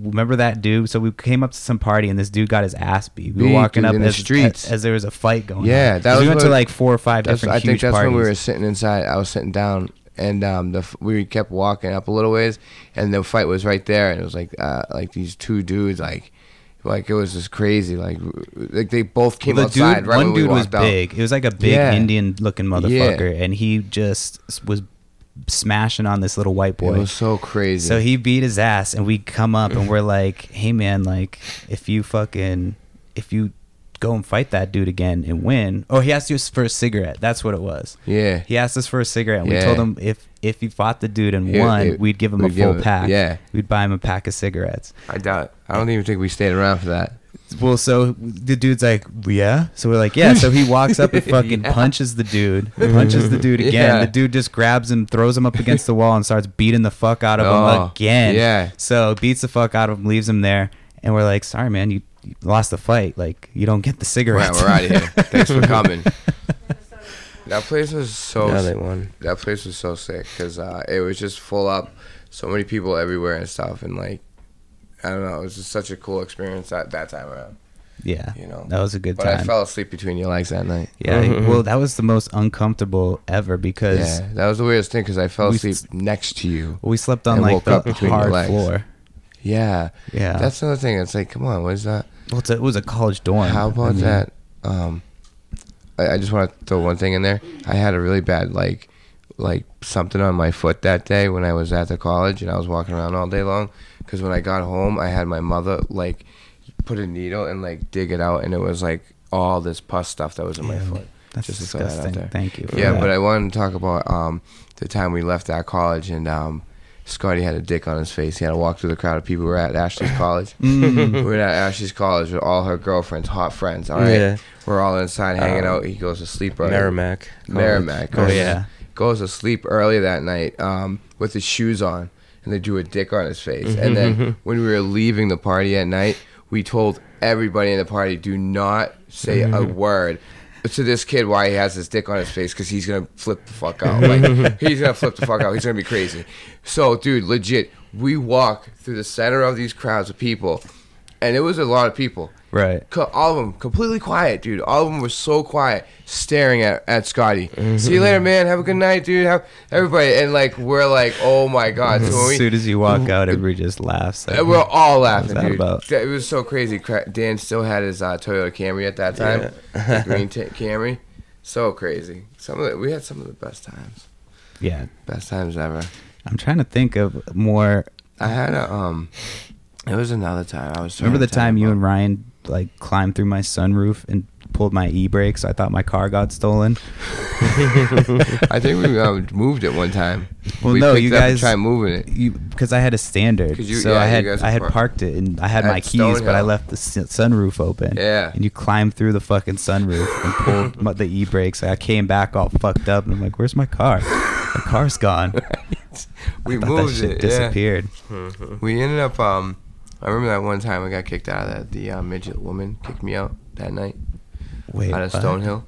Speaker 4: remember that dude? So we came up to some party and this dude got his ass beat. We were
Speaker 2: Beat,
Speaker 4: walking
Speaker 2: dude,
Speaker 4: up
Speaker 2: in
Speaker 4: as,
Speaker 2: the streets.
Speaker 4: as, as there was a fight going on.
Speaker 2: Yeah, that
Speaker 4: 'Cause we
Speaker 2: was
Speaker 4: went to
Speaker 2: what-
Speaker 4: like four or five
Speaker 2: That's-
Speaker 4: different.
Speaker 2: I think
Speaker 4: huge
Speaker 2: that's
Speaker 4: parties.
Speaker 2: when we were sitting inside. I was sitting down, and um, the f- we kept walking up a little ways, and the fight was right there, and it was like uh, like these two dudes, like like it was just crazy, like w- like they both came
Speaker 4: the
Speaker 2: outside.
Speaker 4: dude,
Speaker 2: right
Speaker 4: one
Speaker 2: when we
Speaker 4: dude was
Speaker 2: walked out.
Speaker 4: big. It was like a big
Speaker 2: Yeah.
Speaker 4: Indian looking motherfucker, and he just s- was smashing on this little white boy.
Speaker 2: It was so crazy.
Speaker 4: So he beat his ass, and we come up and we're like, "Hey man, like if you fucking if you go and fight that dude again and win, oh he asked us for a cigarette. That's what it was.
Speaker 2: yeah.
Speaker 4: He asked us for a cigarette, and we
Speaker 2: Yeah.
Speaker 4: told him if if he fought the dude and
Speaker 2: Yeah,
Speaker 4: won,
Speaker 2: yeah,
Speaker 4: we'd give him a
Speaker 2: we'd give
Speaker 4: full
Speaker 2: him-
Speaker 4: pack.
Speaker 2: yeah.
Speaker 4: we'd buy him a pack of cigarettes.
Speaker 2: I doubt. it. I don't even think we stayed around for that.
Speaker 4: Well, so the dude's like, yeah. So we're like, yeah. So he walks up and fucking punches the dude, punches the dude again.
Speaker 2: Yeah.
Speaker 4: The dude just grabs him, throws him up against the wall, and starts beating the fuck out of
Speaker 2: Oh,
Speaker 4: him again.
Speaker 2: yeah.
Speaker 4: So beats the fuck out of him, leaves him there, and we're like, sorry, man, you, you lost the fight. Like you don't get the
Speaker 2: Right,
Speaker 4: cigarettes.
Speaker 2: we're out of here. Thanks for coming.
Speaker 5: Minnesota.
Speaker 2: That place was so.
Speaker 3: Now they won.
Speaker 2: that place was so sick because uh, it was just full up, so many people everywhere and stuff, and like, I don't know, it was just such a cool experience that that time around.
Speaker 4: yeah.
Speaker 2: You know,
Speaker 4: That was a good
Speaker 2: but
Speaker 4: time.
Speaker 2: I fell asleep between your legs that night.
Speaker 4: yeah. Well, that was the most uncomfortable ever because
Speaker 2: Yeah, that was the weirdest thing because I fell
Speaker 4: We-
Speaker 2: asleep next to you.
Speaker 4: we slept on
Speaker 2: And
Speaker 4: like
Speaker 2: woke
Speaker 4: the
Speaker 2: up between your
Speaker 4: hard
Speaker 2: legs.
Speaker 4: floor.
Speaker 2: Yeah,
Speaker 4: Yeah.
Speaker 2: that's another thing. It's like, come on, what is that?
Speaker 4: well, it's a- it was a college dorm.
Speaker 2: How about
Speaker 4: I mean,
Speaker 2: that? Um, I, I just want to throw one thing in there. I had a really bad like, like something on my foot that day when I was at the college and I was walking around all day long. Because when I got home, I had my mother like put a needle and like dig it out, and it was like all this pus stuff that was in my
Speaker 4: Yeah.
Speaker 2: foot.
Speaker 4: That's
Speaker 2: Just to throw that out
Speaker 4: disgusting.
Speaker 2: there.
Speaker 4: Thank you. for
Speaker 2: Yeah,
Speaker 4: that.
Speaker 2: but I wanted to talk about um, the time we left that college and um, Scotty had a dick on his face. He had to walk through the crowd of people who were at Ashley's college.
Speaker 4: Mm,
Speaker 2: we were at Ashley's college with all her girlfriends, hot friends. All right,
Speaker 3: Yeah.
Speaker 2: we're all inside hanging
Speaker 3: Um,
Speaker 2: out. He goes to sleep early.
Speaker 3: Merrimack. College.
Speaker 2: Merrimack.
Speaker 4: Oh,
Speaker 2: goes-
Speaker 4: yeah.
Speaker 2: goes to sleep early that night um, with his shoes on, and they drew a dick on his face. And
Speaker 4: Mm-hmm.
Speaker 2: then when we were leaving the party at night, we told everybody in the party, "Do not say a
Speaker 4: Mm-hmm.
Speaker 2: word." To this kid, why he has his dick on his face? Because he's gonna flip the fuck out. Like he's gonna flip the fuck out. He's gonna be crazy. So, dude, legit, we walk through the center of these crowds of people, and it was a lot of people.
Speaker 4: Right.
Speaker 2: Co- all of them completely quiet, dude. All of them were so quiet, staring at, at Scotty.
Speaker 4: Mm-hmm.
Speaker 2: See you later, man. Have a good night, dude. Have everybody and like we're like, oh my god. So when
Speaker 4: As
Speaker 2: we- Uh,
Speaker 4: soon as you walk out, everybody just laughs. Like,
Speaker 2: and we're all
Speaker 4: was
Speaker 2: laughing,
Speaker 4: that
Speaker 2: dude.
Speaker 4: about?
Speaker 2: That- It was so crazy. Cra- Dan still had his uh, Toyota Camry at that time, the green t- Camry. So crazy. Some of the, we had some of the best times,
Speaker 4: yeah.
Speaker 2: best times ever.
Speaker 4: I'm trying to think of more.
Speaker 2: I had a um, it was another time. I was
Speaker 4: Remember the time you and
Speaker 2: Ryan
Speaker 4: Ryan like climbed through my sunroof and pulled my e-brake, so I thought my car got stolen.
Speaker 2: I think we um, moved it one time.
Speaker 4: Well,
Speaker 2: we
Speaker 4: no,
Speaker 2: picked
Speaker 4: you
Speaker 2: it up and
Speaker 4: guys-
Speaker 2: tried moving it.
Speaker 4: You because I had a standard,
Speaker 2: 'Cause you-
Speaker 4: so
Speaker 2: yeah,
Speaker 4: I
Speaker 2: you
Speaker 4: had
Speaker 2: guys
Speaker 4: I had
Speaker 2: parked-
Speaker 4: parked it and I had
Speaker 2: At
Speaker 4: my keys, but I
Speaker 2: Stonehill.
Speaker 4: left the sun- sunroof open.
Speaker 2: Yeah.
Speaker 4: and you climbed through the fucking sunroof and pulled my, the e-brakes. I came back all fucked up, and I'm like, "Where's my car? My car's gone."
Speaker 2: We
Speaker 4: I thought
Speaker 2: moved
Speaker 4: that shit
Speaker 2: it. yeah.
Speaker 4: disappeared.
Speaker 2: We ended up um I remember that one time I got kicked out of that. The uh, midget woman kicked me out that night
Speaker 1: Wait.
Speaker 2: out of
Speaker 1: what?
Speaker 2: Stonehill.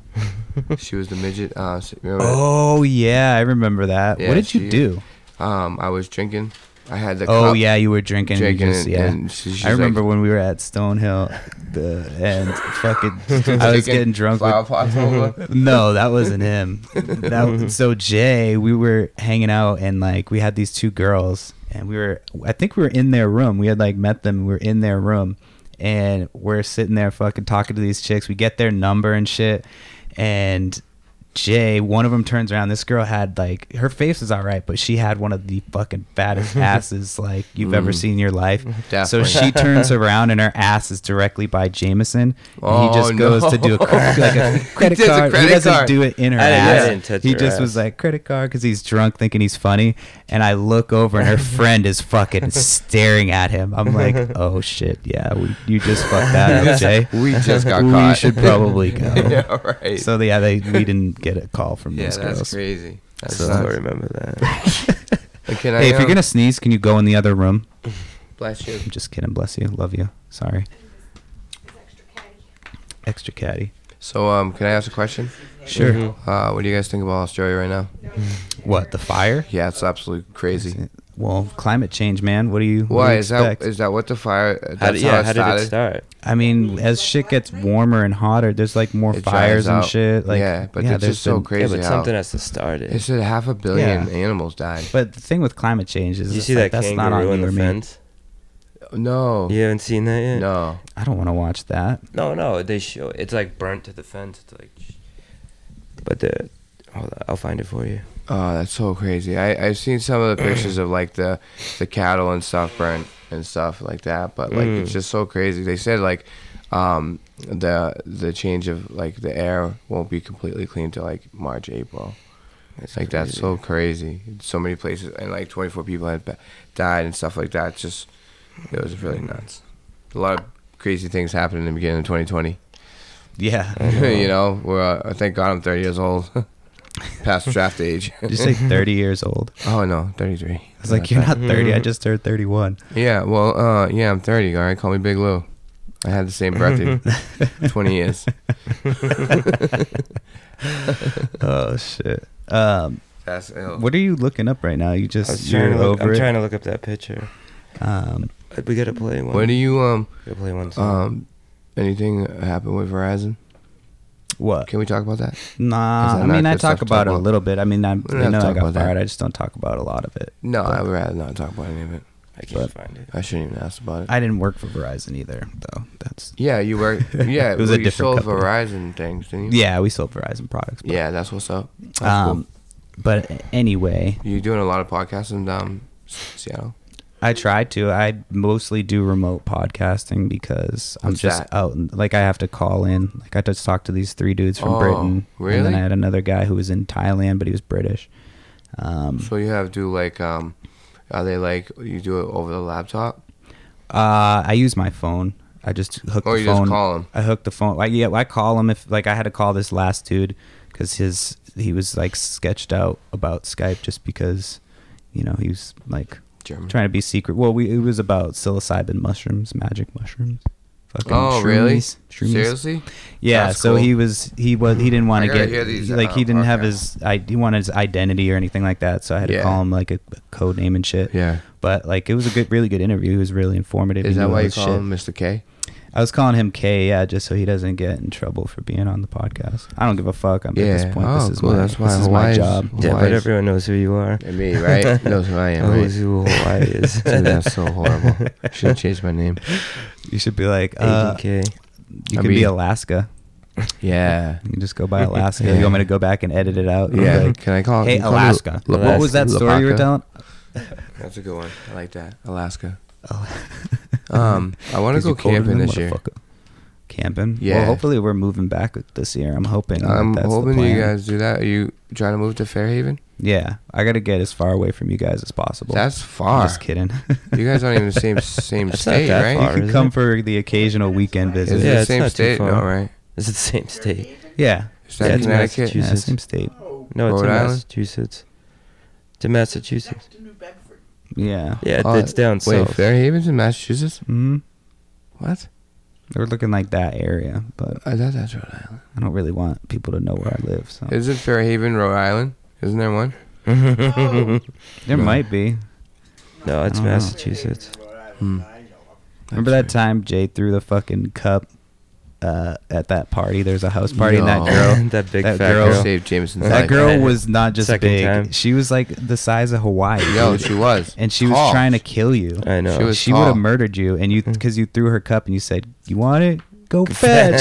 Speaker 2: she was the midget. Uh, s- remember that?
Speaker 4: Oh yeah, I remember that.
Speaker 2: Yeah,
Speaker 4: what did you
Speaker 2: she-
Speaker 4: do?
Speaker 2: Um, I was drinking. I had the
Speaker 4: Oh
Speaker 2: cup
Speaker 4: yeah, you were drinking. and you
Speaker 2: drinking,
Speaker 4: just-
Speaker 2: and,
Speaker 4: yeah.
Speaker 2: and she- she's
Speaker 4: I
Speaker 2: like-
Speaker 4: remember when we were at Stonehill, the, and fucking, I was
Speaker 2: Taking
Speaker 4: getting drunk
Speaker 2: flower
Speaker 4: with.
Speaker 2: pots over.
Speaker 4: No, that wasn't him. That was- so Jay, we were hanging out and like we had these two girls and we were, I think we were in their room. We had like met them. We were in their room, and we're sitting there fucking talking to these chicks. We get their number and shit, and Jay, one of them turns around. This girl had like her face was all right, but she had one of the fucking fattest asses like you've ever
Speaker 2: Mm.
Speaker 4: seen in your life. So
Speaker 2: Definitely.
Speaker 4: she turns around and her ass is directly by Jameson. and
Speaker 2: Oh,
Speaker 4: he just goes
Speaker 2: no.
Speaker 4: to do a, cr- like a credit
Speaker 2: does a
Speaker 4: card.
Speaker 2: credit
Speaker 4: he doesn't
Speaker 2: card.
Speaker 4: do it in her
Speaker 3: I didn't- I
Speaker 4: ass.
Speaker 3: didn't touch
Speaker 4: he
Speaker 3: her
Speaker 4: just was
Speaker 3: ass.
Speaker 4: like credit card because he's drunk, thinking he's funny. And I look over and her friend is fucking staring at him. I'm like, oh shit, yeah, we, you just fucked that up, Jay.
Speaker 2: We just got
Speaker 4: We
Speaker 2: caught.
Speaker 4: should probably go.
Speaker 2: yeah, right.
Speaker 4: So yeah, they we didn't get a call from
Speaker 2: yeah,
Speaker 4: those
Speaker 2: that's
Speaker 4: girls.
Speaker 2: crazy. That's
Speaker 4: So-
Speaker 3: I
Speaker 2: nuts.
Speaker 3: remember that.
Speaker 2: Like, Can I,
Speaker 4: Hey, if you're
Speaker 2: um,
Speaker 4: gonna sneeze, can you go in the other room?
Speaker 2: bless you.
Speaker 4: I'm just kidding. Bless you. Love you. Sorry.
Speaker 5: It's extra catty.
Speaker 4: Extra caddy.
Speaker 2: So, um, can I ask a question?
Speaker 4: Sure.
Speaker 3: Mhm.
Speaker 2: Uh, what do you guys think about Australia right now?
Speaker 4: Mm-hmm. What the fire?
Speaker 2: Yeah, it's absolutely crazy.
Speaker 4: Well, climate change, man. What do you? what do
Speaker 2: Why
Speaker 4: you
Speaker 2: is that?
Speaker 4: expect?
Speaker 2: Is that what the fire? That's
Speaker 3: How did,
Speaker 2: how
Speaker 3: yeah,
Speaker 2: it
Speaker 3: how did
Speaker 2: started.
Speaker 3: it start?
Speaker 4: I mean, as shit gets warmer and hotter, there's like more
Speaker 2: It dries
Speaker 4: fires and
Speaker 2: out.
Speaker 4: shit. Like,
Speaker 2: yeah, but it's
Speaker 4: there's
Speaker 2: just so
Speaker 4: been-
Speaker 3: Yeah,
Speaker 2: crazy.
Speaker 3: but
Speaker 2: how
Speaker 3: something has to start
Speaker 2: it
Speaker 3: it.
Speaker 2: said half a billion
Speaker 4: Yeah.
Speaker 2: animals died.
Speaker 4: But the thing with climate change is,
Speaker 3: You
Speaker 4: it's
Speaker 3: see
Speaker 4: like,
Speaker 3: that
Speaker 4: that's not on
Speaker 3: kangaroo on
Speaker 4: you or
Speaker 3: the
Speaker 4: me.
Speaker 3: fence?
Speaker 2: No,
Speaker 3: You haven't seen that yet?
Speaker 2: Oh. no.
Speaker 4: I don't want to watch that.
Speaker 3: No, no, they show it's like burnt to the fence. It's like, sh- but the hold on, I'll find it for you.
Speaker 2: Oh, that's so crazy. I I've seen some of the pictures of like the the cattle and stuff burnt and stuff like that, but like it's
Speaker 3: Mm.
Speaker 2: just so crazy. They said like um the the change of like the air won't be completely clean till like March April.
Speaker 3: It's
Speaker 2: like that's so crazy. So many places and like 24 people had ba- died and stuff like that. It's just it was really nuts. A lot of crazy things happened in the beginning of 2020.
Speaker 4: Yeah,
Speaker 2: you know, where uh, I thank God I'm 30 years old, past draft age.
Speaker 4: Did you say 30 years old?
Speaker 2: oh no, 33.
Speaker 4: I was like, you're not 30. I
Speaker 3: Mm-hmm.
Speaker 4: just turned 31.
Speaker 2: Yeah, well, uh, yeah, I'm 30. All right, call me Big Lou. I had the same birthday, 20 years.
Speaker 4: Oh shit. Um,
Speaker 2: That's ill.
Speaker 4: what are you looking up right now? You
Speaker 3: I was
Speaker 4: just
Speaker 3: trying
Speaker 4: you're
Speaker 3: to look,
Speaker 4: over
Speaker 3: I'm
Speaker 4: it.
Speaker 3: trying to look up that picture.
Speaker 4: um,
Speaker 3: Uh, We gotta play one.
Speaker 2: What do you um
Speaker 3: We gotta play one song.
Speaker 2: um anything happen with Verizon?
Speaker 4: what?
Speaker 2: Can we talk about that? Is
Speaker 4: Nah,
Speaker 2: that
Speaker 4: I
Speaker 2: not
Speaker 4: mean, I
Speaker 2: good stuff
Speaker 4: talk
Speaker 2: to
Speaker 4: about it
Speaker 2: talk
Speaker 4: a
Speaker 2: about?
Speaker 4: little bit. I mean, I,
Speaker 2: We don't
Speaker 4: I
Speaker 2: have to
Speaker 4: know I
Speaker 2: talk
Speaker 4: got
Speaker 2: about that.
Speaker 4: fired. I just don't talk about a lot of it.
Speaker 2: No, I would rather not talk about any of it.
Speaker 3: I can't
Speaker 4: but-
Speaker 3: find it.
Speaker 2: I shouldn't even ask about it.
Speaker 4: I didn't work for Verizon either, though. That's
Speaker 2: yeah, you were. Yeah,
Speaker 4: It was
Speaker 2: well,
Speaker 4: a
Speaker 2: you
Speaker 4: different
Speaker 2: sold
Speaker 4: company.
Speaker 2: Verizon things, didn't you?
Speaker 4: yeah, we sold Verizon products. But,
Speaker 2: Yeah, that's what's up. That's
Speaker 4: Um, but anyway,
Speaker 2: cool. You're doing a lot of podcasts in um, S- Seattle.
Speaker 4: I try to. I mostly do remote podcasting because I'm
Speaker 2: What's
Speaker 4: just
Speaker 2: that?
Speaker 4: out. And, like I have to call in. Like I just talked to these three dudes from
Speaker 2: Oh,
Speaker 4: Britain, and
Speaker 2: really?
Speaker 4: then I had another guy who was in Thailand, but he was British. Um,
Speaker 2: So you have do like um, are they like you do it over the laptop?
Speaker 4: Uh, I use my phone. I just hook the
Speaker 2: Or Oh, you just
Speaker 4: phone.
Speaker 2: call 'em?
Speaker 4: I hook the phone. Like yeah, I call him if like I had to call this last dude because his he was like sketched out about Skype just because you know he was like
Speaker 2: German.
Speaker 4: trying to be secret. Well, we it was about psilocybin mushrooms, magic mushrooms. Fucking
Speaker 2: oh really?
Speaker 4: shroomies, shroomies.
Speaker 2: Seriously?
Speaker 4: Yeah.
Speaker 2: That's
Speaker 4: so
Speaker 2: cool.
Speaker 4: he was he was he didn't want
Speaker 2: I
Speaker 4: to
Speaker 2: gotta
Speaker 4: get
Speaker 2: hear these,
Speaker 4: he- like he
Speaker 2: uh,
Speaker 4: didn't have
Speaker 2: podcasts.
Speaker 4: his I, he wanted his identity or anything like that. So I had to
Speaker 2: Yeah.
Speaker 4: call him like a, a code name and shit.
Speaker 2: Yeah.
Speaker 4: But like it was a good, really good interview. He was really informative.
Speaker 2: Is
Speaker 4: He
Speaker 2: that
Speaker 4: knew
Speaker 2: why
Speaker 4: all
Speaker 2: you
Speaker 4: his
Speaker 2: call
Speaker 4: shit.
Speaker 2: him Mr. K?
Speaker 4: I was calling him K, yeah, just so he doesn't get in trouble for being on the podcast. I don't give a fuck. I'm at
Speaker 2: Yeah.
Speaker 4: this point.
Speaker 2: Oh,
Speaker 4: this is
Speaker 2: cool.
Speaker 4: my
Speaker 2: That's why
Speaker 4: this is my
Speaker 2: Hawaii's-
Speaker 4: job.
Speaker 3: Yeah,
Speaker 2: Hawaii's-
Speaker 3: but everyone knows who you are.
Speaker 2: And me, right? Knows who I am,
Speaker 3: Knows
Speaker 2: right?
Speaker 3: who Hawaii is.
Speaker 2: Dude, that's so horrible. Should have changed my name.
Speaker 4: You should be like, uh,
Speaker 3: ADK.
Speaker 4: you
Speaker 2: I
Speaker 4: can be
Speaker 2: mean-
Speaker 4: Alaska.
Speaker 2: Yeah.
Speaker 4: You can just go by Alaska. You want me to go back and edit it out?
Speaker 2: Yeah.
Speaker 4: Like,
Speaker 2: Can I call?
Speaker 4: hey,
Speaker 2: can you call me
Speaker 4: Alaska.
Speaker 2: La-
Speaker 4: What was that story you were
Speaker 2: Lapaka?
Speaker 4: telling?
Speaker 2: That's a good one. I like that. Alaska.
Speaker 4: Oh.
Speaker 2: Um, I want to
Speaker 4: 'Cause
Speaker 2: go
Speaker 4: you colder
Speaker 2: camping
Speaker 4: than
Speaker 2: this year.
Speaker 4: motherfucker. Camping?
Speaker 2: Yeah.
Speaker 4: Well, hopefully we're moving back this year. I'm hoping. like,
Speaker 2: I'm
Speaker 4: that's the
Speaker 2: hoping you
Speaker 4: plan.
Speaker 2: guys do that. Are you trying to move to Fairhaven?
Speaker 4: Yeah, I gotta get as far away from you guys as possible.
Speaker 2: That's
Speaker 4: I'm
Speaker 2: far.
Speaker 4: just kidding.
Speaker 2: You guys aren't even the same same
Speaker 3: That's not
Speaker 2: state,
Speaker 3: that
Speaker 2: right?
Speaker 3: far.
Speaker 4: you
Speaker 3: is
Speaker 4: can
Speaker 3: it?
Speaker 4: come for the occasional weekend
Speaker 2: Is it
Speaker 4: visit.
Speaker 3: Yeah,
Speaker 2: the
Speaker 3: it's
Speaker 2: same
Speaker 3: not too
Speaker 2: state? No,
Speaker 3: far.
Speaker 2: right?
Speaker 3: Is it the same state?
Speaker 4: Yeah.
Speaker 2: Is that
Speaker 3: Yeah, it's
Speaker 2: Connecticut?
Speaker 3: Massachusetts.
Speaker 4: Yeah, same state.
Speaker 3: No, it's
Speaker 2: Rhode
Speaker 3: in
Speaker 2: Island?
Speaker 3: Massachusetts. It's in Massachusetts.
Speaker 6: Next to New Bedford.
Speaker 4: Yeah.
Speaker 3: Yeah,
Speaker 2: Oh,
Speaker 3: it's down
Speaker 2: Wait,
Speaker 3: south.
Speaker 2: Fair Haven's in Massachusetts?
Speaker 4: hmm
Speaker 2: What?
Speaker 4: They were looking like that area, but
Speaker 2: I thought that's Rhode Island.
Speaker 4: I don't really want people to know where I live. So
Speaker 2: Isn't Fair Haven Rhode Island? Isn't there one?
Speaker 5: Oh.
Speaker 4: there
Speaker 2: No.
Speaker 4: might be.
Speaker 3: no, it's
Speaker 4: I don't know.
Speaker 3: Massachusetts.
Speaker 2: Hmm.
Speaker 4: Remember that time Jay threw the fucking cup uh, at that party? There's a house party, and that
Speaker 2: No.
Speaker 4: girl.
Speaker 3: that big
Speaker 4: that
Speaker 3: fat
Speaker 4: girl-
Speaker 3: girl.
Speaker 2: saved Jameson's
Speaker 4: that
Speaker 2: life.
Speaker 4: girl was not just
Speaker 3: Second
Speaker 4: big.
Speaker 3: time.
Speaker 4: She was like the size of Hawaii.
Speaker 2: Yo,
Speaker 4: dude.
Speaker 2: she was.
Speaker 4: and she was
Speaker 2: Tall.
Speaker 4: trying to kill you.
Speaker 3: I know.
Speaker 2: She was
Speaker 4: Oh, She would have
Speaker 2: tall.
Speaker 4: murdered you, and you because you threw her cup and you said, "You want it? Go
Speaker 3: fetch."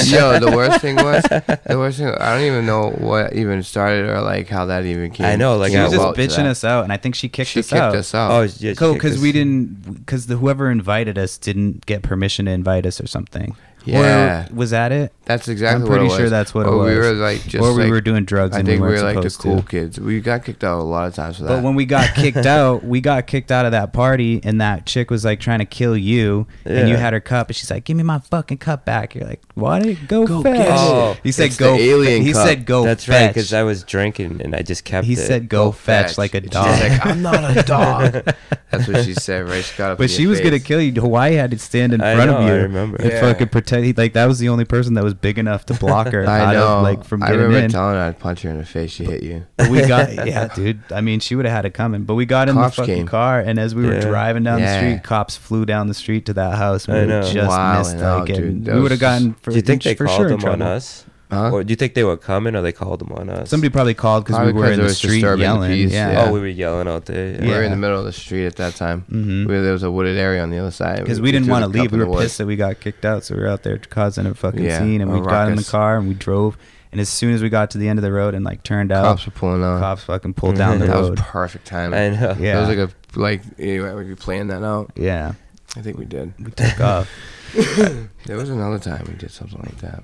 Speaker 4: fetch."
Speaker 2: Yo, the worst thing was the worst thing. I don't even know what even started or like how that even came.
Speaker 3: I know, like,
Speaker 4: she
Speaker 3: I
Speaker 4: was just
Speaker 3: about
Speaker 4: bitching us out, and I think she kicked
Speaker 2: She
Speaker 4: us
Speaker 2: kicked
Speaker 4: out.
Speaker 2: us out.
Speaker 3: oh, yeah, she kicked
Speaker 4: because
Speaker 3: us.
Speaker 4: we didn't, because the whoever invited us didn't get permission to invite us or something.
Speaker 2: yeah,
Speaker 4: or, was that it?
Speaker 2: that's exactly
Speaker 4: I'm
Speaker 2: what it
Speaker 4: pretty
Speaker 2: was.
Speaker 4: sure that's what it
Speaker 2: Or
Speaker 4: was.
Speaker 2: We were like just
Speaker 4: or we
Speaker 2: like-
Speaker 4: were doing drugs.
Speaker 2: I
Speaker 4: and
Speaker 2: think
Speaker 4: we
Speaker 2: we were
Speaker 4: weren't
Speaker 2: like the
Speaker 4: supposed to.
Speaker 2: cool kids. We got kicked out a lot of times for that.
Speaker 4: But when we got kicked out, we got kicked out of that party, and that chick was like trying to kill you, and you
Speaker 3: Yeah.
Speaker 4: had her cup, and she's like, "Give me my fucking cup back." You're like, "What? Go,
Speaker 2: Go
Speaker 4: fetch."
Speaker 2: get
Speaker 3: it. Oh,
Speaker 4: he said,
Speaker 2: it's the
Speaker 4: "Go."
Speaker 2: alien
Speaker 4: he
Speaker 2: cup.
Speaker 4: said, "Go."
Speaker 3: That's right,
Speaker 4: fetch.
Speaker 3: because I was drinking and I just kept
Speaker 4: He
Speaker 3: it.
Speaker 4: said, "Go, fetch, like a
Speaker 2: She's
Speaker 4: dog."
Speaker 2: like, I'm not a dog. that's what she said, right? She got up in
Speaker 4: but she
Speaker 2: your
Speaker 4: was gonna
Speaker 2: face.
Speaker 4: kill you. Hawaii had to stand in
Speaker 3: I
Speaker 4: front of
Speaker 3: know,
Speaker 4: you
Speaker 3: I remember.
Speaker 4: and
Speaker 2: Yeah.
Speaker 4: fucking protect. he- Like that was the only person that was big enough to block her
Speaker 2: I
Speaker 4: out
Speaker 2: know.
Speaker 4: of like from
Speaker 2: I
Speaker 4: getting
Speaker 2: remember
Speaker 4: in.
Speaker 2: telling her I'd punch her in the face. She hit you.
Speaker 4: But we got yeah, dude. I mean, she would have had it coming. But we got in
Speaker 2: Cops
Speaker 4: the fucking
Speaker 2: came.
Speaker 4: car, and as we were
Speaker 3: Yeah.
Speaker 4: driving down
Speaker 2: Yeah.
Speaker 4: the street, cops flew down the street to that house. And
Speaker 3: I
Speaker 4: we
Speaker 3: know.
Speaker 4: just
Speaker 2: Wow,
Speaker 4: missed
Speaker 2: I know,
Speaker 4: like, and
Speaker 2: dude. That
Speaker 4: We
Speaker 2: was
Speaker 4: would have gotten. For,
Speaker 3: Do you think they
Speaker 4: for
Speaker 3: called
Speaker 4: sure in
Speaker 3: them on
Speaker 4: trouble.
Speaker 3: us?
Speaker 2: Huh?
Speaker 3: Or do you think they were coming or they called them on us?
Speaker 4: Somebody probably called because we
Speaker 2: Probably
Speaker 4: were
Speaker 2: 'cause
Speaker 4: in
Speaker 2: there
Speaker 4: the
Speaker 2: was
Speaker 4: street
Speaker 2: disturbing the
Speaker 4: yelling.
Speaker 2: peace,
Speaker 4: yeah,
Speaker 2: yeah.
Speaker 3: Oh, we were yelling out there.
Speaker 2: We
Speaker 3: Yeah.
Speaker 2: were in
Speaker 4: Yeah.
Speaker 2: the middle of the street at that time.
Speaker 4: Mhm.
Speaker 2: We, there was a wooded area on the other side.
Speaker 4: because we didn't
Speaker 2: threw
Speaker 4: want to
Speaker 2: Mm-hmm. the
Speaker 4: leave.
Speaker 2: cup in
Speaker 4: We
Speaker 2: the
Speaker 4: were
Speaker 2: woods.
Speaker 4: pissed that we got kicked out, so we were out there causing a fucking
Speaker 2: Yeah,
Speaker 4: scene. And
Speaker 2: a
Speaker 4: we got in the
Speaker 2: ruckus.
Speaker 4: car and we drove. And as soon as we got to the end of the road and like turned out,
Speaker 2: Cops were pulling out.
Speaker 4: cops fucking pulled down the
Speaker 2: that
Speaker 4: road.
Speaker 2: was perfect timing.
Speaker 3: I know.
Speaker 4: Yeah.
Speaker 2: That was like a like anyway, we planned that out.
Speaker 4: yeah,
Speaker 2: I think we did.
Speaker 4: we took off.
Speaker 2: There was another time we did something like that.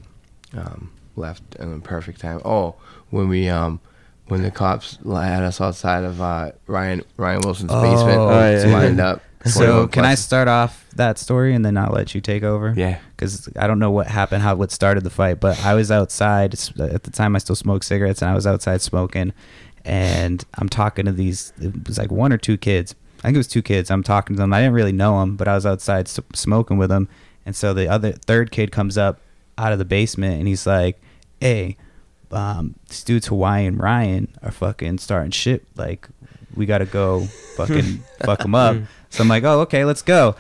Speaker 2: Um, left in a perfect time. Oh, when we um when the cops had us outside of uh, Ryan Ryan Wilson's
Speaker 4: Oh,
Speaker 2: basement
Speaker 3: Oh, yeah.
Speaker 2: lined up.
Speaker 4: So
Speaker 2: 21
Speaker 4: can I
Speaker 2: plus.
Speaker 4: start off that story and then I'll let you take over?
Speaker 2: Yeah.
Speaker 4: because I don't know what happened, how what started the fight, but I was outside s- at the time. I still smoked cigarettes, and I was outside smoking, and I'm talking to these. It was like one or two kids. I think it was two kids. I'm talking to them. I didn't really know them, but I was outside s- smoking with them, and so the other third kid comes up out of the basement, and he's like, "Hey, um, this dude's Hawaiian Ryan are fucking starting shit. Like, we gotta go fucking fuck them up." So I'm like, "Oh, okay, let's go."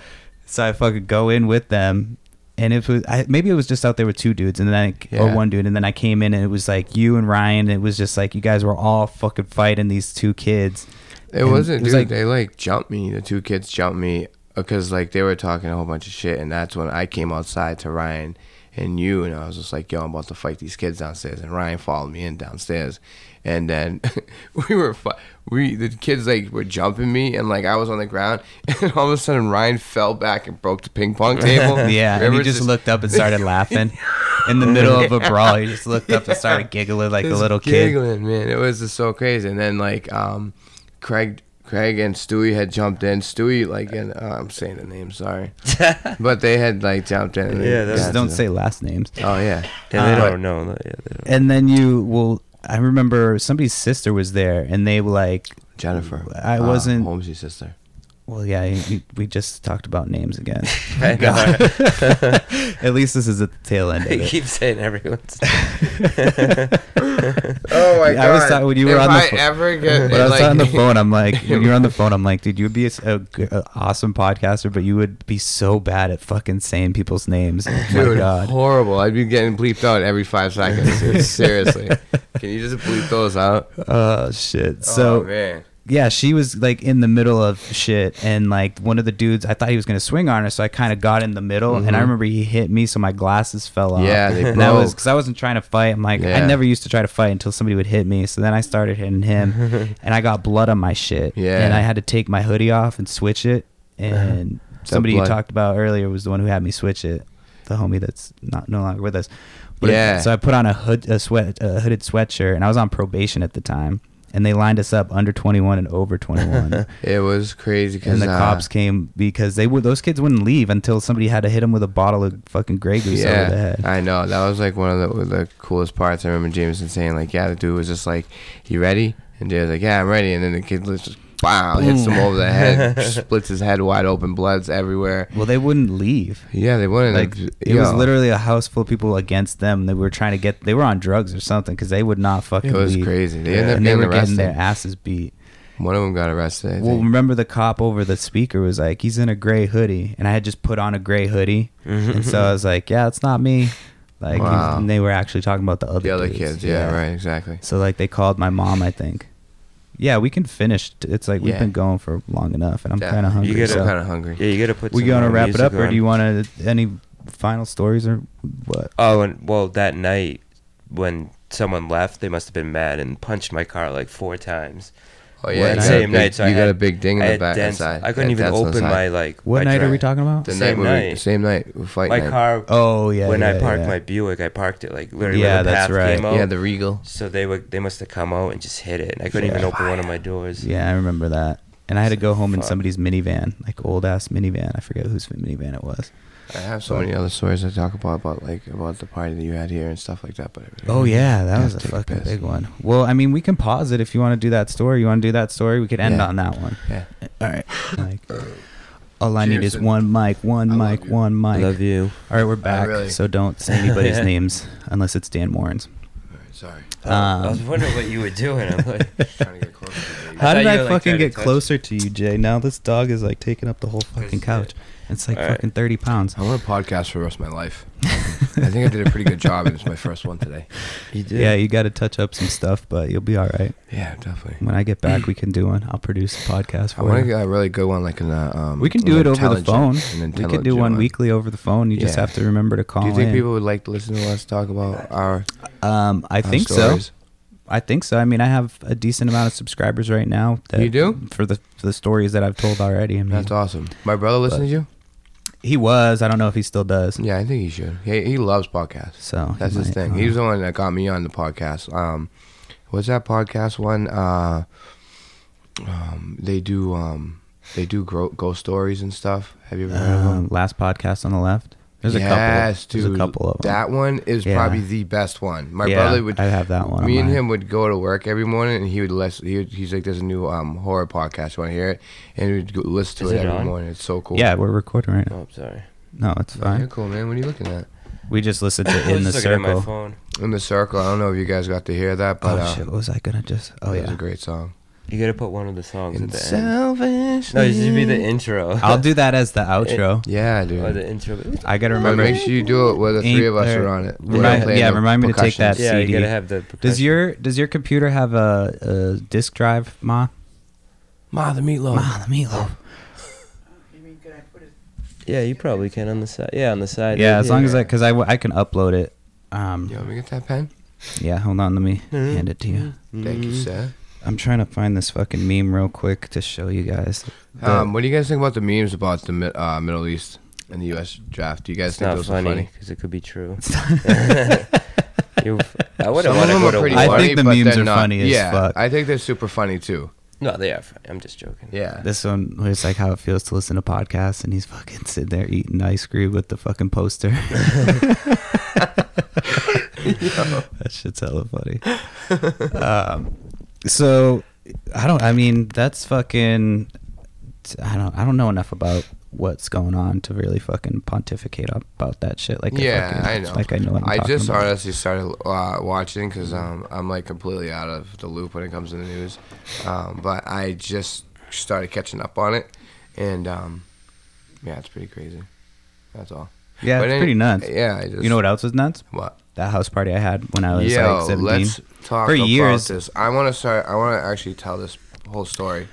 Speaker 4: So I fucking go in with them, and it was I, maybe it was just out there with two dudes, and then I, or
Speaker 2: Yeah.
Speaker 4: one dude, and then I came in, and it was like you and Ryan. And it was just like you guys were all fucking fighting these two kids.
Speaker 2: It
Speaker 4: And
Speaker 2: wasn't,
Speaker 4: it was
Speaker 2: dude.
Speaker 4: like-
Speaker 2: they like jumped me. The two kids jumped me because like they were talking a whole bunch of shit, and that's when I came outside to Ryan and you, and I was just like, "Yo, I'm about to fight these kids downstairs," and Ryan followed me in downstairs, and then we were fi- we the kids like were jumping me, and like I was on the ground, and all of a sudden Ryan fell back and broke the ping pong table.
Speaker 4: Yeah, and
Speaker 2: Remember,
Speaker 4: he just looked up and started laughing in the middle of a brawl. He just looked up and started giggling like a
Speaker 2: Just
Speaker 4: little kid.
Speaker 2: giggling, man. It was just so crazy. And then like um, Craig, Craig and Stewie had jumped in. Stewie like and oh, I'm saying the name, sorry, but they had like jumped in. and
Speaker 3: Yeah, that was-
Speaker 4: Just
Speaker 2: got
Speaker 4: don't
Speaker 2: to
Speaker 4: say last names.
Speaker 2: them. Oh yeah,
Speaker 3: Yeah, they
Speaker 4: Uh,
Speaker 3: don't know. no, Yeah, they don't.
Speaker 4: And then you will. I remember somebody's sister was there, and they were like,
Speaker 2: Jennifer.
Speaker 4: I wasn't-
Speaker 2: uh, Holmes' sister.
Speaker 4: "Well, yeah, you- we just talked about names again."
Speaker 3: I know.
Speaker 4: At least this is at the tail end of
Speaker 3: I
Speaker 4: it.
Speaker 3: keep saying everyone's.
Speaker 2: Oh my
Speaker 4: Yeah, I was God. talking- when you were
Speaker 2: if
Speaker 4: on the
Speaker 2: I
Speaker 4: pho-
Speaker 2: ever get,
Speaker 4: But I was
Speaker 2: like,
Speaker 4: on the phone. I'm like, when you're on the phone, I'm like, dude, you'd be a, s- a g- a awesome podcaster, but you would be so bad at fucking saying people's names. Oh my
Speaker 2: Dude,
Speaker 4: god.
Speaker 2: horrible. I'd be getting bleeped out every five seconds. dude. Seriously. Can you just bleep those out?
Speaker 4: Oh shit. So
Speaker 2: oh, man.
Speaker 4: yeah, she was like in the middle of shit, and like one of the dudes, I thought he was gonna swing on her, so I kind of got in the middle, and I remember he hit me, so my glasses fell off.
Speaker 2: Mm-hmm. Yeah, they
Speaker 4: and that was
Speaker 2: broke.
Speaker 4: because I wasn't trying to fight. I'm like, I
Speaker 2: Yeah.
Speaker 4: never used to try to fight until somebody would hit me. So then I started hitting him, and I got blood on my shit.
Speaker 2: Yeah. Uh-huh.
Speaker 4: and I had to take my hoodie off and switch it. And somebody you
Speaker 2: blood.
Speaker 4: talked about earlier was the one who had me switch it, the homie that's not no longer with us. But it-
Speaker 2: Yeah.
Speaker 4: so I put on a hood, a sweat, a hooded sweatshirt, and I was on probation at the time. And they lined us up under 21 and over 21.
Speaker 2: It was crazy because
Speaker 4: and
Speaker 2: uh,
Speaker 4: the cops came because they would those kids wouldn't leave until somebody had to hit them with a bottle of fucking Grey Goose over the head.
Speaker 2: I know. That was like one of the, the coolest parts. I remember Jameson saying, like, yeah, the dude was just like, you ready? And Jay was like, yeah, I'm ready. And then the kid was just Wow, hits him over the head, splits his head wide open, blood's everywhere.
Speaker 4: Well, they wouldn't leave.
Speaker 2: Yeah, they wouldn't.
Speaker 4: Like
Speaker 2: have-
Speaker 4: it was
Speaker 2: yo,
Speaker 4: literally a house full of people against them. They were trying to get. They were on drugs or something because they would not fucking.
Speaker 2: It was
Speaker 4: leave.
Speaker 2: crazy. They
Speaker 3: Yeah.
Speaker 2: ended up
Speaker 4: and they
Speaker 2: getting
Speaker 4: were getting
Speaker 2: arrested.
Speaker 4: their asses beat.
Speaker 2: One of them got arrested. I
Speaker 4: Well,
Speaker 2: think.
Speaker 4: remember the cop over the speaker was like, "He's in a gray hoodie," and I had just put on a gray hoodie,
Speaker 3: Mm-hmm.
Speaker 4: and so I was like, "Yeah, it's not me." Like,
Speaker 2: Wow.
Speaker 4: and they were actually talking about the other
Speaker 2: the other
Speaker 4: dudes.
Speaker 2: kids. Yeah, right. Exactly.
Speaker 4: So like, they called my mom, I think. Yeah, we can finish. t- It's like we've
Speaker 2: Yeah.
Speaker 4: been going for long enough, and I'm
Speaker 2: Yeah.
Speaker 4: kind of hungry.
Speaker 3: gotta-
Speaker 2: I'm
Speaker 4: so
Speaker 2: kind of hungry.
Speaker 3: Yeah, you gotta put.
Speaker 4: we
Speaker 3: some
Speaker 4: gonna
Speaker 3: more
Speaker 4: wrap it up,
Speaker 3: music
Speaker 4: or
Speaker 3: on.
Speaker 4: do you want to any final stories or what?
Speaker 3: Oh, and well, that night when someone left, they must have been mad and punched my car like four times.
Speaker 2: Oh
Speaker 3: Well,
Speaker 2: yeah, you got, a
Speaker 3: same
Speaker 2: big,
Speaker 3: night, so
Speaker 2: you
Speaker 3: I
Speaker 2: got
Speaker 3: had-
Speaker 2: a big ding
Speaker 3: I
Speaker 2: in the
Speaker 3: had
Speaker 2: back
Speaker 3: dents-
Speaker 2: inside.
Speaker 3: I couldn't
Speaker 2: Yeah,
Speaker 3: even
Speaker 2: that's
Speaker 3: open
Speaker 2: inside.
Speaker 3: my like.
Speaker 4: What
Speaker 3: my
Speaker 4: night are we
Speaker 3: drive.
Speaker 4: talking about?
Speaker 2: The
Speaker 3: Same
Speaker 2: night, where We,
Speaker 3: night.
Speaker 2: same night, we fight
Speaker 3: My
Speaker 2: night.
Speaker 3: car.
Speaker 4: Oh yeah.
Speaker 3: when I
Speaker 4: yeah,
Speaker 3: parked
Speaker 4: yeah.
Speaker 3: my Buick, I parked it like literally
Speaker 4: Yeah,
Speaker 3: where the
Speaker 4: that's
Speaker 3: path
Speaker 4: right.
Speaker 3: came out.
Speaker 2: Yeah, the Regal.
Speaker 3: so they were they must have come out and just hit it. And I couldn't
Speaker 4: Yeah.
Speaker 3: even open one of my doors.
Speaker 4: Yeah, I remember that. And I had to go home in
Speaker 3: Fuck.
Speaker 4: somebody's minivan, like old ass minivan. I forget whose minivan it was.
Speaker 2: I have so many other stories I talk about about like about the party that you had here and stuff like that. But I really-
Speaker 4: Oh yeah, that
Speaker 2: Yeah,
Speaker 4: was a
Speaker 2: take a
Speaker 4: fucking
Speaker 2: piss.
Speaker 4: big one. Well, I mean, we can pause it if you want to do that story. You want to do that story? We could end
Speaker 2: Yeah.
Speaker 4: on that one.
Speaker 2: yeah.
Speaker 4: All right. Like, all I need
Speaker 2: Cheers,
Speaker 4: is
Speaker 2: and-
Speaker 4: one mic, one
Speaker 2: I love
Speaker 4: mic,
Speaker 2: you.
Speaker 4: one mic.
Speaker 3: you.
Speaker 4: All right, we're back.
Speaker 2: really-
Speaker 4: So don't say anybody's names unless it's Dan Warren's.
Speaker 2: All right, sorry.
Speaker 3: I was
Speaker 4: Um,
Speaker 3: wondering what you were doing. I'm like,
Speaker 2: Trying to get closer to you.
Speaker 4: How did
Speaker 3: thought
Speaker 4: I
Speaker 3: you were, like,
Speaker 4: fucking
Speaker 3: trying to
Speaker 4: get
Speaker 3: touch-
Speaker 4: closer to you, Jay? Now this dog is like taking up the whole fucking
Speaker 3: This-
Speaker 4: couch. It's like
Speaker 3: All right.
Speaker 4: fucking thirty pounds.
Speaker 2: I want a podcast for the rest of my life. I think I did a pretty good job, and it's my first one today.
Speaker 3: you did.
Speaker 4: Yeah, you got to touch up some stuff, but you'll be all right.
Speaker 2: Yeah, definitely.
Speaker 4: When I get back, we can do one. I'll produce a podcast
Speaker 2: I
Speaker 4: for
Speaker 2: want to
Speaker 4: you.
Speaker 2: get a really good one, like an. Uh, um,
Speaker 4: we can
Speaker 2: an
Speaker 4: do it over the
Speaker 2: intelligent-
Speaker 4: phone. We
Speaker 2: an
Speaker 4: could do
Speaker 2: intelligent
Speaker 4: one weekly over the phone. You just
Speaker 2: Yeah.
Speaker 4: have to remember to call
Speaker 2: Do you think
Speaker 4: in.
Speaker 2: people would like to listen to us talk about our?
Speaker 4: um, I
Speaker 2: our
Speaker 4: think
Speaker 2: stories?
Speaker 4: so. I think so. I mean, I have a decent amount of subscribers right now. That
Speaker 2: You do?
Speaker 4: for the for the stories that I've told already. I mean,
Speaker 2: That's awesome. My brother listens to you.
Speaker 4: he was. I don't know if he still does.
Speaker 2: Yeah, I think he should. He he loves podcasts.
Speaker 4: So he
Speaker 2: That's his
Speaker 4: might,
Speaker 2: thing.
Speaker 4: uh,
Speaker 2: He was the one that got me on the podcast. Um, what's that podcast one? Uh, um, they do um, they do gro- ghost stories and stuff. Have you ever heard of them?
Speaker 4: um, last podcast on the left. There's a couple.
Speaker 2: yes,
Speaker 4: There's
Speaker 2: dude.
Speaker 4: a couple of them.
Speaker 2: That one is
Speaker 4: Yeah.
Speaker 2: probably the best one. My
Speaker 4: Yeah,
Speaker 2: brother would.
Speaker 4: I have that one.
Speaker 2: Me
Speaker 4: on
Speaker 2: and
Speaker 4: mine.
Speaker 2: him would go to work every morning, and he would listen. He would, he's like, "There's a new um, horror podcast. You want to hear it?" And we'd go listen to
Speaker 3: Is
Speaker 2: it,
Speaker 3: it
Speaker 2: every
Speaker 3: on?
Speaker 2: morning. It's so cool.
Speaker 4: Yeah, we're recording right now.
Speaker 3: Oh, I'm sorry.
Speaker 4: No, it's
Speaker 2: You're
Speaker 4: fine.
Speaker 2: cool, man. What are you looking at?
Speaker 4: We just listened
Speaker 3: I
Speaker 4: to
Speaker 3: was
Speaker 4: in the
Speaker 3: just looking at my
Speaker 4: circle.
Speaker 3: phone.
Speaker 2: In the circle. I don't know if you guys got to hear that, but
Speaker 4: oh
Speaker 2: uh,
Speaker 4: shit, what was I gonna just? Oh
Speaker 2: it was
Speaker 4: yeah,
Speaker 2: a great song.
Speaker 3: You gotta put one of the songs at
Speaker 2: And
Speaker 3: the end. No, it should be the intro.
Speaker 4: I'll do that as the outro.
Speaker 2: Yeah, dude.
Speaker 3: Or the intro.
Speaker 4: I gotta
Speaker 2: But
Speaker 4: remember.
Speaker 2: make sure you do it where the three
Speaker 4: Ain't
Speaker 2: of us
Speaker 4: there-
Speaker 2: are on it. We're
Speaker 4: Remind-
Speaker 2: playing
Speaker 4: yeah,
Speaker 2: the
Speaker 4: remind me to take that
Speaker 2: percussions.
Speaker 3: Yeah,
Speaker 4: CD.
Speaker 3: you gotta have the.
Speaker 4: Does
Speaker 3: percussion.
Speaker 4: your does your computer have a, a disk drive, Ma?
Speaker 2: Ma, the meatloaf.
Speaker 4: Ma, the meatloaf.
Speaker 3: Yeah, you probably can on the side. Yeah, on the side.
Speaker 4: Yeah,
Speaker 3: right
Speaker 4: as long
Speaker 3: here.
Speaker 4: as I, because I, w- I can upload it. Um,
Speaker 2: You want me to get that pen?
Speaker 4: yeah, hold on, let me
Speaker 3: Mm-hmm.
Speaker 4: hand it to you.
Speaker 2: Thank
Speaker 4: Mm-hmm.
Speaker 2: you, sir.
Speaker 4: I'm trying to find this fucking meme real quick to show you guys. The-
Speaker 2: Um, what do you guys think about the memes about the Mi- uh, Middle East and the U.S. draft? Do you guys
Speaker 3: It's
Speaker 2: think
Speaker 3: not
Speaker 2: those are
Speaker 3: funny
Speaker 2: funny?
Speaker 3: because it could be true. You-
Speaker 2: Some
Speaker 3: I wouldn't
Speaker 2: of
Speaker 3: want to
Speaker 2: them
Speaker 3: go
Speaker 2: are
Speaker 3: to.
Speaker 2: pretty
Speaker 3: war.
Speaker 4: I
Speaker 2: funny,
Speaker 4: think the
Speaker 2: but
Speaker 4: memes
Speaker 2: they're
Speaker 4: are
Speaker 2: not-
Speaker 4: funny as
Speaker 2: yeah,
Speaker 4: fuck.
Speaker 2: I think they're super funny too.
Speaker 3: No, they are. Funny. I'm just joking.
Speaker 2: Yeah.
Speaker 4: This one was like how it feels to listen to podcasts, and he's fucking sitting there eating ice cream with the fucking poster. that shit's hella funny. Um, so I don't. I mean, that's fucking. I don't. I don't know enough about what's going on to really fucking pontificate up about that shit. Like,
Speaker 2: yeah,
Speaker 4: fucking-
Speaker 2: I know.
Speaker 4: Like I know. What I'm
Speaker 2: I
Speaker 4: talking
Speaker 2: just
Speaker 4: about.
Speaker 2: honestly started uh, watching because um, I'm like completely out of the loop when it comes to the news. Um, but I just started catching up on it, and um, yeah, it's pretty crazy. That's all.
Speaker 4: Yeah,
Speaker 2: But
Speaker 4: it's
Speaker 2: any-
Speaker 4: pretty nuts.
Speaker 2: Yeah, I just,
Speaker 4: You know what else was nuts?
Speaker 2: What?
Speaker 4: That house party I had when I was
Speaker 2: Yo,
Speaker 4: like 17.
Speaker 2: let's talk
Speaker 4: For
Speaker 2: about
Speaker 4: years.
Speaker 2: this. I want to start. I want to actually tell this whole story.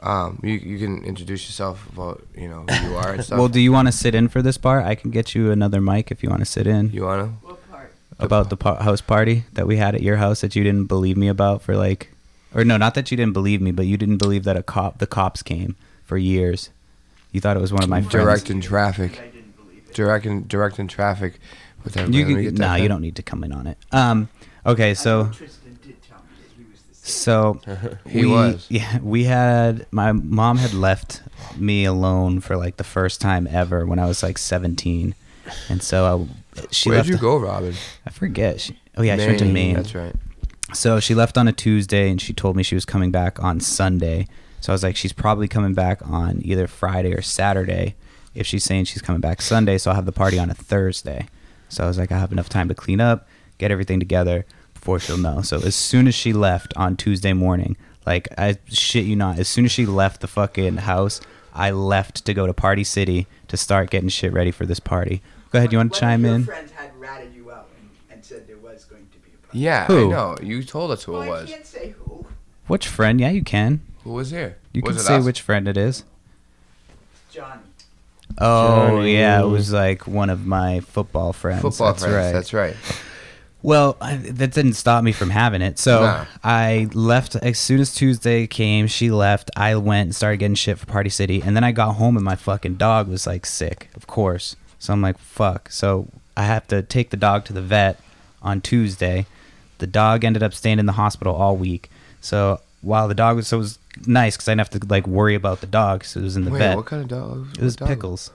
Speaker 2: Um, you you can introduce yourself about you know who you are and stuff.
Speaker 4: Well, do you want to sit in for this part? I can get you another mic if you want to sit in
Speaker 2: you wanna?
Speaker 4: about the par- house party that we had at your house that you didn't believe me about for like, or no, not that you didn't believe me, but you didn't believe that a cop, the cops came for years. You thought it was one of my friends.
Speaker 2: Directing traffic. Directing directing traffic. With everybody.
Speaker 4: You
Speaker 2: Let me
Speaker 4: can,
Speaker 2: get that
Speaker 4: nah, you
Speaker 2: pen.
Speaker 4: don't need to come in on it. Um, okay, so so
Speaker 2: He was.
Speaker 4: Yeah, we had my mom had left me alone for like the first time ever when I was like 17, and so I she
Speaker 2: Where'd
Speaker 4: left
Speaker 2: you go, Robin?
Speaker 4: I forget. She, oh yeah, she went to Maine.
Speaker 2: That's right.
Speaker 4: So she left on a Tuesday, and she told me she was coming back on Sunday. So I was like, she's probably coming back on either Friday or Saturday. If she's saying she's coming back Sunday, so I'll have the party on a Thursday. So I was like, I have enough time to clean up, get everything together before she'll know. So as soon as she left on Tuesday morning, like I shit you not, as soon as she left the fucking house, I left to go to Party City to start getting shit ready for this party. Go ahead, you want to
Speaker 6: One
Speaker 4: chime
Speaker 6: of your
Speaker 4: in?
Speaker 6: friends had ratted you out and, and said there was going to be a problem.
Speaker 2: Yeah,
Speaker 4: Who?
Speaker 2: I know. You told us who
Speaker 6: Well,
Speaker 2: it
Speaker 6: I
Speaker 2: was.
Speaker 6: can't say who.
Speaker 4: Which friend? Yeah, you can.
Speaker 2: Who was here?
Speaker 4: You
Speaker 2: was
Speaker 4: can
Speaker 2: it
Speaker 4: say
Speaker 2: us?
Speaker 4: which friend it is.
Speaker 6: Johnny.
Speaker 4: Oh
Speaker 3: Johnny.
Speaker 4: yeah, it was like one of my football friends.
Speaker 2: football
Speaker 4: That's
Speaker 2: friends.
Speaker 4: Right.
Speaker 2: That's right.
Speaker 4: Well, I, that didn't stop me from having it. So
Speaker 2: Nah.
Speaker 4: I left as soon as Tuesday came. She left. I went and started getting shit for Party City, and then I got home and my fucking dog was like sick, of course. So I'm like, fuck. So I have to take the dog to the vet on Tuesday. The dog ended up staying in the hospital all week. So while the dog was so it was nice because I didn't have to like worry about the dog because it was in the
Speaker 2: Wait,
Speaker 4: vet.
Speaker 2: what kind of dog?
Speaker 4: It was
Speaker 2: what dog?
Speaker 4: pickles.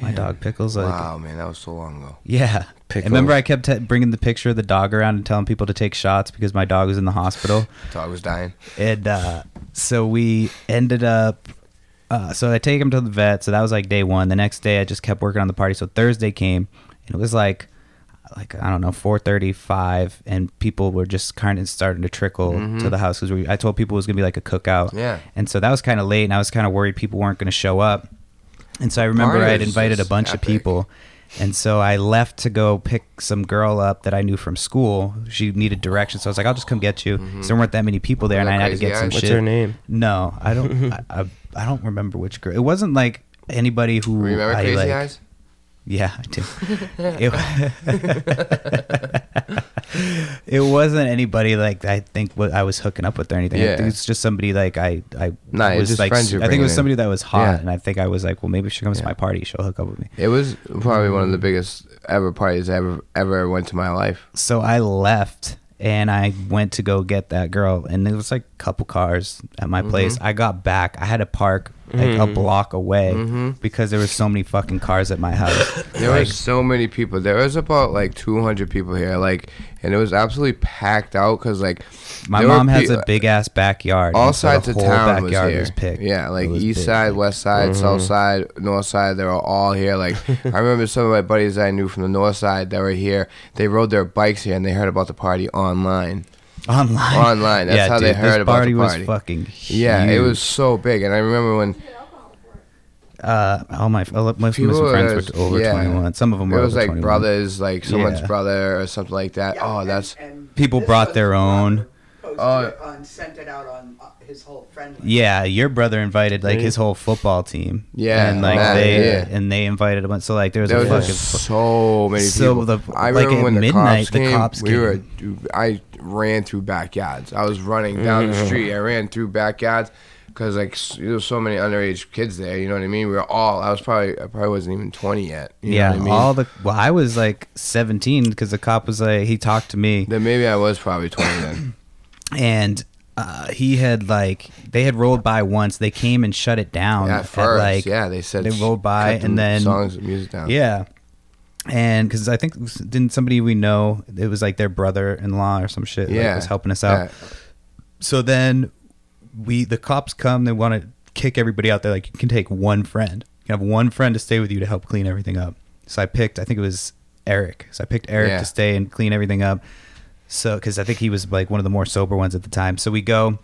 Speaker 4: My dog pickles. Like,
Speaker 2: Wow, man, that was so long ago.
Speaker 4: Yeah.
Speaker 3: Pickles.
Speaker 4: And remember, I kept t- bringing the picture of the dog around and telling people to take shots because my dog was in the hospital.
Speaker 2: Dog was dying.
Speaker 4: And uh, so we ended up. Uh, so I take him to the vet. So that was like day one. The next day, I just kept working on the party. So Thursday came, and it was like, like I don't know, four thirty-five, and people were just kind of starting to trickle to the house because I told people it was gonna be like a cookout.
Speaker 2: Yeah.
Speaker 4: And so that was kind of late, and I was kind of worried people weren't gonna show up. And so I remember
Speaker 2: Party
Speaker 4: I had
Speaker 2: was
Speaker 4: invited a
Speaker 2: just
Speaker 4: bunch of
Speaker 2: epic.
Speaker 4: people. And so I left to go pick some girl up that I knew from school. She needed directions, so I was like, "I'll just come get you." So there weren't that many people there, and
Speaker 2: That
Speaker 4: I had to
Speaker 2: Mm-hmm. crazy
Speaker 4: get some
Speaker 2: eyes.
Speaker 4: shit.
Speaker 3: What's her name?
Speaker 4: No, I don't. I, I, I don't remember which girl. It wasn't like anybody who.
Speaker 2: Remember
Speaker 4: I,
Speaker 2: Crazy
Speaker 4: like-
Speaker 2: Eyes?
Speaker 4: Yeah, I do. it, it wasn't anybody like I think what I was hooking up with or anything. I
Speaker 2: Yeah.
Speaker 4: think it's just somebody like I I
Speaker 2: Nah, it's
Speaker 4: was
Speaker 2: just
Speaker 4: like
Speaker 2: friends you're
Speaker 4: I think it
Speaker 2: bringing
Speaker 4: was
Speaker 2: in.
Speaker 4: somebody that was hot,
Speaker 2: Yeah.
Speaker 4: and I think I was like, well, maybe if she comes to
Speaker 2: Yeah.
Speaker 4: my party, she'll hook up with me.
Speaker 2: It was probably one of the biggest ever parties I ever ever went to my life.
Speaker 4: so I left and I went to go get that girl, and there was like a couple cars at
Speaker 2: Mm-hmm.
Speaker 4: my place. I got back. I had to park like a block away
Speaker 2: Mm-hmm.
Speaker 4: because there were so many fucking cars at my house.
Speaker 2: There were so many people. There was about like 200 people here, like, and it was absolutely packed out because like
Speaker 4: My
Speaker 2: there were
Speaker 4: mom has
Speaker 2: pe- uh,
Speaker 4: a big ass backyard.
Speaker 2: all
Speaker 4: and so the
Speaker 2: sides of
Speaker 4: whole
Speaker 2: town was
Speaker 4: backyard
Speaker 2: here.
Speaker 4: was picked. Mm-hmm.
Speaker 2: Yeah, like
Speaker 4: It was
Speaker 2: east
Speaker 4: big.
Speaker 2: side, west side, south side, north side. They were all here. Like I remember some of my buddies I knew from the north side that were here. They rode their bikes here and they heard about the party online.
Speaker 4: online.
Speaker 2: Online, that's how they
Speaker 4: dude,
Speaker 2: heard
Speaker 4: this
Speaker 2: about the
Speaker 4: party
Speaker 2: party.
Speaker 4: was fucking.
Speaker 2: Yeah, it was
Speaker 4: huge.
Speaker 2: so big. And I remember when
Speaker 5: You get alcohol for it.
Speaker 4: Uh, all my most of
Speaker 2: people
Speaker 4: my friends were
Speaker 2: was-
Speaker 4: t- over
Speaker 2: yeah.
Speaker 4: twenty one. Some of them
Speaker 2: it
Speaker 4: were
Speaker 2: was
Speaker 4: over
Speaker 2: like
Speaker 4: 21.
Speaker 2: brothers, like someone's
Speaker 4: Yeah.
Speaker 2: brother or something like that.
Speaker 6: Yeah,
Speaker 2: oh,
Speaker 6: and-
Speaker 2: that's
Speaker 6: and
Speaker 4: People
Speaker 6: this
Speaker 4: brought
Speaker 6: was
Speaker 4: their
Speaker 6: the
Speaker 4: own.
Speaker 6: one who
Speaker 2: Oh.
Speaker 6: Posted it on, sent it out on uh, his whole friend list.
Speaker 4: Yeah, your brother invited like
Speaker 3: Really?
Speaker 4: his whole football team.
Speaker 2: Yeah,
Speaker 4: and like
Speaker 2: Matt,
Speaker 4: they
Speaker 2: yeah.
Speaker 4: and they invited a bunch. So like there was
Speaker 2: there
Speaker 4: a
Speaker 2: was
Speaker 4: fucking.
Speaker 2: just so many
Speaker 4: So
Speaker 2: people.
Speaker 4: the-
Speaker 2: I
Speaker 4: like
Speaker 2: remember
Speaker 4: at
Speaker 2: when the
Speaker 4: midnight,
Speaker 2: cops
Speaker 4: the
Speaker 2: came.
Speaker 4: cops
Speaker 2: we were.
Speaker 4: came.
Speaker 2: dude, I ran through backyards. I was running down
Speaker 4: Mm.
Speaker 2: the street. I ran through backyards because like s- there was so many underage kids there. You know what I mean? We were all. I was probably. I probably wasn't even twenty yet. You
Speaker 4: yeah,
Speaker 2: Know what I mean?
Speaker 4: all the well, I was like 17 because the cop was like he talked to me
Speaker 2: Then maybe I was probably twenty then.
Speaker 4: and uh, he had like they had rolled by once. They came and shut it down
Speaker 2: At first,
Speaker 4: Um, like
Speaker 2: yeah, they said
Speaker 4: they
Speaker 2: "Shh,
Speaker 4: rolled by
Speaker 2: cut the
Speaker 4: and then
Speaker 2: songs and music down.
Speaker 4: yeah, and because I think it was- didn't somebody we know it was like their brother-in-law or some shit like,
Speaker 2: Yeah,
Speaker 4: was helping us out.
Speaker 2: yeah.
Speaker 4: so then we the cops come they want to kick everybody out there like you can take one friend you can have one friend to stay with you to help clean everything up so i picked i think it was eric so i picked eric
Speaker 2: Yeah.
Speaker 4: to stay and clean everything up so because i think he was like one of the more sober ones at the time so we go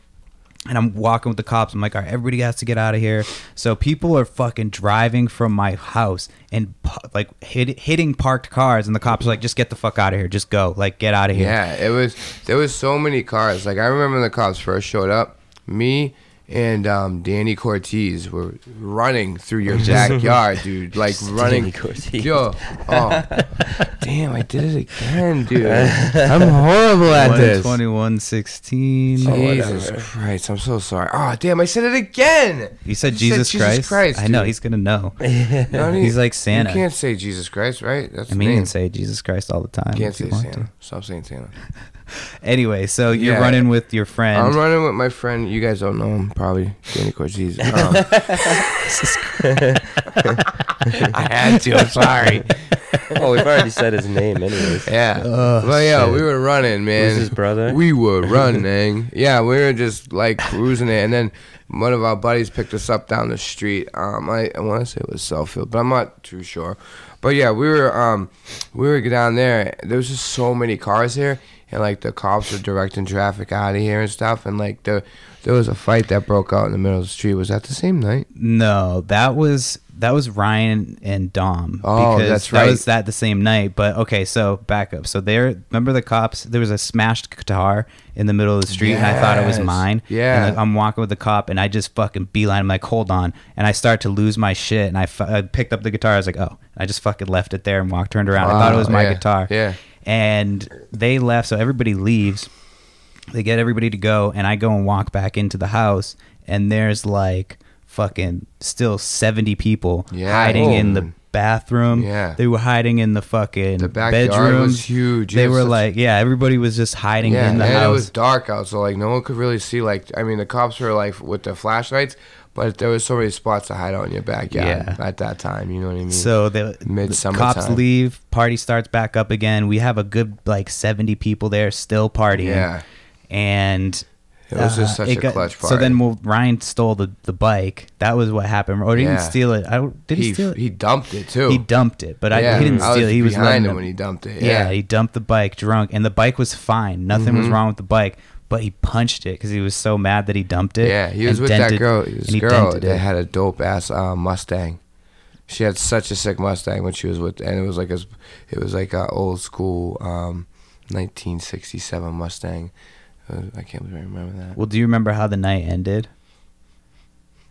Speaker 4: and I'm walking with the cops. I'm like, all right, everybody has to get out of here. So people are fucking driving from my house and pu- like hit, hitting parked cars. And the cops are like, just get the fuck out of here. Just go. Like, get out of here.
Speaker 2: Yeah, it was. There was so many cars. Like I remember when the cops first showed up, me and um, Danny Cortez were running through your backyard, dude. Like running.
Speaker 3: Danny Cortez.
Speaker 2: Yo, oh, damn! I did it again, dude. I'm horrible at this.
Speaker 4: 12116.
Speaker 2: Jesus Christ! I'm so sorry. Oh, damn! I said it again.
Speaker 4: You said
Speaker 2: You said
Speaker 4: Jesus
Speaker 2: Jesus
Speaker 4: Christ.
Speaker 2: Christ,
Speaker 4: I know
Speaker 2: dude.
Speaker 4: he's gonna know.
Speaker 2: No, I
Speaker 4: He's
Speaker 2: mean,
Speaker 4: like Santa.
Speaker 2: You can't say Jesus Christ, right? That's
Speaker 4: I mean, you
Speaker 2: the
Speaker 4: can
Speaker 2: name.
Speaker 4: say Jesus Christ all the time.
Speaker 2: Can't
Speaker 4: if you
Speaker 2: say
Speaker 4: want
Speaker 2: Santa. Stop saying Santa.
Speaker 4: to. Anyway, so you're
Speaker 2: Yeah.
Speaker 4: running with your friend.
Speaker 2: I'm running with my friend. You guys don't know him, probably. Danny Cortez. Um, I had to. I'm sorry.
Speaker 3: Oh, we've already said his name, anyways.
Speaker 2: Yeah.
Speaker 1: Oh,
Speaker 2: well, yeah,
Speaker 1: shit.
Speaker 2: we were running, man.
Speaker 3: Who's his brother?
Speaker 2: We were running. yeah, we were just like cruising it, and then one of our buddies picked us up down the street. Um, I, I want to say it was Southfield, but I'm not too sure. But yeah, we were um, we were down there. There was just so many cars here, and like the cops were directing traffic out of here and stuff. And like the there was a fight that broke out in the middle of the street. Was that the same night?
Speaker 4: No, that was that was Ryan and Dom.
Speaker 2: Oh, that's
Speaker 4: That
Speaker 2: right.
Speaker 4: was that the same night. But okay, so back up. So there, remember the cops? There was a smashed guitar in the middle of the street, and I thought it was
Speaker 2: Yes.
Speaker 4: mine.
Speaker 2: Yeah.
Speaker 4: And, like, I'm walking with the cop, and I just fucking beeline. I'm like, hold on, and I start to lose my shit, and I, fu- I picked up the guitar. I was like, oh, I just fucking left it there and walked, turned around. I thought it
Speaker 2: Wow,
Speaker 4: was my
Speaker 2: yeah,
Speaker 4: guitar.
Speaker 2: yeah.
Speaker 4: And they left, so everybody leaves they get everybody to go and i go and walk back into the house and there's like fucking still 70 people
Speaker 2: Yeah.
Speaker 4: hiding in
Speaker 2: Oh.
Speaker 4: the bathroom
Speaker 2: Yeah.
Speaker 4: they were hiding in the fucking
Speaker 2: The backyard
Speaker 4: bedroom
Speaker 2: was huge.
Speaker 4: they
Speaker 2: It was
Speaker 4: were
Speaker 2: such-
Speaker 4: like yeah everybody was just hiding
Speaker 2: Yeah,
Speaker 4: in the
Speaker 2: and
Speaker 4: house
Speaker 2: it was dark out, so like no one could really see. Like, I mean, the cops were like with their flashlights, but there was so many spots to hide out in your backyard
Speaker 4: Yeah.
Speaker 2: at that time. You know what I mean?
Speaker 4: so the, the
Speaker 2: Midsummer
Speaker 4: cops
Speaker 2: time.
Speaker 4: leave party starts back up again we have a good like 70 people there still partying
Speaker 2: yeah,
Speaker 4: and
Speaker 2: it was just
Speaker 4: Uh,
Speaker 2: such
Speaker 4: it
Speaker 2: a
Speaker 4: got-
Speaker 2: clutch part.
Speaker 4: So then well, Ryan stole the, the bike. That was what happened. Or he
Speaker 2: Yeah.
Speaker 4: didn't steal it. I don't- did he,
Speaker 2: he
Speaker 4: steal it?
Speaker 2: he dumped it too.
Speaker 4: He dumped it, but I,
Speaker 2: Yeah,
Speaker 4: he didn't
Speaker 2: I
Speaker 4: steal it. He was
Speaker 2: behind
Speaker 4: letting
Speaker 2: him
Speaker 4: him-
Speaker 2: when he dumped it.
Speaker 4: yeah.
Speaker 2: Yeah, Mm-hmm.
Speaker 4: he dumped the bike drunk, and the bike was fine. Nothing was wrong with the bike, but he punched it because he was so mad that he dumped it.
Speaker 2: yeah. He was
Speaker 4: and
Speaker 2: with that
Speaker 4: dented-
Speaker 2: girl. This
Speaker 4: and he
Speaker 2: girl
Speaker 4: dented
Speaker 2: that
Speaker 4: it.
Speaker 2: had a dope ass uh, Mustang. She had such a sick Mustang when she was with, and it was like a, it was like a old school um, 1967 Mustang. Uh, I can't believe I remember that.
Speaker 4: Well, do you remember how the night ended?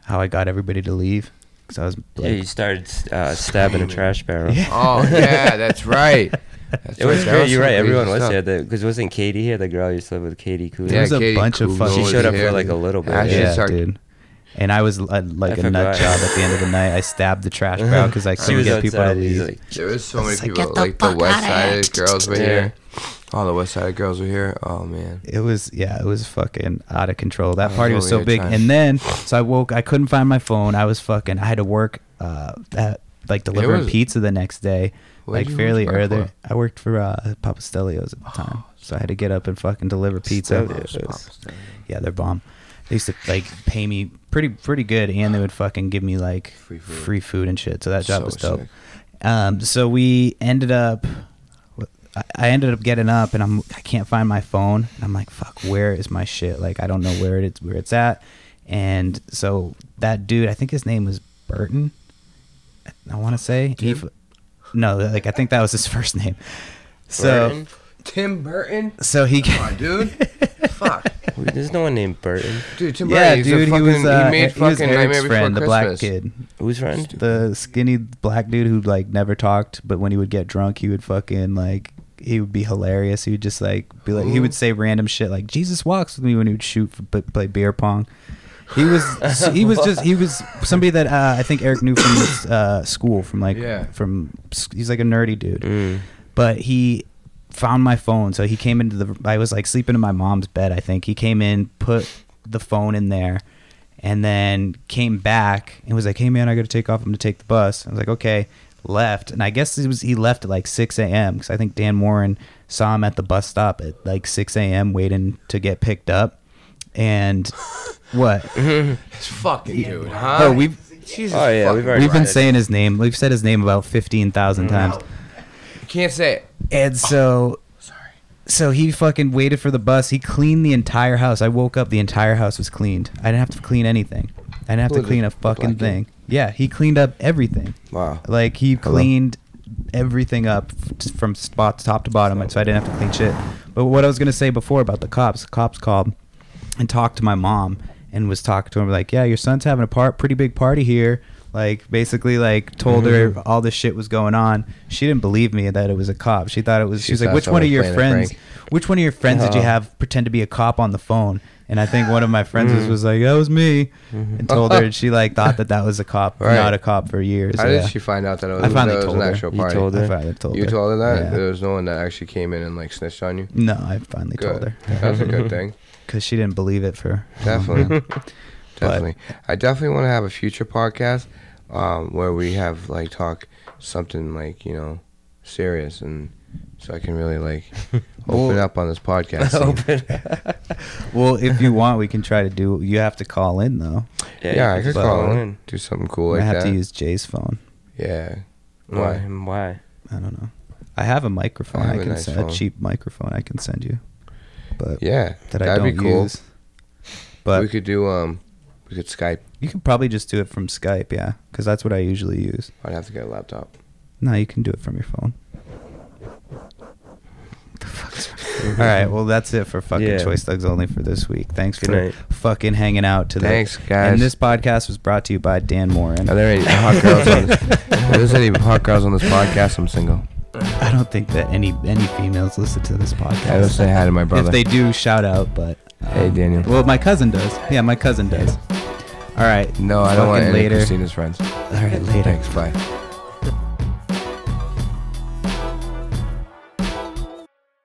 Speaker 4: How I got everybody to leave because I was
Speaker 3: Yeah,
Speaker 4: like,
Speaker 3: you started uh, stabbing a
Speaker 2: Screaming.
Speaker 3: trash barrel.
Speaker 4: Yeah.
Speaker 2: Oh yeah, that's right. That's
Speaker 3: It was
Speaker 2: that
Speaker 3: great.
Speaker 2: some
Speaker 3: You're right. Everyone
Speaker 2: crazy
Speaker 3: was
Speaker 2: stuff.
Speaker 3: here because wasn't Katie here? The girl you slept with, Katie Cooley.
Speaker 4: There was a
Speaker 2: Katie
Speaker 4: bunch of
Speaker 2: Couric
Speaker 4: fucking-
Speaker 3: she
Speaker 2: was
Speaker 3: showed up
Speaker 2: here.
Speaker 3: for like a little bit.
Speaker 2: I should
Speaker 4: yeah,
Speaker 2: start-
Speaker 4: dude. And I was uh, like a
Speaker 3: I
Speaker 4: nut
Speaker 3: forgot.
Speaker 4: job at the end of the night. I stabbed the trash barrel because I couldn't get people to
Speaker 3: outside, he's
Speaker 4: leave.
Speaker 3: like,
Speaker 2: There was so many
Speaker 4: It's like,
Speaker 2: people.
Speaker 5: "Get the
Speaker 2: Like the
Speaker 5: fuck
Speaker 2: West
Speaker 5: outta here."
Speaker 2: Side girls were
Speaker 3: Yeah.
Speaker 2: here. All the West Side girls were here. Oh man.
Speaker 4: it was yeah it was fucking out of control that
Speaker 2: I
Speaker 4: party was so
Speaker 2: remember your
Speaker 4: big
Speaker 2: time.
Speaker 4: and then so i woke i couldn't find my phone i was fucking i had to work uh at like delivering
Speaker 2: was-
Speaker 4: pizza the next day
Speaker 2: What
Speaker 4: like
Speaker 2: did you
Speaker 4: fairly
Speaker 2: work Oh,
Speaker 4: early
Speaker 2: for?
Speaker 4: i worked for uh papa stelios at the time so i had to get up and fucking deliver pizza
Speaker 3: Stelios.
Speaker 4: yeah they're bomb they used to like pay me pretty pretty good and they would fucking give me like free
Speaker 2: Free
Speaker 4: food,
Speaker 2: food.
Speaker 4: and shit so that job
Speaker 2: So
Speaker 4: was dope
Speaker 2: sick.
Speaker 4: um so we ended up I- I ended up getting up and I'm I can't find my phone. And I'm like, fuck, where is my shit? Like I don't know where it's where it's at. And so that dude, I think his name was Burton. I want to say he, f- no, like I think that was his first name. So
Speaker 3: Burton?
Speaker 2: Tim Burton.
Speaker 4: so he
Speaker 2: Come on, dude. Fuck,
Speaker 3: Wait, There's no one named Burton.
Speaker 2: dude. Tim
Speaker 4: yeah,
Speaker 2: Burton. he's a
Speaker 4: dude, he
Speaker 2: fucking-
Speaker 4: was uh,
Speaker 2: he made
Speaker 4: he was
Speaker 2: fucking
Speaker 4: Eric's
Speaker 2: Nightmare Before
Speaker 4: friend, the black
Speaker 2: Christmas.
Speaker 4: kid,
Speaker 3: Who's friend?
Speaker 4: the skinny black dude who like never talked, but when he would get drunk, he would fucking like he would be hilarious. He would just like be like he
Speaker 2: Who?
Speaker 4: would say random shit like Jesus walks with me when he would shoot for, but play beer pong. He was he was just he was somebody that uh, I think Eric knew from his, uh, school from like
Speaker 2: Yeah.
Speaker 4: from he's like a nerdy dude
Speaker 3: Mm.
Speaker 4: but he found my phone. So he came into the. I was like sleeping in my mom's bed. I think he came in, put the phone in there, and then came back and was like, "Hey man, I got to take off. I'm gonna take the bus." I was like, "Okay." Left, and I guess it was he left at like 6 a.m. because I think Dan Warren saw him at the bus stop at like 6 a.m. waiting to get picked up. And what?
Speaker 2: This fucking dude, huh?
Speaker 4: Oh, we've
Speaker 2: Jesus.
Speaker 3: Oh, yeah,
Speaker 2: fucking
Speaker 3: we've already-
Speaker 4: we've been
Speaker 3: Right.
Speaker 4: saying his name. We've said his name about 15,000 times.
Speaker 2: Christ. Can't say it.
Speaker 4: And so So he fucking waited for the bus. He cleaned the entire house. I woke up, the entire house was cleaned. I didn't have to clean anything. I didn't have
Speaker 2: Who
Speaker 4: to
Speaker 2: is
Speaker 4: clean
Speaker 2: it?
Speaker 4: a fucking
Speaker 2: Black guy?
Speaker 4: thing. Yeah, he cleaned up everything.
Speaker 2: Wow.
Speaker 4: Like he
Speaker 2: Hello?
Speaker 4: cleaned everything up f- from spot top to bottom, so I didn't have to clean shit. But what I was gonna say before about the cops, the cops called and talked to my mom and was talking to him like, yeah, your son's having a part pretty big party here. Like basically, like told
Speaker 2: Mm-hmm.
Speaker 4: her all this shit was going on. She didn't believe me that it was a cop. She thought it was. She,
Speaker 2: She
Speaker 4: was like,
Speaker 2: thought
Speaker 4: "Which one
Speaker 2: someone
Speaker 4: of
Speaker 2: was
Speaker 4: your
Speaker 2: playing a
Speaker 4: friends?
Speaker 2: prank." Uh-huh.
Speaker 4: Which one of your friends did you
Speaker 3: Oh.
Speaker 4: have pretend to be a cop on the phone?" And I think one of
Speaker 2: Mm-hmm.
Speaker 4: my friends was, was like, "That was me," and told her, and she like thought that that was a cop,
Speaker 2: Right.
Speaker 4: not a cop for years.
Speaker 2: How
Speaker 4: yeah.
Speaker 2: did she find out that it was,
Speaker 4: I finally
Speaker 2: that it was
Speaker 4: told
Speaker 2: an
Speaker 4: her.
Speaker 2: actual
Speaker 3: You
Speaker 2: party?
Speaker 3: told her.
Speaker 4: I finally told
Speaker 2: You
Speaker 4: her.
Speaker 2: told her that? Uh,
Speaker 4: Yeah.
Speaker 2: There was no one that actually came in and like snitched on you?
Speaker 4: No, I finally
Speaker 2: Good.
Speaker 4: told her
Speaker 2: That's a good thing.
Speaker 4: because she didn't believe it for
Speaker 2: Definitely.
Speaker 4: But-
Speaker 2: definitely. I definitely want to have a future podcast um, where we have like talk something like, you know, serious, and so I can really like
Speaker 4: Well-
Speaker 2: open up on this podcast. scene.
Speaker 3: Open.
Speaker 4: Well, if you want, we can try to do. You have to call in though.
Speaker 2: Yeah, I
Speaker 3: you
Speaker 2: could
Speaker 3: just
Speaker 4: but-
Speaker 2: call in, do something cool
Speaker 4: I
Speaker 2: like
Speaker 4: have
Speaker 2: that.
Speaker 4: to use Jay's phone.
Speaker 2: yeah,
Speaker 3: Why?
Speaker 2: why?
Speaker 3: Why?
Speaker 4: I don't know. I have a mmicrophone.
Speaker 2: I
Speaker 4: I,
Speaker 2: have a
Speaker 4: can
Speaker 2: nice
Speaker 4: send
Speaker 2: phone.
Speaker 4: a cheap microphone. I can send you, but
Speaker 2: Yeah,
Speaker 4: that I
Speaker 2: that'd
Speaker 4: don't
Speaker 2: be cool.
Speaker 4: use. But
Speaker 2: we could do um, we could Skype.
Speaker 4: you could probably just do it from Skype, yeah, because that's what I usually use.
Speaker 2: I'd have to get a laptop.
Speaker 4: No, you can do it from your phone. All right, well that's it for fucking
Speaker 3: Yeah.
Speaker 4: Choice Thugs only for this week. Thanks
Speaker 3: Good
Speaker 4: for
Speaker 3: night.
Speaker 4: fucking hanging out today.
Speaker 2: Thanks, guys.
Speaker 4: And this podcast was brought to you by Dan Morin.
Speaker 2: Are there any hot girls on this? If there's any hot girls on this podcast, I'm single.
Speaker 4: I don't think that any any females listen to this
Speaker 2: I will
Speaker 4: podcast.
Speaker 2: say hi to my brother.
Speaker 4: If they do, shout out. But um,
Speaker 2: Hey, Daniel.
Speaker 4: Well, my cousin does. Yeah, my cousin does. All right.
Speaker 2: no, I don't want
Speaker 4: fucking
Speaker 2: any of
Speaker 4: later.
Speaker 2: Christina's friends.
Speaker 4: All right, later.
Speaker 2: Thanks, bye.